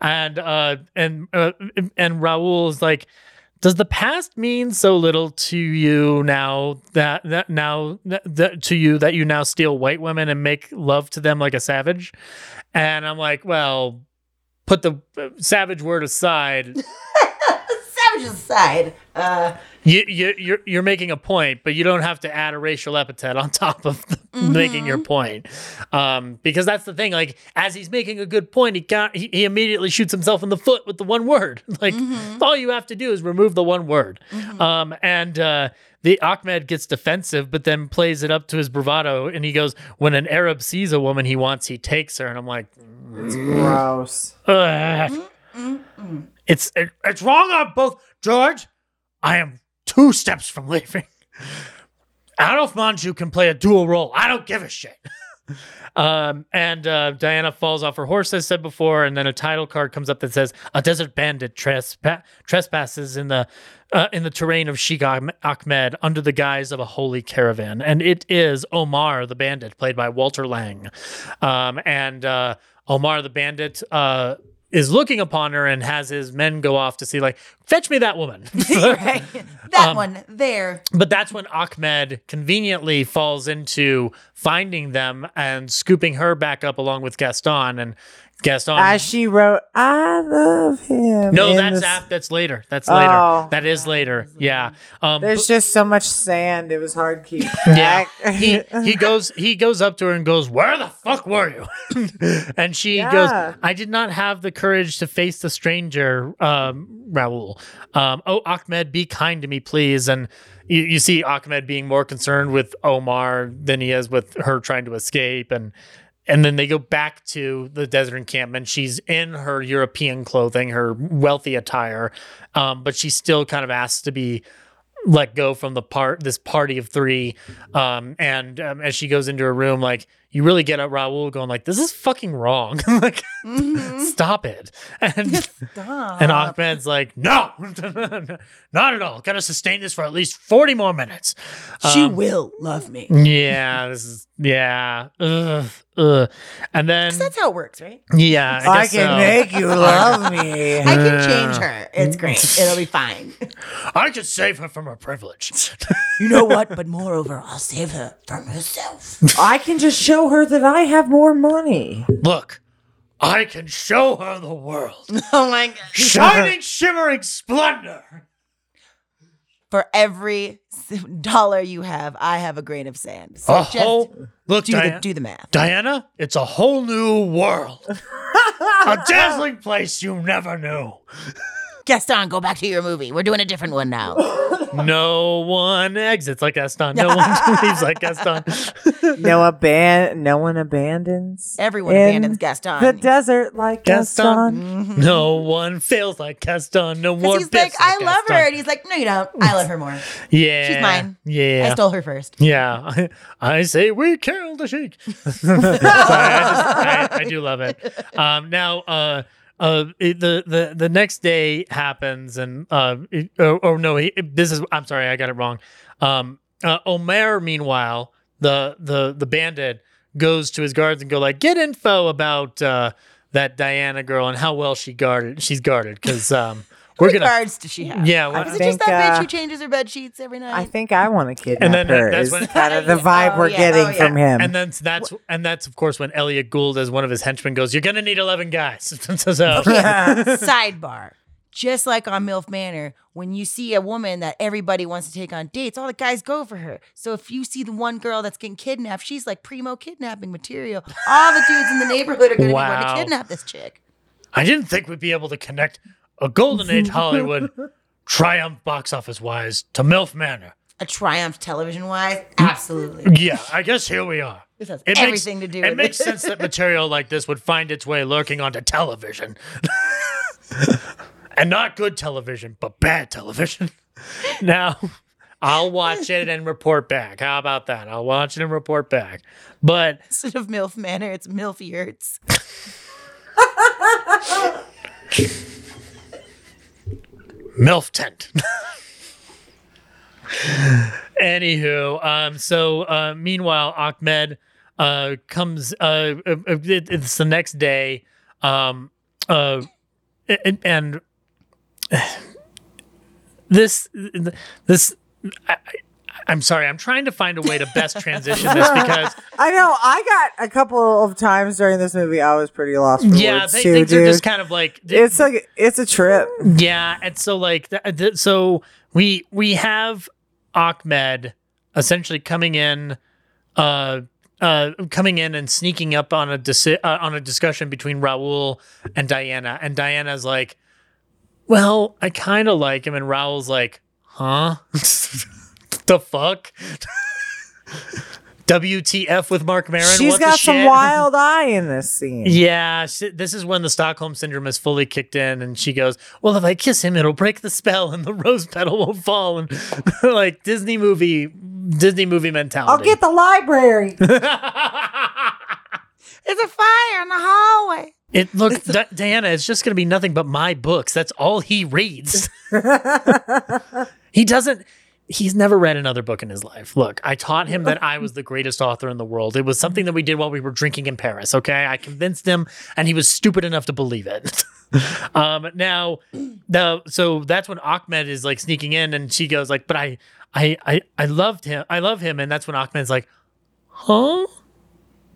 And uh, and uh, and Raul's like. Does the past mean so little to you now that, that now that, that- to you that you now steal white women and make love to them like a savage? And I'm like, well, put the uh, savage word aside.
Savage aside, uh,
You, you, you're, you're making a point, but you don't have to add a racial epithet on top of the- making your point. Um, because that's the thing. Like, as he's making a good point, he, got, he, he immediately shoots himself in the foot with the one word. Like, all you have to do is remove the one word. Um, and uh, the Ahmed gets defensive, but then plays it up to his bravado. And he goes, When an Arab sees a woman he wants, he takes her. And I'm like, Mm.
Gross.
Ugh. It's it, it's wrong on both, George. I am two steps from leaving. Adolf Manju can play a dual role. I don't give a shit. um, and uh, Diana falls off her horse, as said before, and then a title card comes up that says "A desert bandit trespa- trespasses in the uh, in the terrain of Sheikh Ahm- Ahmed under the guise of a holy caravan," and it is Omar the bandit, played by Walter Lang, um, and uh, Omar the bandit. Uh, is looking upon her and has his men go off to see, like, fetch me that woman.
right? That
Um,
one there.
But that's when Ahmed conveniently falls into finding them and scooping her back up along with Gaston. And Gaston.
As she wrote, I love him.
no,
in
that's
this-
af- that's later. That's later.
Oh.
that is later. Yeah. Um,
There's just so much sand. It was hard to keep
Yeah.
track.
he he goes he goes up to her and goes, "Where the fuck were you?" and she
Yeah.
goes, "I did not have the courage to face the stranger, um, Raoul. Um, oh, Ahmed, be kind to me, please." And you, you see Ahmed being more concerned with Omar than he is with her trying to escape, and and then they go back to the desert encampment. She's in her European clothing, her wealthy attire, um, but she still kind of asks to be let go from the part this party of three um and um, as she goes into her room like you really get at raul going like this is fucking wrong like stop it and and ahmed's like no not at all gotta sustain this for at least 40 more minutes
She
Um,
will love me.
yeah this is yeah ugh, ugh. and then
That's how it works, right?
yeah i,
I
guess
can
so.
make you love me.
I can change her. It's great. It'll be fine.
i could save her from her privilege
You know what? But moreover, I'll save her from herself.
I can just show her that I have more money.
look i can show her the world
Oh my god.
shining shimmering splendor
For every s- dollar you have, I have a grain of sand. So
a
just
whole look,
do
Diana,
the do the math.
Diana. It's a whole new world, a dazzling place you never knew.
Gaston, go back to your movie. We're doing a different one now.
No one exits like Gaston. No one leaves like Gaston.
No aban- No one abandons.
Everyone
in
abandons Gaston.
The desert like Gaston.
Gaston. No one fails like Gaston. No
Because
one.
he's like, I love her. And he's like, no, you don't. I love her more.
Yeah,
She's mine.
Yeah.
I stole her first.
Yeah, I, I say we kill the sheik. Sorry, I, just- I- I do love it. Um, now, uh, uh, it- the the the next day happens, and uh, it, oh, oh no, he, this is I'm sorry, I got it wrong. Um, uh, Omer, meanwhile, the the the bandit goes to his guards and go like, get info about uh, that Diana girl and how well she guarded. She's guarded because um, we're
What
gonna.
regards does she have?
Yeah, well,
Is it
think,
just that bitch
uh,
who changes her bed sheets every night?
I think I want to kidnap
And then
her.
that's
That's
when-
kind of the vibe
Oh,
we're
yeah.
getting
Oh, yeah.
from him.
And then s- that's and that's of course when Elliot Gould, as one of his henchmen, goes, "You're gonna need eleven guys." so, so-
Sidebar. Just like on MILF Manor, when you see a woman that everybody wants to take on dates, all the guys go for her. So if you see the one girl that's getting kidnapped, she's like primo kidnapping material. All the dudes in the neighborhood are going to be
Wow.
wanting to kidnap this chick.
I didn't think we'd be able to connect a Golden Age Hollywood triumph box office wise to MILF Manor.
A triumph television wise? Absolutely.
Yeah, I guess here we are.
This has
Mm. It
everything
makes,
to do
It
with
makes sense that material like this would find its way lurking onto television, and not good television, but bad television. Now, I'll watch it and report back. How about that? I'll watch it and report back. But
Instead of MILF Manor, it's MILF Yurts.
MILF tent. Anywho, um, so uh, meanwhile, Ahmed uh, comes. Uh, uh, uh, it, it's the next day, um, uh, and, and this this. I, I- I'm sorry. I'm trying to find a way to best transition this because
I know. I got a couple of times during this movie. I was pretty lost for
yeah,
words
th-
too,
things
dude.
are just kind of like
it's like it's a trip.
Yeah, and so like th- th- so we we have Ahmed essentially coming in, uh, uh, coming in and sneaking up on a disi- uh, on a discussion between Raul and Diana, and Diana's like, "Well, I kind of like him," and Raul's like, "Huh? the fuck?" WTF with Mark Maron?
She's
what
got
the
some
shit?
wild eye in this scene.
Yeah, s- this is when the Stockholm syndrome is fully kicked in, and she goes, "Well, if I kiss him, it'll break the spell, and the rose petal won't fall." And like Disney movie, Disney movie mentality.
I'll get the library.
It's a fire in the hallway.
it. Look, Di- Diana, it's just gonna be nothing but my books. That's all he reads. he doesn't. He's never read another book in his life. Look, I taught him that I was the greatest author in the world. It was something that we did while we were drinking in Paris. Okay, I convinced him, and he was stupid enough to believe it. um, now, the so that's when Ahmed is like sneaking in, and she goes like, "But I, I, I, I loved him. I love him." And that's when Ahmed's like, "Huh?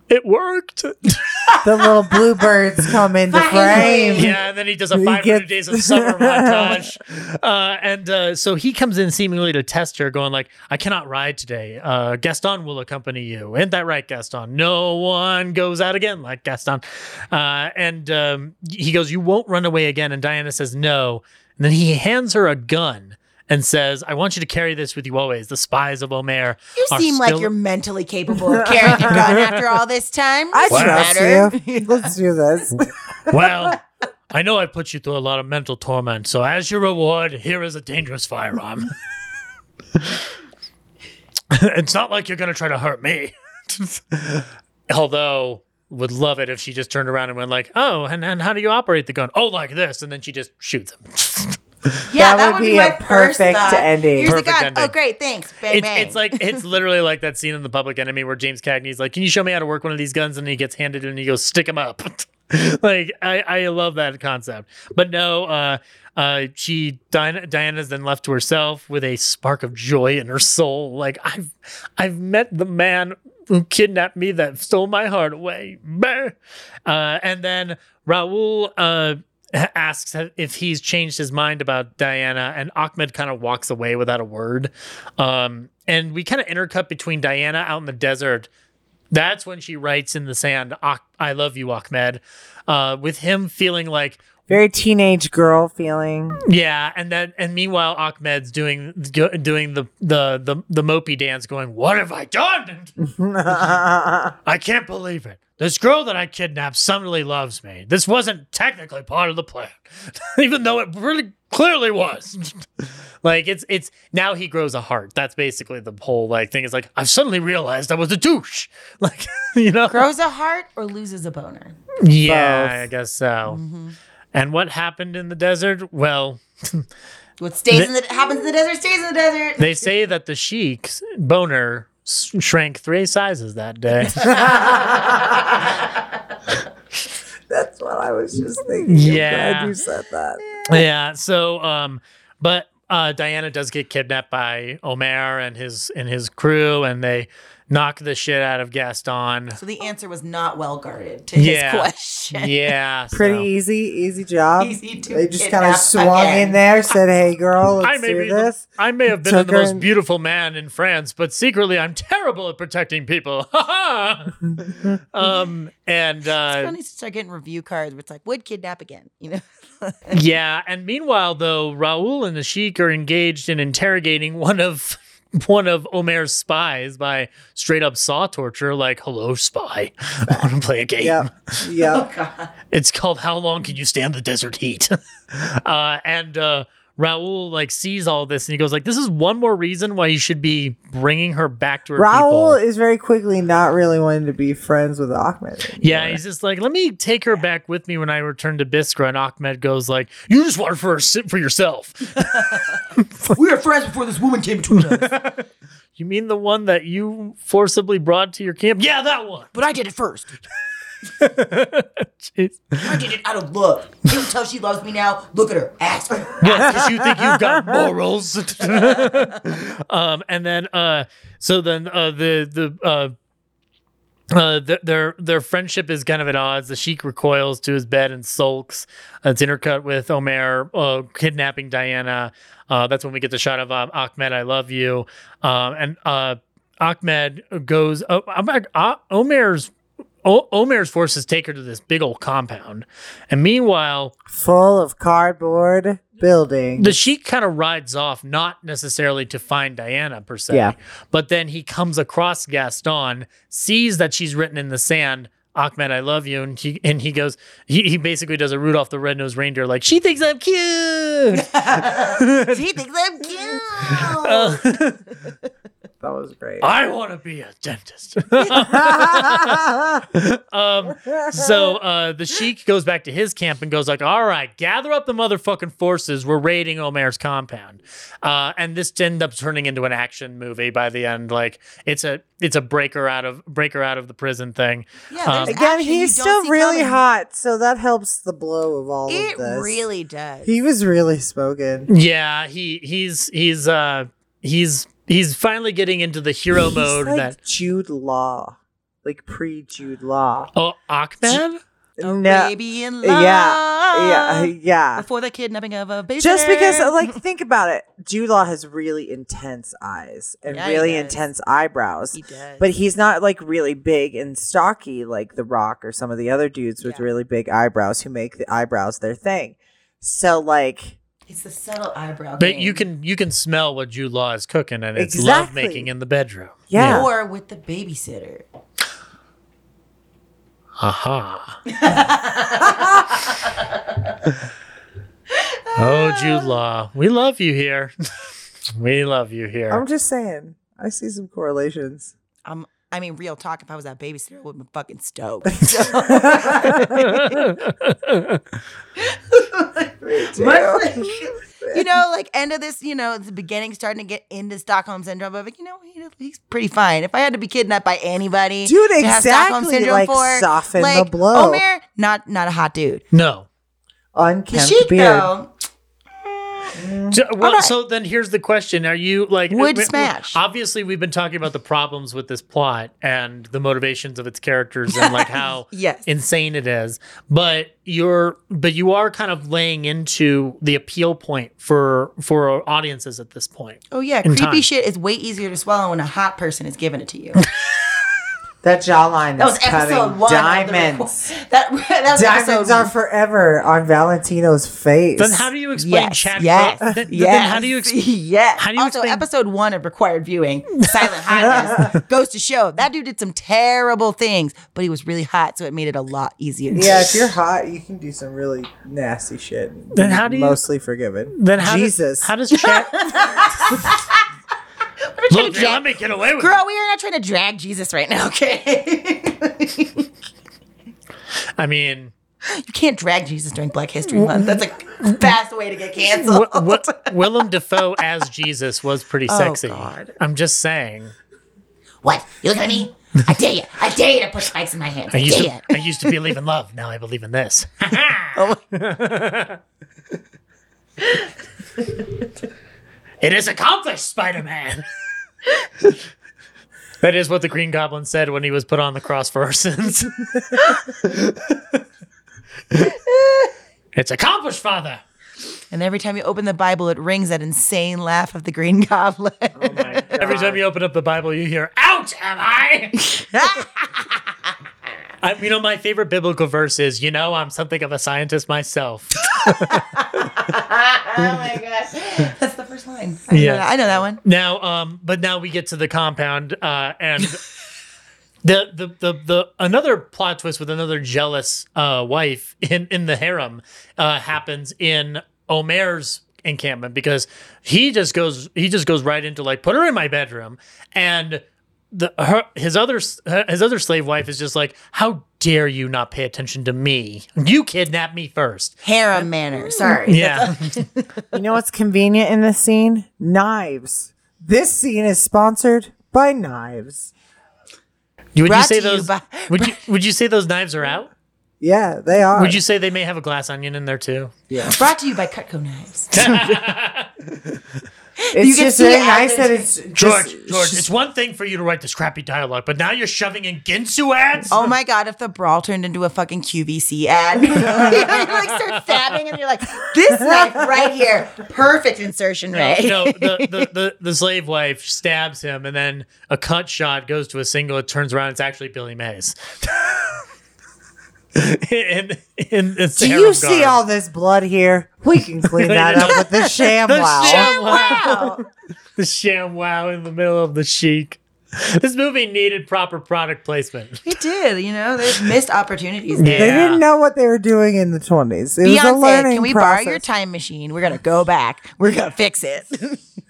It worked."
the little bluebirds come in the frame.
Yeah, and then he does a
He
500
gets-
days of summer montage. Uh, and uh, so he comes in seemingly to test her, going like, I cannot ride today. Uh, Gaston will accompany you. Isn't that right, Gaston? No one goes out again like Gaston. Uh, and um, he goes, you won't run away again. And Diana says, no. And then he hands her a gun and says, I want you to carry this with you always. The spies of Omer
You
are
seem like
still-
you're mentally capable of carrying a gun after all this time.
I
Doesn't
trust
matter.
you. Let's do this.
Well, I know I put you through a lot of mental torment, so as your reward, here is a dangerous firearm. it's not like you're going to try to hurt me. Although, would love it if she just turned around and went like, "Oh, and, and how do you operate the gun? Oh, like this," and then she just shoots him.
That would be a
first
perfect
thought.
ending.
Here's
Perfect
the gun.
ending.
Oh, great, thanks. Bang,
It's,
bang.
it's like it's literally like that scene in The Public Enemy where James Cagney's like, "Can you show me how to work one of these guns?" And he gets handed it and he goes, "Stick him up." like I, I love that concept. But no, uh, uh, she Diana, Diana's then left to herself with a spark of joy in her soul. Like I've I've met the man who kidnapped me that stole my heart away. Bah! Uh, and then Raul. Uh, a- asks if he's changed his mind about Diana, and Ahmed kind of walks away without a word. Um, and we kind of intercut between Diana out in the desert. That's when she writes in the sand, "Ah- I love you, Ahmed, uh, with him feeling like,
Very teenage girl feeling.
yeah, and then and meanwhile Ahmed's doing go, doing the, the the the mopey dance, going, "What have I done? I can't believe it. This girl that I kidnapped suddenly loves me. This wasn't technically part of the plan, even though it really clearly was. like it's it's now he grows a heart. That's basically the whole like thing. It's like I've suddenly realized I was a douche. Like you know,
Grows a heart or loses a boner.
yeah,
Both.
I guess so. And what happened in the desert? Well,
what stays in the happens in the desert stays in the desert.
they say that the sheik's boner s- shrank three sizes that day.
That's what I was just thinking. I'm
Yeah.
glad you said that.
yeah so um but uh diana does get kidnapped by omer and his and his crew and they knock the shit out of gaston
So the answer was not well guarded to
Yeah.
his question.
yeah so-
Pretty easy, easy job.
Easy to
they just
kidnap
kind of swung
again.
in there, said, "Hey, girl,
I
let's
may,
do
be the,
this."
I may have been
Took
the
her
most
and-
beautiful man in France, but secretly I'm terrible at protecting people. um, and uh,
Everyone needs to start getting review cards where it's like, would kidnap again, you know?
yeah, and meanwhile, though, Raoul and the Sheik are engaged in interrogating one of one of Omer's spies by straight up saw torture, like, hello, spy. I want to play a game.
Yep, yep.
It's called How Long Can You Stand the Desert Heat? uh, and uh, Raul like sees all this and he goes like, this is one more reason why you should be bringing her back to her
Raoul
people.
is very quickly not really wanting to be friends with Ahmed.
Yeah, he's just like, let me take her back with me when I return to Biskra. And Ahmed goes like, you just want her for, her, for yourself.
We were friends before this woman came between us.
you mean the one that you forcibly brought to your camp? Yeah, that one.
But I did it first.
Jeez.
I did it out of love. You can tell she loves me now. Look at her. Ask her.
because you think you've got morals. um, and then, uh, so then uh, the the uh, Uh, their, their their friendship is kind of at odds. The Sheik recoils to his bed and sulks. Uh, it's intercut with Omer uh, kidnapping Diana. Uh, that's when we get the shot of um, Ahmed. I love you. Um, and uh, Ahmed goes. Uh, Ahmed- Ah- Omer's o- Omer's forces take her to this big old compound, and meanwhile
Full of cardboard building.
the sheik kind of rides off, not necessarily to find Diana per se,
Yeah.
but then he comes across Gaston, sees that she's written in the sand, Ahmed, I love you, and he and he goes, he, he basically does a Rudolph the Red-Nosed Reindeer, like she thinks I'm cute.
She thinks I'm cute.
that was great.
Uh, I want to be a dentist. um, so uh, the sheik goes back to his camp and goes like, "All right, gather up the motherfucking forces. We're raiding Omer's compound." Uh, and this ends up turning into an action movie by the end. Like it's a it's a breaker out of breaker out of the prison thing.
Yeah,
Um,
there's
Again,
action you
he's
don't
still
see
really
coming.
hot, so that helps the blow of all
It
of this.
really does.
He was really spoken.
Yeah, he he's he's uh he's he's finally getting into the hero
He's
mode
like
that
Jude Law, like pre Jude Law.
oh Ahmed.
Arabian
yeah,
love.
yeah, yeah.
Before the kidnapping of a baby.
Just because, like, think about it. Jude Law has really intense eyes and
Yeah, he
really
does.
intense eyebrows.
he does.
But he's not like really big and stocky like The Rock or some of the other dudes with
Yeah.
really big eyebrows who make the eyebrows their thing. So like
it's the subtle eyebrow.
But you
game.
can you can smell what Jude Law is cooking and it's love
Exactly.
making in the bedroom.
yeah.
Or with the babysitter.
Aha. oh, Jude Law. We love you here. we love you here.
I'm just saying. I see some correlations.
Um, I mean, real talk. If I was that babysitter, I would be fucking stoked. you know, like end of this, you know, the beginning, starting to get into Stockholm syndrome. But like, you know, he, he's pretty fine. If I had to be kidnapped by anybody,
Dude,
to have Stockholm
exactly,
syndrome
like,
for,
soften the
like,
blow.
Omer, not not a hot dude.
no.
The
Unkempt
chic
beard.
though,
So, well,
right.
so then here's the question: Are you like
Would
we-
smash.
Obviously, we've been talking about the problems with this plot and the motivations of its characters and like how
Yes.
insane it is. But you're but you are kind of laying into the appeal point for for audiences at this point.
oh yeah,
In
creepy
time.
shit is way easier to swallow when a hot person is giving it to you.
That jawline
That
is
was episode
cutting
one.
diamonds.
Of the record- that, that was
Diamonds
episode
are forever on Valentino's face.
Then how do you explain
Yes,
Chad?
yes,
Cro- then,
yes,
then how do you explain?
yes.
how do you
also,
explain-
episode one of Required Viewing, Silent Hotness, goes to show that dude did some terrible things, but he was really hot, so it made it a lot easier.
Yeah, if you're hot, you can do some really nasty shit.
Then how do you-
mostly forgiven?
Then how
Jesus.
Does, how does Chad? Little John may get away with it.
Girl, we are not trying to drag Jesus right now, okay?
I mean,
you can't drag Jesus during Black History Month. That's a fast way to get canceled.
what, what, Willem Dafoe as Jesus was pretty sexy.
Oh, God.
I'm just saying.
What? You looking at me? I dare you. I dare you to put spikes in my hands.
I
I
used
dare you.
to I used to believe in love. Now I believe in this. it is accomplished, Spider Man. that is what the Green Goblin said when he was put on the cross for our sins. it's accomplished, Father.
And every time you open the Bible, it rings that insane laugh of the Green Goblin.
Every time you open up the Bible, you hear, "Ah, Out Oh, am I? I, you know, my favorite biblical verse is, You know, I'm something of a scientist myself.
That's the first line.
Yeah.
I know that, I know that one.
Now, um, but now we get to the compound, uh, and the, the the the another plot twist with another jealous uh, wife in in the harem uh, happens in Omer's encampment because he just goes he just goes right into like put her in my bedroom and the her his other s- her- his other slave wife is just like how dare you not pay attention to me you kidnapped me first
Harem manner. Sorry.
yeah
You know what's convenient in this scene? Knives. This scene is sponsored by knives.
would you
Brought
say
to you
those
by-
would you would you say those knives are out
Yeah, they are.
Would you say they may have a glass onion in there too?
Brought to you by Cutco Knives.
It's
can
just
see
very
it
nice
after-
that it's
George,
just-
George, it's one thing for you to write this crappy dialogue, but now you're shoving in Ginsu ads?
Oh my god, if the brawl turned into a fucking QVC ad. you like start stabbing and you're like, this knife right here, perfect insertion
No,
ray.
no, the, the, the, the slave wife stabs him, and then a cut shot goes to a single. It turns around. It's actually Billy Mays. in, in, in
Do you see all this blood here? We can clean that up with the sham
the
wow.
sham wow? the sham wow in the middle of the chic. This movie needed proper product placement.
It did, you know, there's missed opportunities there.
They didn't know what they were doing in the 20s. It was a
Beyonce,
learning
can we
process.
borrow your time machine? We're gonna go back. We're gonna fix it.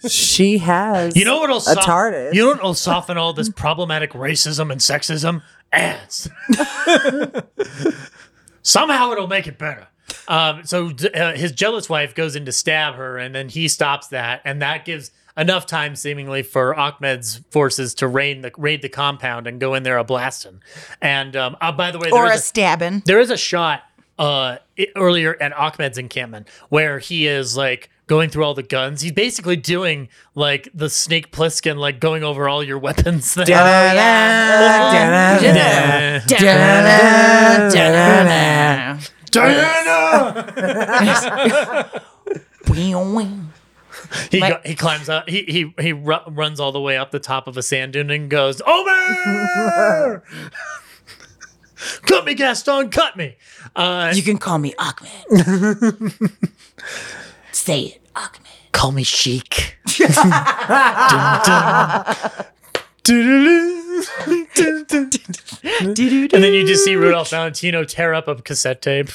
She has.
You know what'll
a
sof-
TARDIS.
You know what'll soften all this problematic racism and sexism? Ads. Somehow it'll make it better. Um, so uh, his jealous wife goes in to stab her, and then he stops that, and that gives enough time, seemingly, for Ahmed's forces to raid the raid the compound and go in there a blasting. And um, uh, by the way,
or
there
a
is a-
stabbing.
there is a shot uh i- earlier at Ahmed's encampment where he is like going through all the guns. He's basically doing like the Snake Plissken, like going over all your weapons. thing. Nah. Diana! He,
My-
go, he climbs up. He he he ru- runs all the way up the top of a sand dune and goes, "Omer, cut me, Gaston, cut me!" Uh,
You can call me Ahmed. Say it, Ahmed.
Call me chic. Dun, dun. Doo-doo-doo. Dun, dun, dun, dun. And then you just see Rudolph Valentino tear up a cassette tape.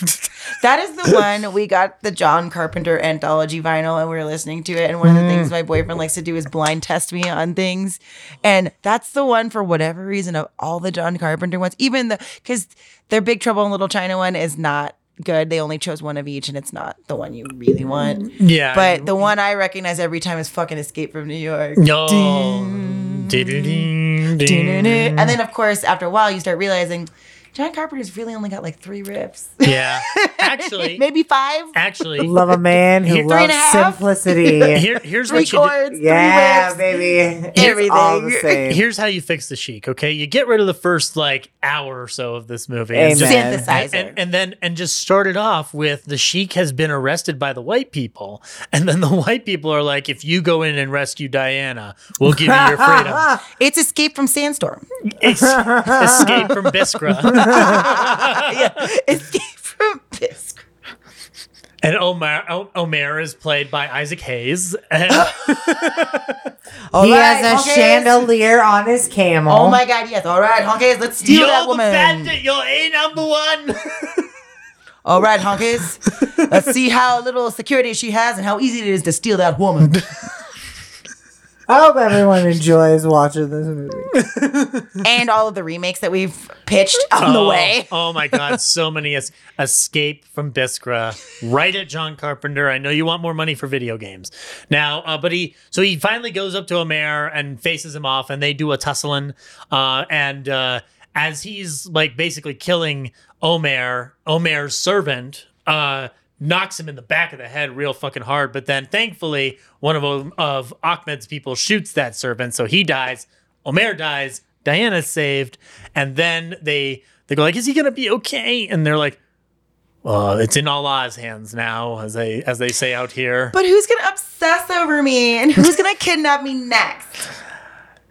That is the one we got the John Carpenter anthology vinyl and we were listening to it. And one of the things my boyfriend likes to do is blind test me on things. And that's the one for whatever reason of all the John Carpenter ones, even the because their Big Trouble in Little China one is not good. They only chose one of each and it's not the one you really want.
yeah.
But the one I recognize every time is fucking Escape from New York.
no. Doo-doo-doo, doo.
And then, of course, after a while, you start realizing John Carpenter's really only got like three riffs,
Yeah. Actually,
maybe five,
actually,
Love a man who
Three and a
loves
half?
simplicity.
here, here's
three
what you do.
chords,
yeah,
three riffs.
baby. It's
Everything.
all the same.
Here's how you fix the chic, okay? You get rid of the first like hour or so of this movie.
Amen.
It's just- and,
Synthesizer.
and, and then and just start it off with the sheik has been arrested by the white people and then the white people are like if you go in and rescue diana we'll give you your freedom
It's Escape from Sandstorm.
Es- escape from biskra
Escape from Bisc.
and omer O- omer is played by isaac hayes and
he
right,
has a
okay.
chandelier on his camel.
Oh my god, yes. All right, honkies, let's steal
you're
that
the
woman.
bandit you're a number one
All right, honkies, let's see how little security she has and how easy it is to steal that woman.
I hope everyone enjoys watching this movie.
and all of the remakes that we've pitched on the
Oh,
way.
Oh my God, so many es- escape from Biskra. Right at John Carpenter. I know you want more money for video games now, uh, but he so he finally goes up to a mayor and faces him off, and they do a tussling. Uh, and uh, as he's like basically killing Omer, Omer's servant. Uh, knocks him in the back of the head real fucking hard but then thankfully one of of Ahmed's people shoots that servant so he dies Omer dies, Diana's saved, and then they they go like, "Is he gonna be okay?" And they're like, "Well, it's in Allah's hands now," as they as they say out here.
But who's gonna obsess over me and who's gonna kidnap me next?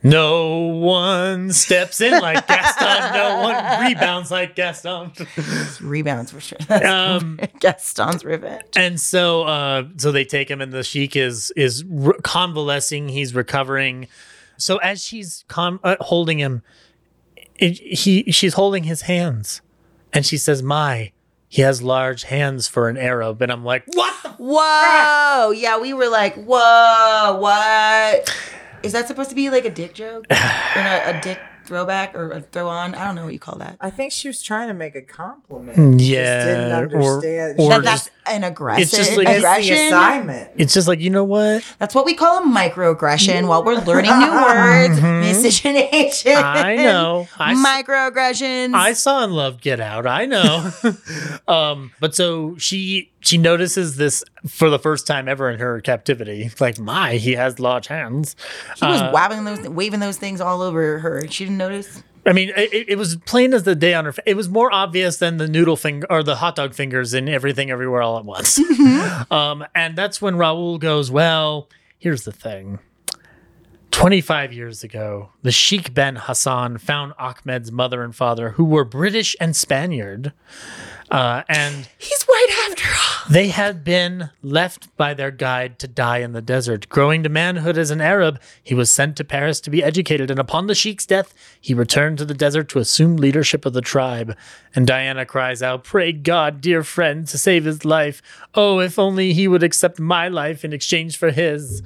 no one steps in like Gaston. no one rebounds like Gaston.
Rebounds for sure. That's
Um,
Gaston's revenge.
and so uh so they take him and the sheik is is re- convalescing he's recovering so as she's con- uh, holding him it, he she's holding his hands and she says my he has large hands for an arab and i'm like what the
Whoa! Yeah, we were like, whoa, what? Is that supposed to be like a dick joke? or not a dick throwback or a throw on? I don't know what you call that.
I think she was trying to make a compliment. Just
yeah
didn't
or,
understand.
or
That-
just,
that's an aggressive
just like- It's the
aggression.
It's the assignment.
It's just like you know what?
That's what we call a microaggression while we're learning new words. Miscegenation.
Mm-hmm. I know. I s-
Microaggressions.
I saw in Love Get Out. I know. um, but so she she notices this for the first time ever in her captivity. Like, my, he has large hands.
he
uh,
was wabbing those, waving those things all over her. She didn't notice.
I mean, it, it- it was plain as the day on her. fa- It was more obvious than the noodle finger or the hot dog fingers and everything everywhere all at once.
Mm-hmm.
um, and that's when Raul goes, "Well, here's the thing." 25 years ago, the Sheikh Ben Hassan found Ahmed's mother and father, who were British and Spaniard. Uh, and
He's white after all.
they had been left by their guide to die in the desert. Growing to manhood as an Arab, he was sent to Paris to be educated, and upon the Sheikh's death, he returned to the desert to assume leadership of the tribe. And Diana cries out, Pray God, dear friend, to save his life. Oh, if only he would accept my life in exchange for his.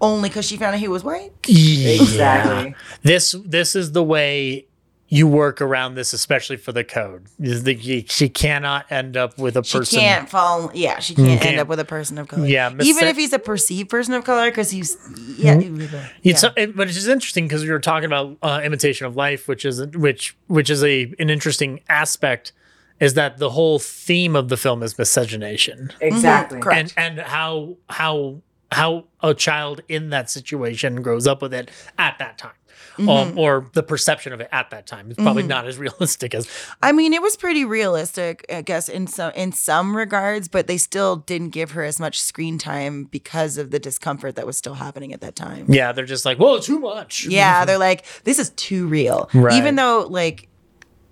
Only because she found out he was white.
Exactly.
This this is the way you work around this, especially for the code. Is that you- she cannot end up with a
She
person.
can't fall. Yeah, she can't
Can't.
end up with a person of color.
Yeah, mis-
even if he's a perceived person of color, because he's yeah. yeah.
Mm-hmm. It's it- but it's just interesting because we were talking about uh, imitation of life, which is which which is a an interesting aspect is that the whole theme of the film is miscegenation
Mm-hmm. Exactly.
Correct.
and and how how how a child in that situation grows up with it at that time. Um, or the perception of it at that time is probably not as realistic as
I mean, it was pretty realistic, I guess, in some in some regards, but they still didn't give her as much screen time because of the discomfort that was still happening at that time.
yeah they're just like whoa too much
Yeah, they're like, this is too real.
Right.
Even though like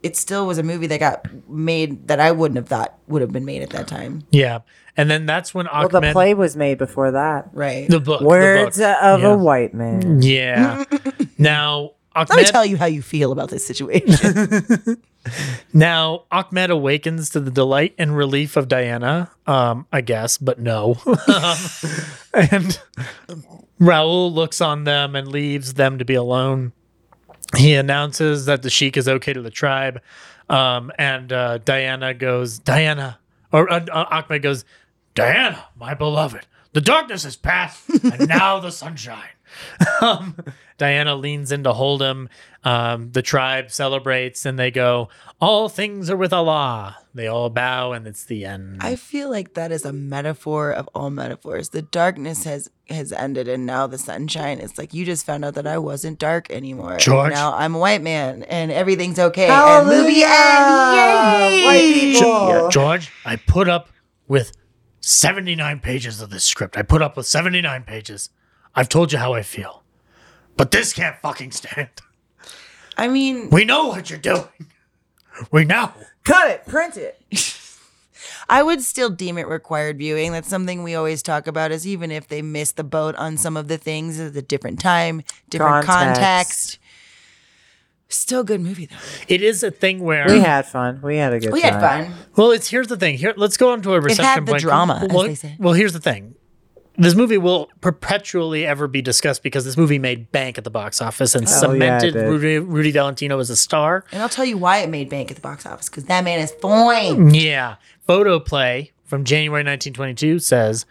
it still was a movie that got made that I wouldn't have thought would have been made at that time.
yeah and then that's when
Well,
Ahmed,
the play was made before that.
Right.
the book the book.
Words of
Yeah.
a white man.
yeah now
Let me
Ahmed-
tell you how you feel about this situation.
Now, Ahmed awakens to the delight and relief of Diana, um, I guess, but no. Um, and Raoul looks on them and leaves them to be alone. He announces that the Sheik is okay to the tribe. Um, and uh, Diana goes, Diana, or uh, uh, Ahmed goes, Diana, my beloved, the darkness is past, and now the sunshine. Um, Diana leans in to hold him. Um, the tribe celebrates and they go, All things are with Allah. They all bow and it's the end.
I feel like that is a metaphor of all metaphors. The darkness has has ended and now the sunshine. It's like you just found out that I wasn't dark anymore. And
George.
Now I'm a white man and everything's okay. And movie
Hallelujah! White people.
George, I put up with 79 pages of this script. I put up with 79 pages. I've told you how I feel. But this can't fucking stand.
I mean,
We know what you're doing. We know.
Cut it. Print it.
I would still deem it required viewing. That's something we always talk about is even if they miss the boat on some of the things at a different time, different
Context.
context. Still a good movie though.
It is a thing where
We had fun. We had a good
We
time.
had fun.
Well, it's here's the thing. Here, let's go on to a reception
the
point.
drama, as
Well,
they say.
well, here's the thing. This movie will perpetually ever be discussed because this movie made bank at the box office
Oh,
and
yeah, it
cemented
did.
Rudy, Rudy Valentino as a star.
And I'll tell you why it made bank at the box office because that man is fine.
Yeah. Photoplay from January 1922 says,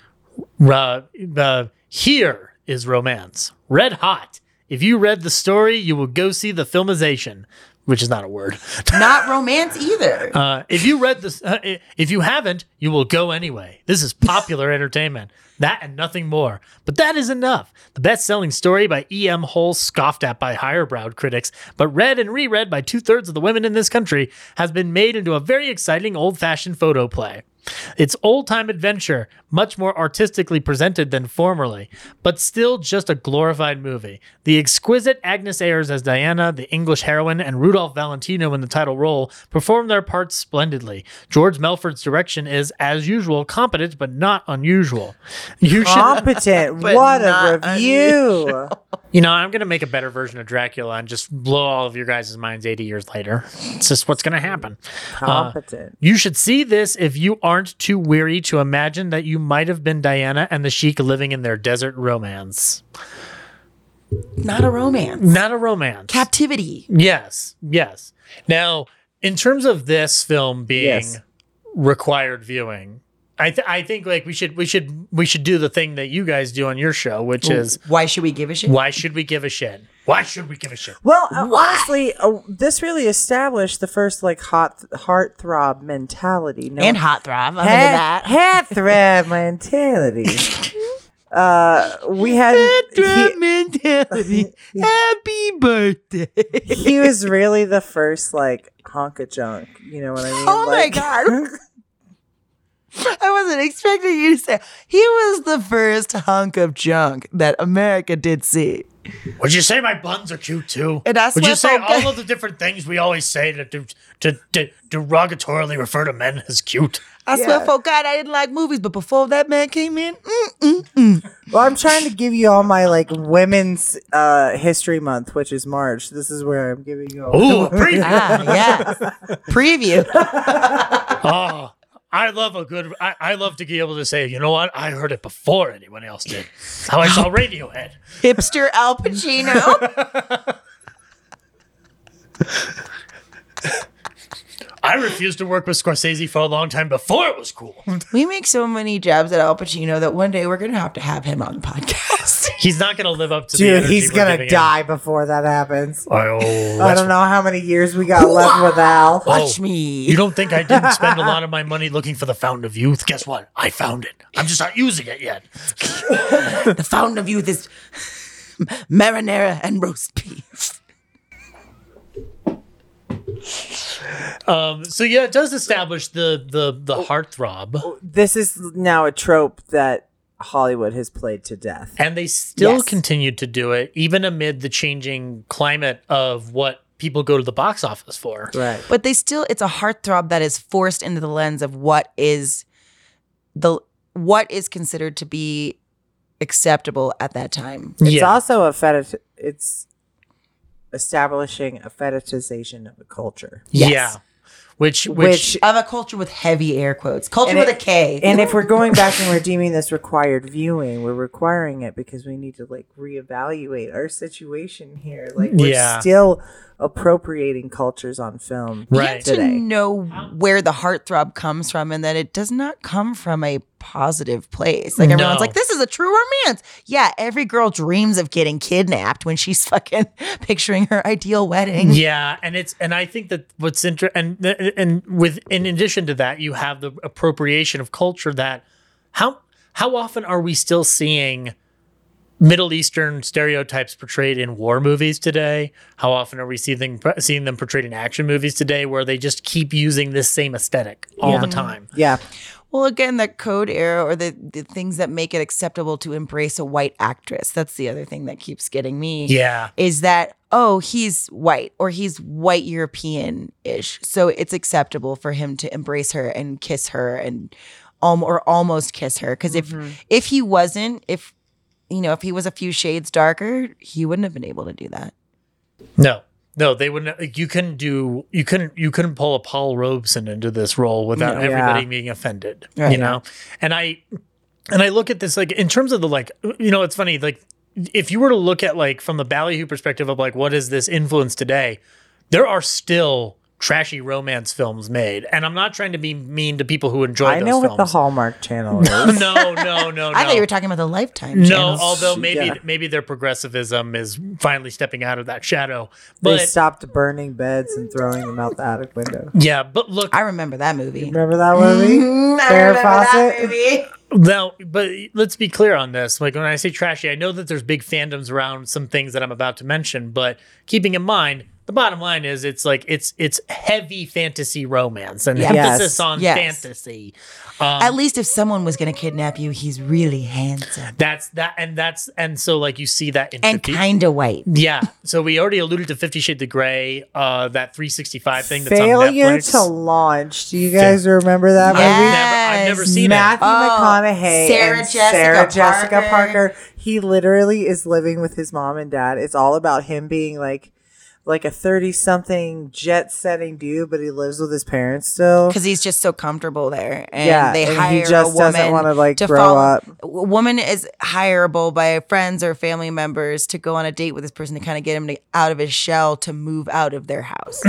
uh, uh, Here is romance. Red hot. If you read the story, you will go see the filmization, which is not a word.
Not romance either.
Uh, if you read this, uh, i- if you haven't, you will go anyway. This is popular entertainment, that and nothing more. But that is enough. The best-selling story by E.M. Hole, scoffed at by higher-browed critics, but read and reread by two-thirds of the women in this country, has been made into a very exciting old-fashioned photo play. It's old-time adventure, much more artistically presented than formerly, but still just a glorified movie. The exquisite Agnes Ayres as Diana, the English heroine, and Rudolph Valentino in the title role perform their parts splendidly. George Melford's direction is, as usual, competent but not unusual. You should,
Competent.
But
what a
not
review.
you know, I'm gonna make a better version of Dracula and just blow all of your guys' minds 80 years later. It's just what's gonna happen.
Competent.
You should see this if you aren't too weary to imagine that you might have been Diana and the Sheik living in their desert romance.
Not a romance.
Not a romance.
Captivity.
yes, yes. Now, in terms of this film being
Yes.
required viewing, I th- I think like we should we should we should do the thing that you guys do on your show, which is
Why should we give a shit?
why should we give a shit? Why should we give a shit?
Well, uh, honestly, uh, this really established the first like hot heartthrob mentality. No
And hot throb. I'm into
head,
that.
heartthrob mentality. uh, we had he,
mentality. Happy birthday.
he was really the first like honk a junk. You know what I mean?
Oh my
Like-
God. I wasn't expecting you to say he was the first hunk of junk that America did see.
Would you say my buns are cute too?
And I
Would you say
swear by
all of the different things we always say to to, to, to derogatorily refer to men as cute?
I swear,
Yeah.
for God, I didn't like movies, but before that man came in, mm, mm-mm.
Well, I'm trying to give you all my like women's uh history month, which is March. This is where I'm giving you all.
Ooh, a preview.
ah, yes. Preview.
oh, I love a good. I, I love to be able to say, you know what? I heard it before anyone else did. It's How I saw Radiohead.
Hipster Al Pacino.
I refused to work with Scorsese for a long time before it was cool.
we make so many jabs at Al Pacino that one day we're going to have to have him on the podcast.
He's not going to live up to the
Dude,
energy
he's
we're
gonna
giving him.
die before that happens.
I, oh,
I don't know how many years we got left with Al.
Watch me.
You don't think I didn't spend a lot of my money looking for the fountain of youth? Guess what? I found it. I'm just not using it yet.
the fountain of youth is marinara and roast beef.
Um, so yeah, it does establish the the the
Oh.
heartthrob,
This is now a trope that Hollywood has played to death.
and they still
Yes.
continued to do it even amid the changing climate of what people go to the box office for.
Right.
But they still, it's a heartthrob that is forced into the lens of what is the what is considered to be acceptable at that time.
It's also a fetish. It's establishing a fetishization of a culture.
Yes.
yeah, which which,
Which,
Of a culture with heavy air quotes. Culture
And
with
it-
a K.
and if we're going back and redeeming this required viewing, we're requiring it because we need to like reevaluate our situation here. Like we're
Yeah.
still appropriating cultures on film
Right.
to
today.
know where the heartthrob comes from and that it does not come from a positive place. Like everyone's
No.
like, this is a true romance. Yeah, every girl dreams of getting kidnapped when she's fucking picturing her ideal wedding.
yeah, and it's and I think that what's interesting and and with in addition to that, you have the appropriation of culture that how how often are we still seeing Middle Eastern stereotypes portrayed in war movies today? How often are we seeing seeing them portrayed in action movies today, where they just keep using this same aesthetic all the time?
Yeah.
Well, again, that code era or the, the things that make it acceptable to embrace a white actress. That's the other thing that keeps getting me.
Yeah,
Is that, oh, he's white or he's white European ish. So it's acceptable for him to embrace her and kiss her and um, or almost kiss her. because
Mm-hmm.
if if he wasn't, if you know, if he was a few shades darker, he wouldn't have been able to do that.
no. No, they wouldn't. like, You couldn't do. You couldn't. You couldn't pull a Paul Robeson into this role without
No.
everybody
Yeah.
being offended.
Right.
You know, and I and I look at this like in terms of the like you know it's funny like if you were to look at like from the ballyhoo perspective of like what is this influence today there are still trashy romance films made and I'm not trying to be mean to people who enjoy
I
those
know what
films
the Hallmark channel is.
no no no Oh, no
I thought you were talking about the lifetime.
no
channels.
although maybe
Yeah.
maybe their progressivism is finally stepping out of that shadow
they
but
stopped burning beds and throwing them out the attic window.
yeah but look
I remember that movie.
Remember that movie?
Mm-hmm.
Farrah Fawcett?
Um, Now, but let's be clear on this. Like when I say trashy, I know that there's big fandoms around some things that I'm about to mention, but keeping in mind, the bottom line is it's like it's it's heavy fantasy romance and
Yes.
emphasis on
Yes.
fantasy.
At least if someone was going to kidnap you, he's really handsome
That's that and that's and so like you see that in
and
50
kind of white.
Yeah. So we already alluded to 50 Shades of Grey, uh that 365 thing that's on
Failure
Netflix.
to launch. Do you guys remember that
Yeah.
movie?
Never- I've never
Yes.
seen it.
Matthew
Oh,
McConaughey
Sarah
and
Jessica
Sarah Jessica
Parker.
Parker. He literally is living with his mom and dad. It's all about him being like like a 30 something jet setting dude, but he lives with his parents still.
Because he's just so comfortable there, and
Yeah,
they
and he
hire
just
a woman
doesn't wanna, like, grow
follow-
up.
A woman is hireable by friends or family
Mm.
members to go on a date with this person to kind of get him to, out of his shell to move out of their house.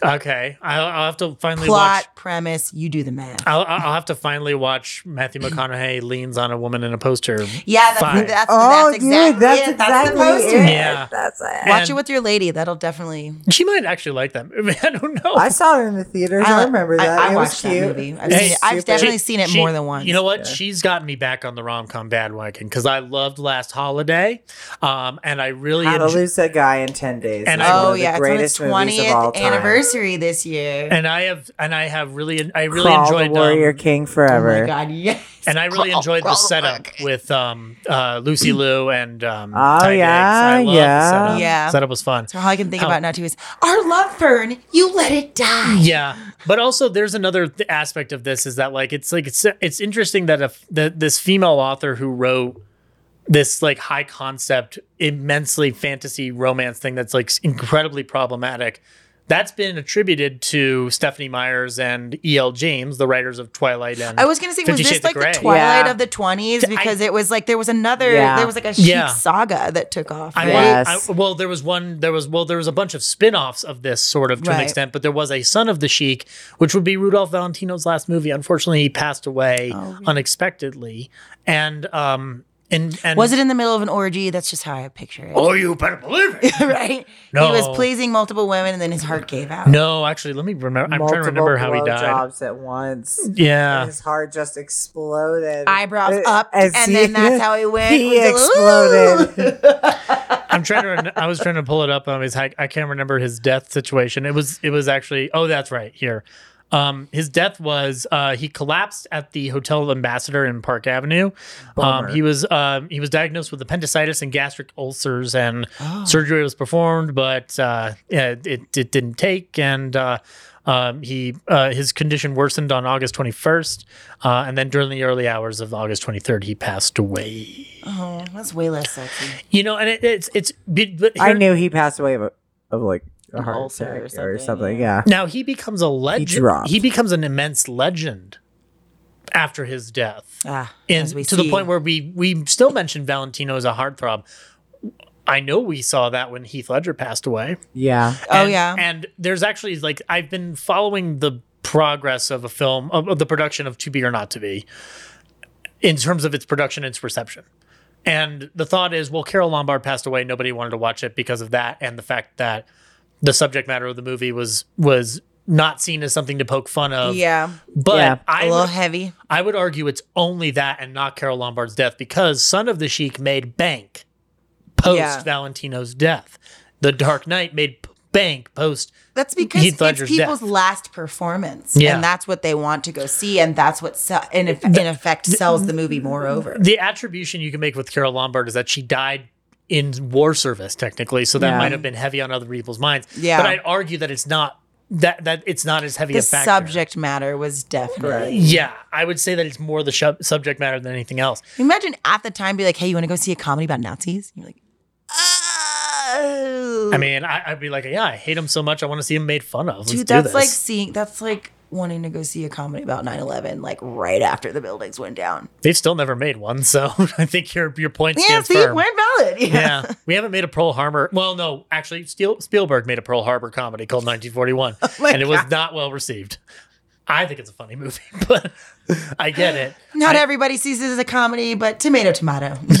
Okay, I'll, I'll have to finally
Plot,
watch.
premise, you do the math.
I'll, I'll have to finally watch Matthew McConaughey leans on a woman in a poster.
Yeah, that's,
Fine.
that's, that's,
Oh, dude,
exactly
that's
it. That's the
exactly
poster.
it.
Yeah.
That's it.
Watch
And
it with your lady. That'll definitely.
She might actually like that movie. I don't know.
I saw it in the theaters. I, remember that.
I,
it was
watched
cute.
that movie. I've,
Hey,
seen it. I've
stupid.
definitely
She-
seen it
she-
more than once.
You know what? She's gotten me back on the rom com bandwagon because I loved Last Holiday, um, and I really
How to
enjoy-
Lose a Guy in 10 Days.
And
is
I-
one of
oh
the
yeah, it's
greatest
on
movies
its
of all
twentieth
time.
anniversary this year.
and I have and I have really I really
Crawl
enjoyed
the Warrior
um,
King
Oh my
Forever.
god, yes.
and I really
Crawl-
enjoyed the
crawl the
setup
fuck.
with um, uh, Lucy Liu and um,
Oh,
Ty Diggs.
yeah,
I loved
yeah.
the setup.
Ah, Yeah.
setup was fun.
So all I can think
How-
about now too is our love fern. You let it die.
Yeah, but also there's another th- aspect of this is that like it's like it's it's interesting that if that this female author who wrote this like high concept, immensely fantasy romance thing that's like incredibly problematic. That's been attributed to Stephanie Myers and E.L. James, the writers of Twilight and
I was gonna say, was
Fifty
this
Shades of
like the
Grey.
twilight
Yeah.
of the twenties? Because it was like there was another,
Yeah.
there was like a chic
Yeah.
saga that took off.
I,
right?
wanted-
Yes.
I- well, there was one. There was well, there was a bunch of spin-offs of this sort of to an
Right.
extent, but there was a Son of the Sheik, which would be Rudolph Valentino's last movie. Unfortunately, he passed away
Oh,
unexpectedly, and um, and and
was it in the middle of an orgy? That's just how I picture it.
Oh, you better believe it.
right? He was
No.
pleasing multiple women, and then his heart gave out.
no, actually, let me remember. I'm trying to remember how he died. Hmm.
Jobs at once.
Yeah,
His heart just exploded.
Eyebrows
Uh,
up,
as
and
he-
then that's how it went.
He
It was a-
exploded.
I'm trying to. rem- I was trying to pull it up. Um, his I, I can't remember his death situation. It was. It was actually. Oh, that's right here. Um, his death was uh, he collapsed at the Hotel Ambassador in Park Avenue. Um, he was um, he was diagnosed with appendicitis and gastric ulcers, and surgery was performed, but uh, yeah, it it didn't take, and uh, um, he uh, his condition worsened on August 21st, uh, and then during the early hours of August 23rd, he passed away.
Oh, that's way less sexy.
You know, and it, it's it's. but
I
here-
knew he passed away of, a- of like a heart
ulcer or
attack or something.
something,
Yeah.
Now he becomes a legend.
dropped.
He, becomes an immense legend after his death,
Ah,
and
as we
to
see.
the point where we we still mention Valentino as a heartthrob. I know we saw that when Heath Ledger passed away.
Yeah.
Oh,
And-
yeah.
and there's actually like I've been following the progress of a film of, of the production of To Be or Not to Be, in terms of its production and its reception. And the thought is, well, Carol Lombard passed away. Nobody wanted to watch it because of that, and the fact that the subject matter of the movie was was not seen as something to poke fun of.
yeah,
But
Yeah.
a
I
little
would,
heavy.
I would argue it's only that and not Carol Lombard's death because Son of the Sheik made bank post
Yeah.
Valentino's death. The Dark Knight made p- bank post.
That's because
Heath
it's
Ledger's
people's
death.
last performance,
Yeah.
and that's what they want to go see, and that's what se- in, eff- in effect sells the movie. Moreover,
The attribution you can make with Carol Lombard is that she died in war service, technically, so that
Yeah.
might have been heavy on other people's minds.
Yeah.
But I'd argue that it's not that that it's not as heavy
the
a factor.
subject matter was definitely.
Yeah, I would say that it's more the shu- subject matter than anything else.
Imagine at the time, be like, "Hey, you want to go see a comedy about Nazis?" And you're like, "Oh."
I mean, I, I'd be like, yeah, I hate him so much. I want to see him made fun of. Let's
Dude,
do
that's
this.
like seeing that's like wanting to go see a comedy about 9-11 like right after the buildings went down.
They've still never made one, so I think your your point
Yeah,
stands
see,
firm.
weren't valid. Yeah.
yeah, we haven't made a Pearl Harbor. Well, no, actually, Steel, Spielberg made a Pearl Harbor comedy called 1941,
Oh
and it was not well received. I think it's a funny movie, but I get it.
Not everybody sees it as a comedy, but tomato tomato, you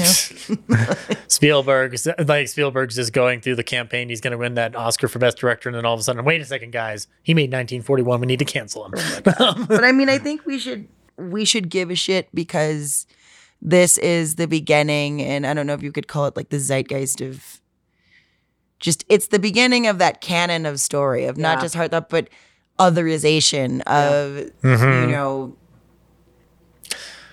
know.
Spielberg's like Spielberg's just going through the campaign. He's going to win that Oscar for Best Director, and then all of a sudden, wait a second, guys, he made 1941. We need to cancel him.
Oh but I mean, I think we should we should give a shit because this is the beginning, and I don't know if you could call it like the zeitgeist of just it's the beginning of that canon of story of not
Yeah.
just heartthrob, but otherization of
Mm-hmm.
you know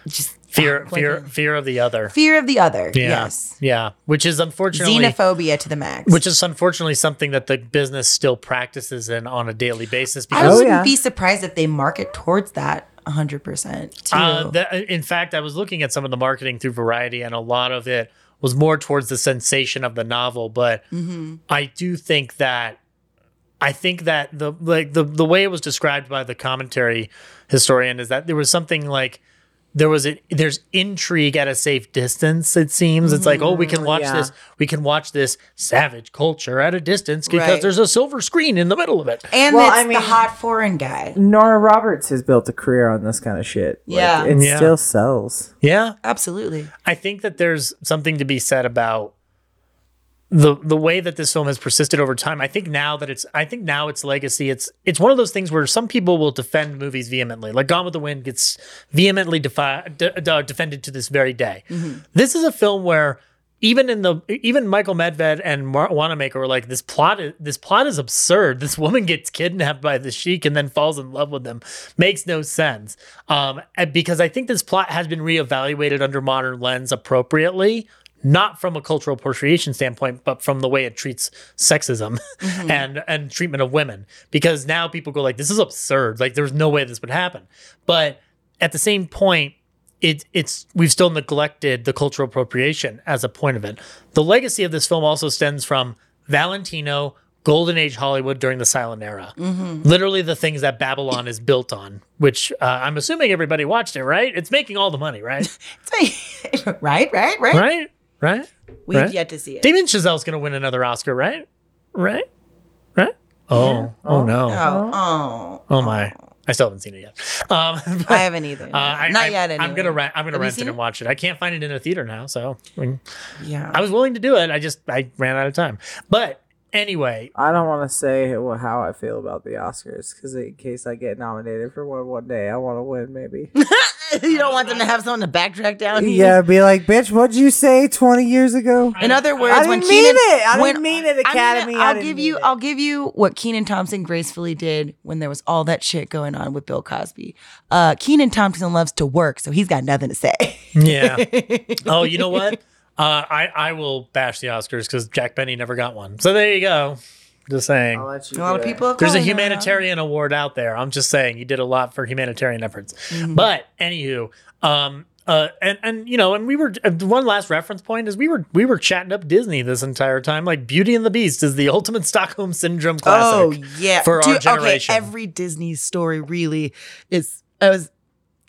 just
fear,
fuck, what
fear,
the-
fear of the other.
fear of the other.
Yeah.
Yes,
Yeah, which is unfortunately
xenophobia to the max.
which is unfortunately something that the business still practices in on a daily basis
I
because
Oh,
wouldn't
yeah.
be surprised if they market towards that hundred percent too.
uh, the, in fact i was looking at some of the marketing through variety and a lot of it was more towards the sensation of the novel but
Mm-hmm.
i do think that i think that the like the, the way it was described by the commentary historian is that there was something like there was a there's intrigue at a safe distance it seems it's like oh we
Mm,
can watch
yeah.
this we can watch this savage culture at a distance because
Right.
there's a silver screen in the middle of it
And
Well,
it's
I mean-
the hot foreign guy.
Nora Roberts has built a career on this kind of shit. Like,
Yeah.
it
Yeah.
still sells.
yeah
Absolutely.
I think that there's something to be said about the the way that this film has persisted over time. I think now that it's I think now its legacy it's it's one of those things where some people will defend movies vehemently. Like Gone with the Wind gets vehemently defi- de- de- defended to this very day. This is a film where even in the even Michael Medved and Mar- Wanamaker were like this plot is, this plot is absurd. This woman gets kidnapped by the sheik and then falls in love with him. Makes no sense. Um, and because I think this plot has been reevaluated under modern lens appropriately, not from a cultural appropriation standpoint, but from the way it treats sexism and and treatment of women. Because now people go like this is absurd. Like there's no way this would happen. But at the same point it it's we've still neglected the cultural appropriation as a point of it. The legacy of this film also stems from Valentino, Golden Age Hollywood during the silent era. Literally the things that Babylon is built on, which uh, I'm assuming everybody watched it, right? It's making all the money, right?
right, right, right.
right? Right?
We've
right.
yet to see it.
Damien Chazelle's going to win another Oscar, right? Right? Right? Oh, oh no.
oh, oh.
Oh my. I still haven't seen it yet. Um, but-
I haven't either.
Uh, I,
Not
I-
yet. Anyway.
I'm gonna rent. I'm gonna
Have you
rent it
seen
and
it?
watch it. I can't find it in a theater now, so I, mean,
Yeah.
I was willing to do it. I just I ran out of time. But anyway,
I don't want to say wh- how I feel about the Oscars because in case I get nominated for one one day, I want to win maybe.
you don't want them to have someone to backtrack down.
yeah, be like, bitch, what'd you say 20 years ago?
In other words,
I didn't
when
mean
Kenan,
it. I didn't
when-
mean it,
I'm gonna-
Academy. I
I'll
didn't
give
mean
you.
it.
I'll give you what Keenan Thompson gracefully did when there was all that shit going on with Bill Cosby. Uh, Keenan Thompson loves to work, so he's got nothing to say.
yeah. oh, you know what? Uh, I I will bash the Oscars because Jack Benny never got one. So there you go. Just saying.
I'll let you
a lot
do
of
it.
people. Have
There's a
gone, uh,
humanitarian award out there. I'm just saying you did a lot for humanitarian efforts. But anywho, um, uh, and and you know, and we were uh, one last reference point is we were we were chatting up Disney this entire time. Like Beauty and the Beast is the ultimate Stockholm syndrome
Oh
classic.
yeah,
for our generation.
Okay, every Disney story really is uh, is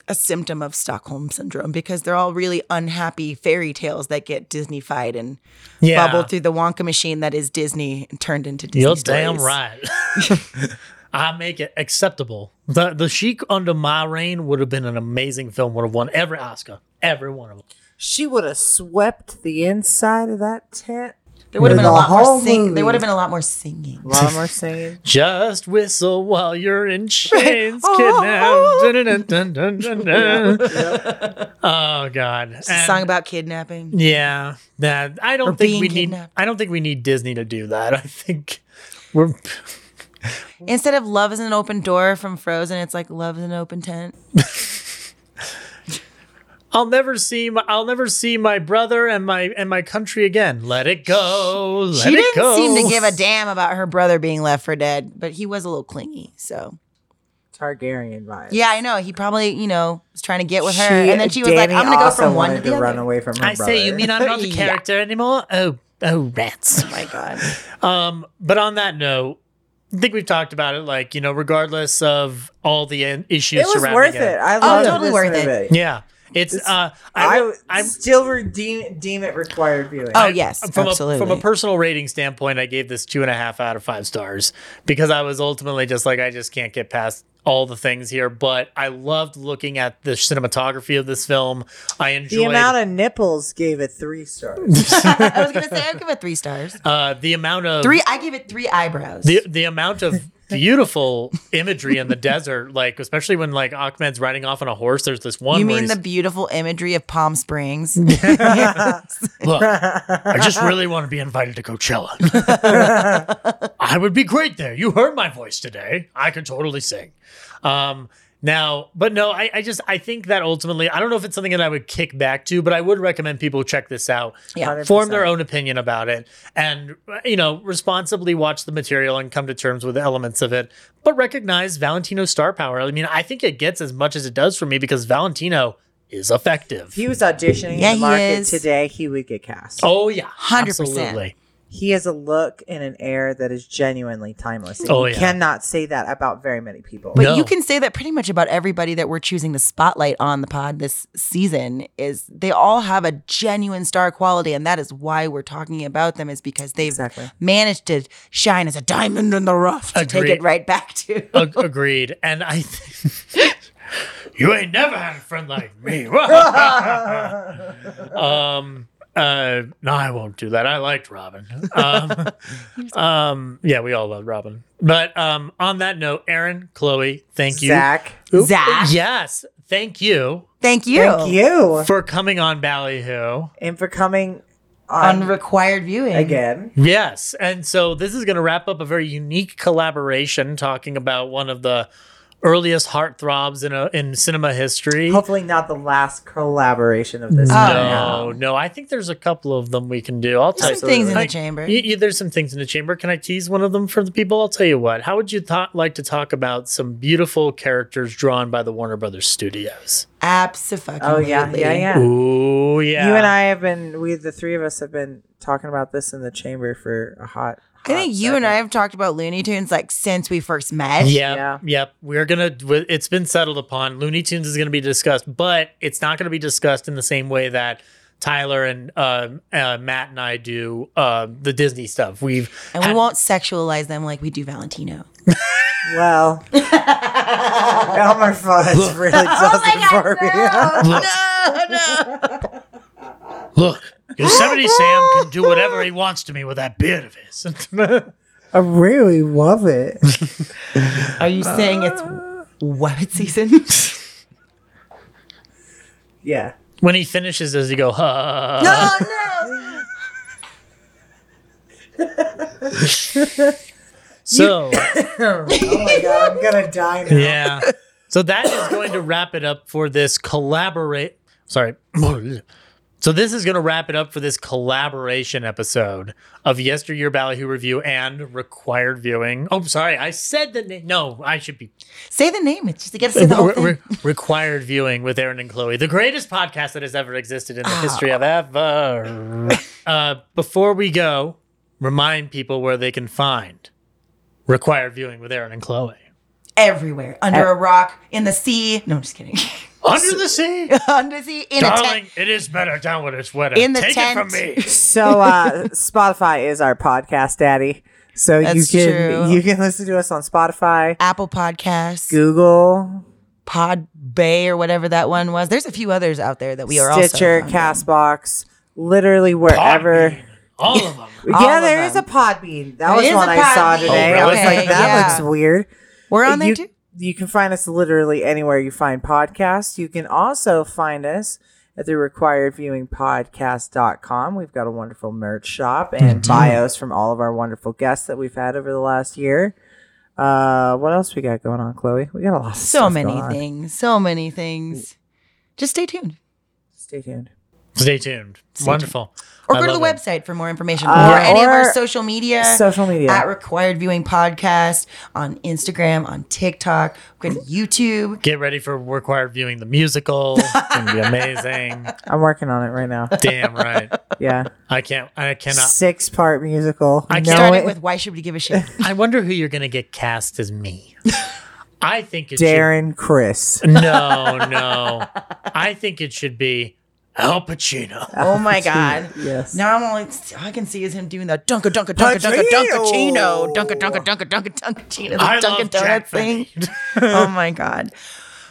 a symptom of Stockholm syndrome because they're all really unhappy fairy tales that get Disneyfied and
yeah,
bubbled through the Wonka machine that is Disney and turned into Disney.
you're
stories.
damn right. I make it acceptable. The the Sheik under my reign would have been an amazing film. Would have won every Oscar, every one of them.
She would have swept the inside of that tent.
There would have
The
been a lot
whole
more sing.
movie.
There would have been a lot more singing.
A lot more singing.
Just whistle while you're in chains,
Oh,
kidnapped.
oh, oh.
Dun, dun, dun, dun, dun, dun, dun. Oh God!
It's a
And-
song about kidnapping.
yeah, that I
Or
don't think
being
we need.
kidnapped.
I don't think we need Disney to do that. I think we're
Instead of "Love is an open door" from Frozen, it's like "Love is an open tent."
I'll never see my I'll never see my brother and my and my country again. Let it go. Let
she
it
didn't
go.
seem to give a damn about her brother being left for dead, but he was a little clingy. So
Targaryen vibes.
yeah, I know he probably you know was trying to get with her,
She-
and then she was like,
Dany
"I'm gonna go
also
from one to
wanted
the other."
run away from her
I say, you
brother.
mean I'm not the character anymore? Oh, oh, rats.
Oh my god,
Um, but on that note, I think we've talked about it. Like you know, regardless of all the uh, issues,
It was
surrounding
worth it. I love
Oh, totally
this
worth it.
movie.
Yeah, it's. uh, I,
I,
re- I,
still redeem, deem it required viewing.
Oh yes,
from
absolutely.
a from a personal rating standpoint, I gave this two and a half out of five stars because I was ultimately just like, I just can't get past all the things here. But I loved looking at the cinematography of this film. I
the
enjoyed
amount of nipples gave it three stars.
I was gonna say I would give it three stars.
uh, the amount of
Three. I give it three eyebrows.
the the amount of beautiful imagery in the desert, like especially when like Ahmed's riding off on a horse. There's this one.
you
where
mean
he's-
the beautiful imagery of Palm Springs?
Look, I just really want to be invited to Coachella. I would be great there. You heard my voice today. I could totally sing. Um, now, but no, I, I just I think that ultimately I don't know if it's something that I would kick back to, but I would recommend people check this out,
Yeah.
form their own opinion about it, and you know responsibly watch the material and come to terms with the elements of it, but recognize Valentino's star power. I mean, I think it gets as much as it does for me because Valentino is effective.
If he was auditioning
Yeah,
in
he
the market
is.
today, he would get cast.
Oh yeah,
100%.
absolutely.
He has a look and an air that is genuinely timeless. And
Oh,
you
yeah.
cannot say that about very many people.
But
No.
you can say that pretty much about everybody that we're choosing to spotlight on the pod this season is they all have a genuine star quality, and that is why we're talking about them is because they've
Exactly.
managed to shine as a diamond in the rough to take
Agreed.
it right back to.
Ag- agreed. And I think you ain't never had a friend like me. um, uh, no, I won't do that. I liked Robin. Um, um, yeah, we all love Robin. But um, on that note, Aaron, Chloe, thank you.
Zach,
Zach,
Yes, thank you
thank you.
thank you
for coming on Ballyhoo.
and for coming on,
On required viewing.
again.
Yes. And so this is going to wrap up a very unique collaboration talking about one of the earliest heartthrobs in a, in cinema history.
Hopefully, not the last collaboration of this.
Oh,
No, no. I think there's a couple of them we can do. I'll tell
There's some things in
I-
the chamber.
Y- y- there's some things in the chamber. Can I tease one of them for the people? I'll tell you what. How would you th- like to talk about some beautiful characters drawn by the Warner Brothers Studios?
Absolutely.
Oh yeah, yeah, yeah.
Oh yeah.
You and I have been. We the three of us have been talking about this in the chamber for a hot.
I think
hot
you and I
second.
have talked about Looney Tunes like since we first met.
Yep,
Yeah.
yep. We're gonna. w- It's been settled upon. Looney Tunes is gonna be discussed, but it's not gonna be discussed in the same way that Tyler and uh, uh, Matt and I do uh, the Disney stuff. We've
And we won't sexualize them like we do Valentino.
Well, Elmer Fudd really
Oh
does it for me.
look. Yosemite Sam can do whatever he wants to me with that beard of his.
I really love it.
Are you saying it's Wabbit season?
Yeah.
when he finishes, does he go? Huh. So
Oh my god, I'm gonna die now.
yeah. So that is going to wrap it up for this collaborate. Sorry. So this is going to wrap it up for this collaboration episode of Yesteryear Ballyhoo Review and Required Viewing. Oh, sorry, I said the name. No, I should be
Say the name. It's just to get us to the whole
Re-
thing.
re- required viewing with Aaron and Chloe, the greatest podcast that has ever existed in the history of ever.
Ah.
uh, before we go, remind people where they can find required viewing with Aaron and Chloe.
Everywhere.
Uh,
Under a rock, in the sea. No, I'm just kidding.
Under the sea,
Under the sea, in a tent.
darling, it is better down when it's wetter.
In the
Take
tent.
it from me.
So uh, Spotify is our podcast daddy. So
That's
you can
true.
you can listen to us on Spotify,
Apple Podcasts,
Google,
Pod Bay, or whatever that one was. There's a few others out there that we are
Stitcher,
also.
Castbox, literally wherever.
Podbean. All of them.
All
Yeah,
of
there is a
them.
Podbean. That
There
was
is
one
a
I saw
Podbean.
today.
Oh,
I was
really?
like, that
Yeah.
looks weird.
We're on there
you,
too.
you can find us literally anywhere you find podcasts. You can also find us at the required viewing podcast.com. We've got a wonderful merch shop and bios from all of our wonderful guests that we've had over the last year. Uh, what else we got going on, Chloe? We got a lot of
So
stuff
many
going on.
things. So many things. Just stay tuned.
Stay tuned.
Stay tuned. Wonderful.
Or
I
go to the
love it.
website for more information.
Uh,
or any of
or
our social media.
Social media.
Uh, At Required Viewing Podcast on Instagram, on TikTok, go to YouTube.
Get ready for required viewing the musical. It's gonna be amazing.
I'm working on it right now.
Damn right.
Yeah.
I can't. I cannot.
Six part musical.
uh, I
know
can't-
Starting
it.
with Why Should We Give a Shit?
I wonder who you're gonna get cast as me. I think it should
Darren Chris.
No, no. I think it should be Al Pacino.
Oh my God.
Yes.
Now I'm only, all I can see is him doing the dunka dunka dunka dunka dunka chino. Dunka dunka dunka dunka dunka chino. The
I
Dunkin'
love Jack
Donuts
thing.
thing. oh my God.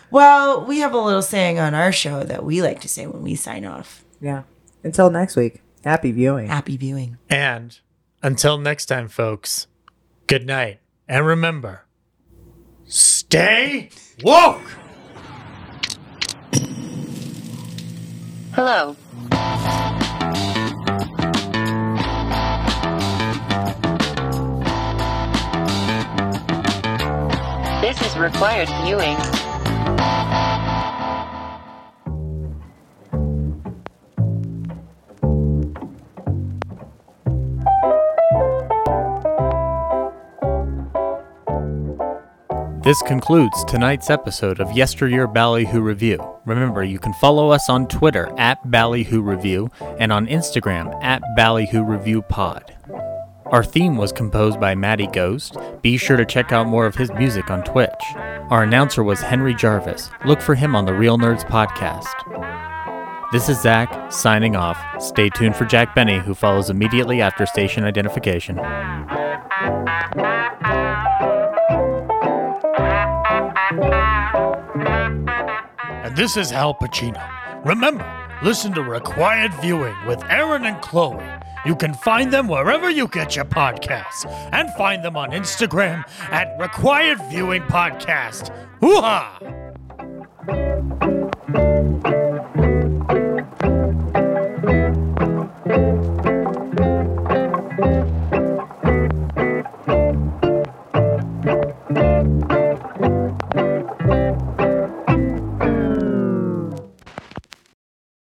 Well, we have a little saying on our show that we like to say when we sign off.
Yeah. Until next week. Happy viewing.
Happy viewing.
And until next time, folks. Good night, and remember, stay woke.
Hello. This is required viewing.
This concludes tonight's episode of Yesteryear Ballyhoo Review. Remember, you can follow us on Twitter at Ballyhoo Review and on Instagram at Ballyhoo Review Pod.
Our theme was composed by Matty Ghost. Be sure to check out more of his music on Twitch. Our announcer was Henry Jarvis. Look for him on the Real Nerds podcast. This is Zach signing off. Stay tuned for Jack Benny, who follows immediately after station identification.
And this is Al Pacino. Remember, listen to Required Viewing with Aaron and Chloe. You can find them wherever you get your podcasts and find them on Instagram at Required Viewing Podcast. Hoo ha!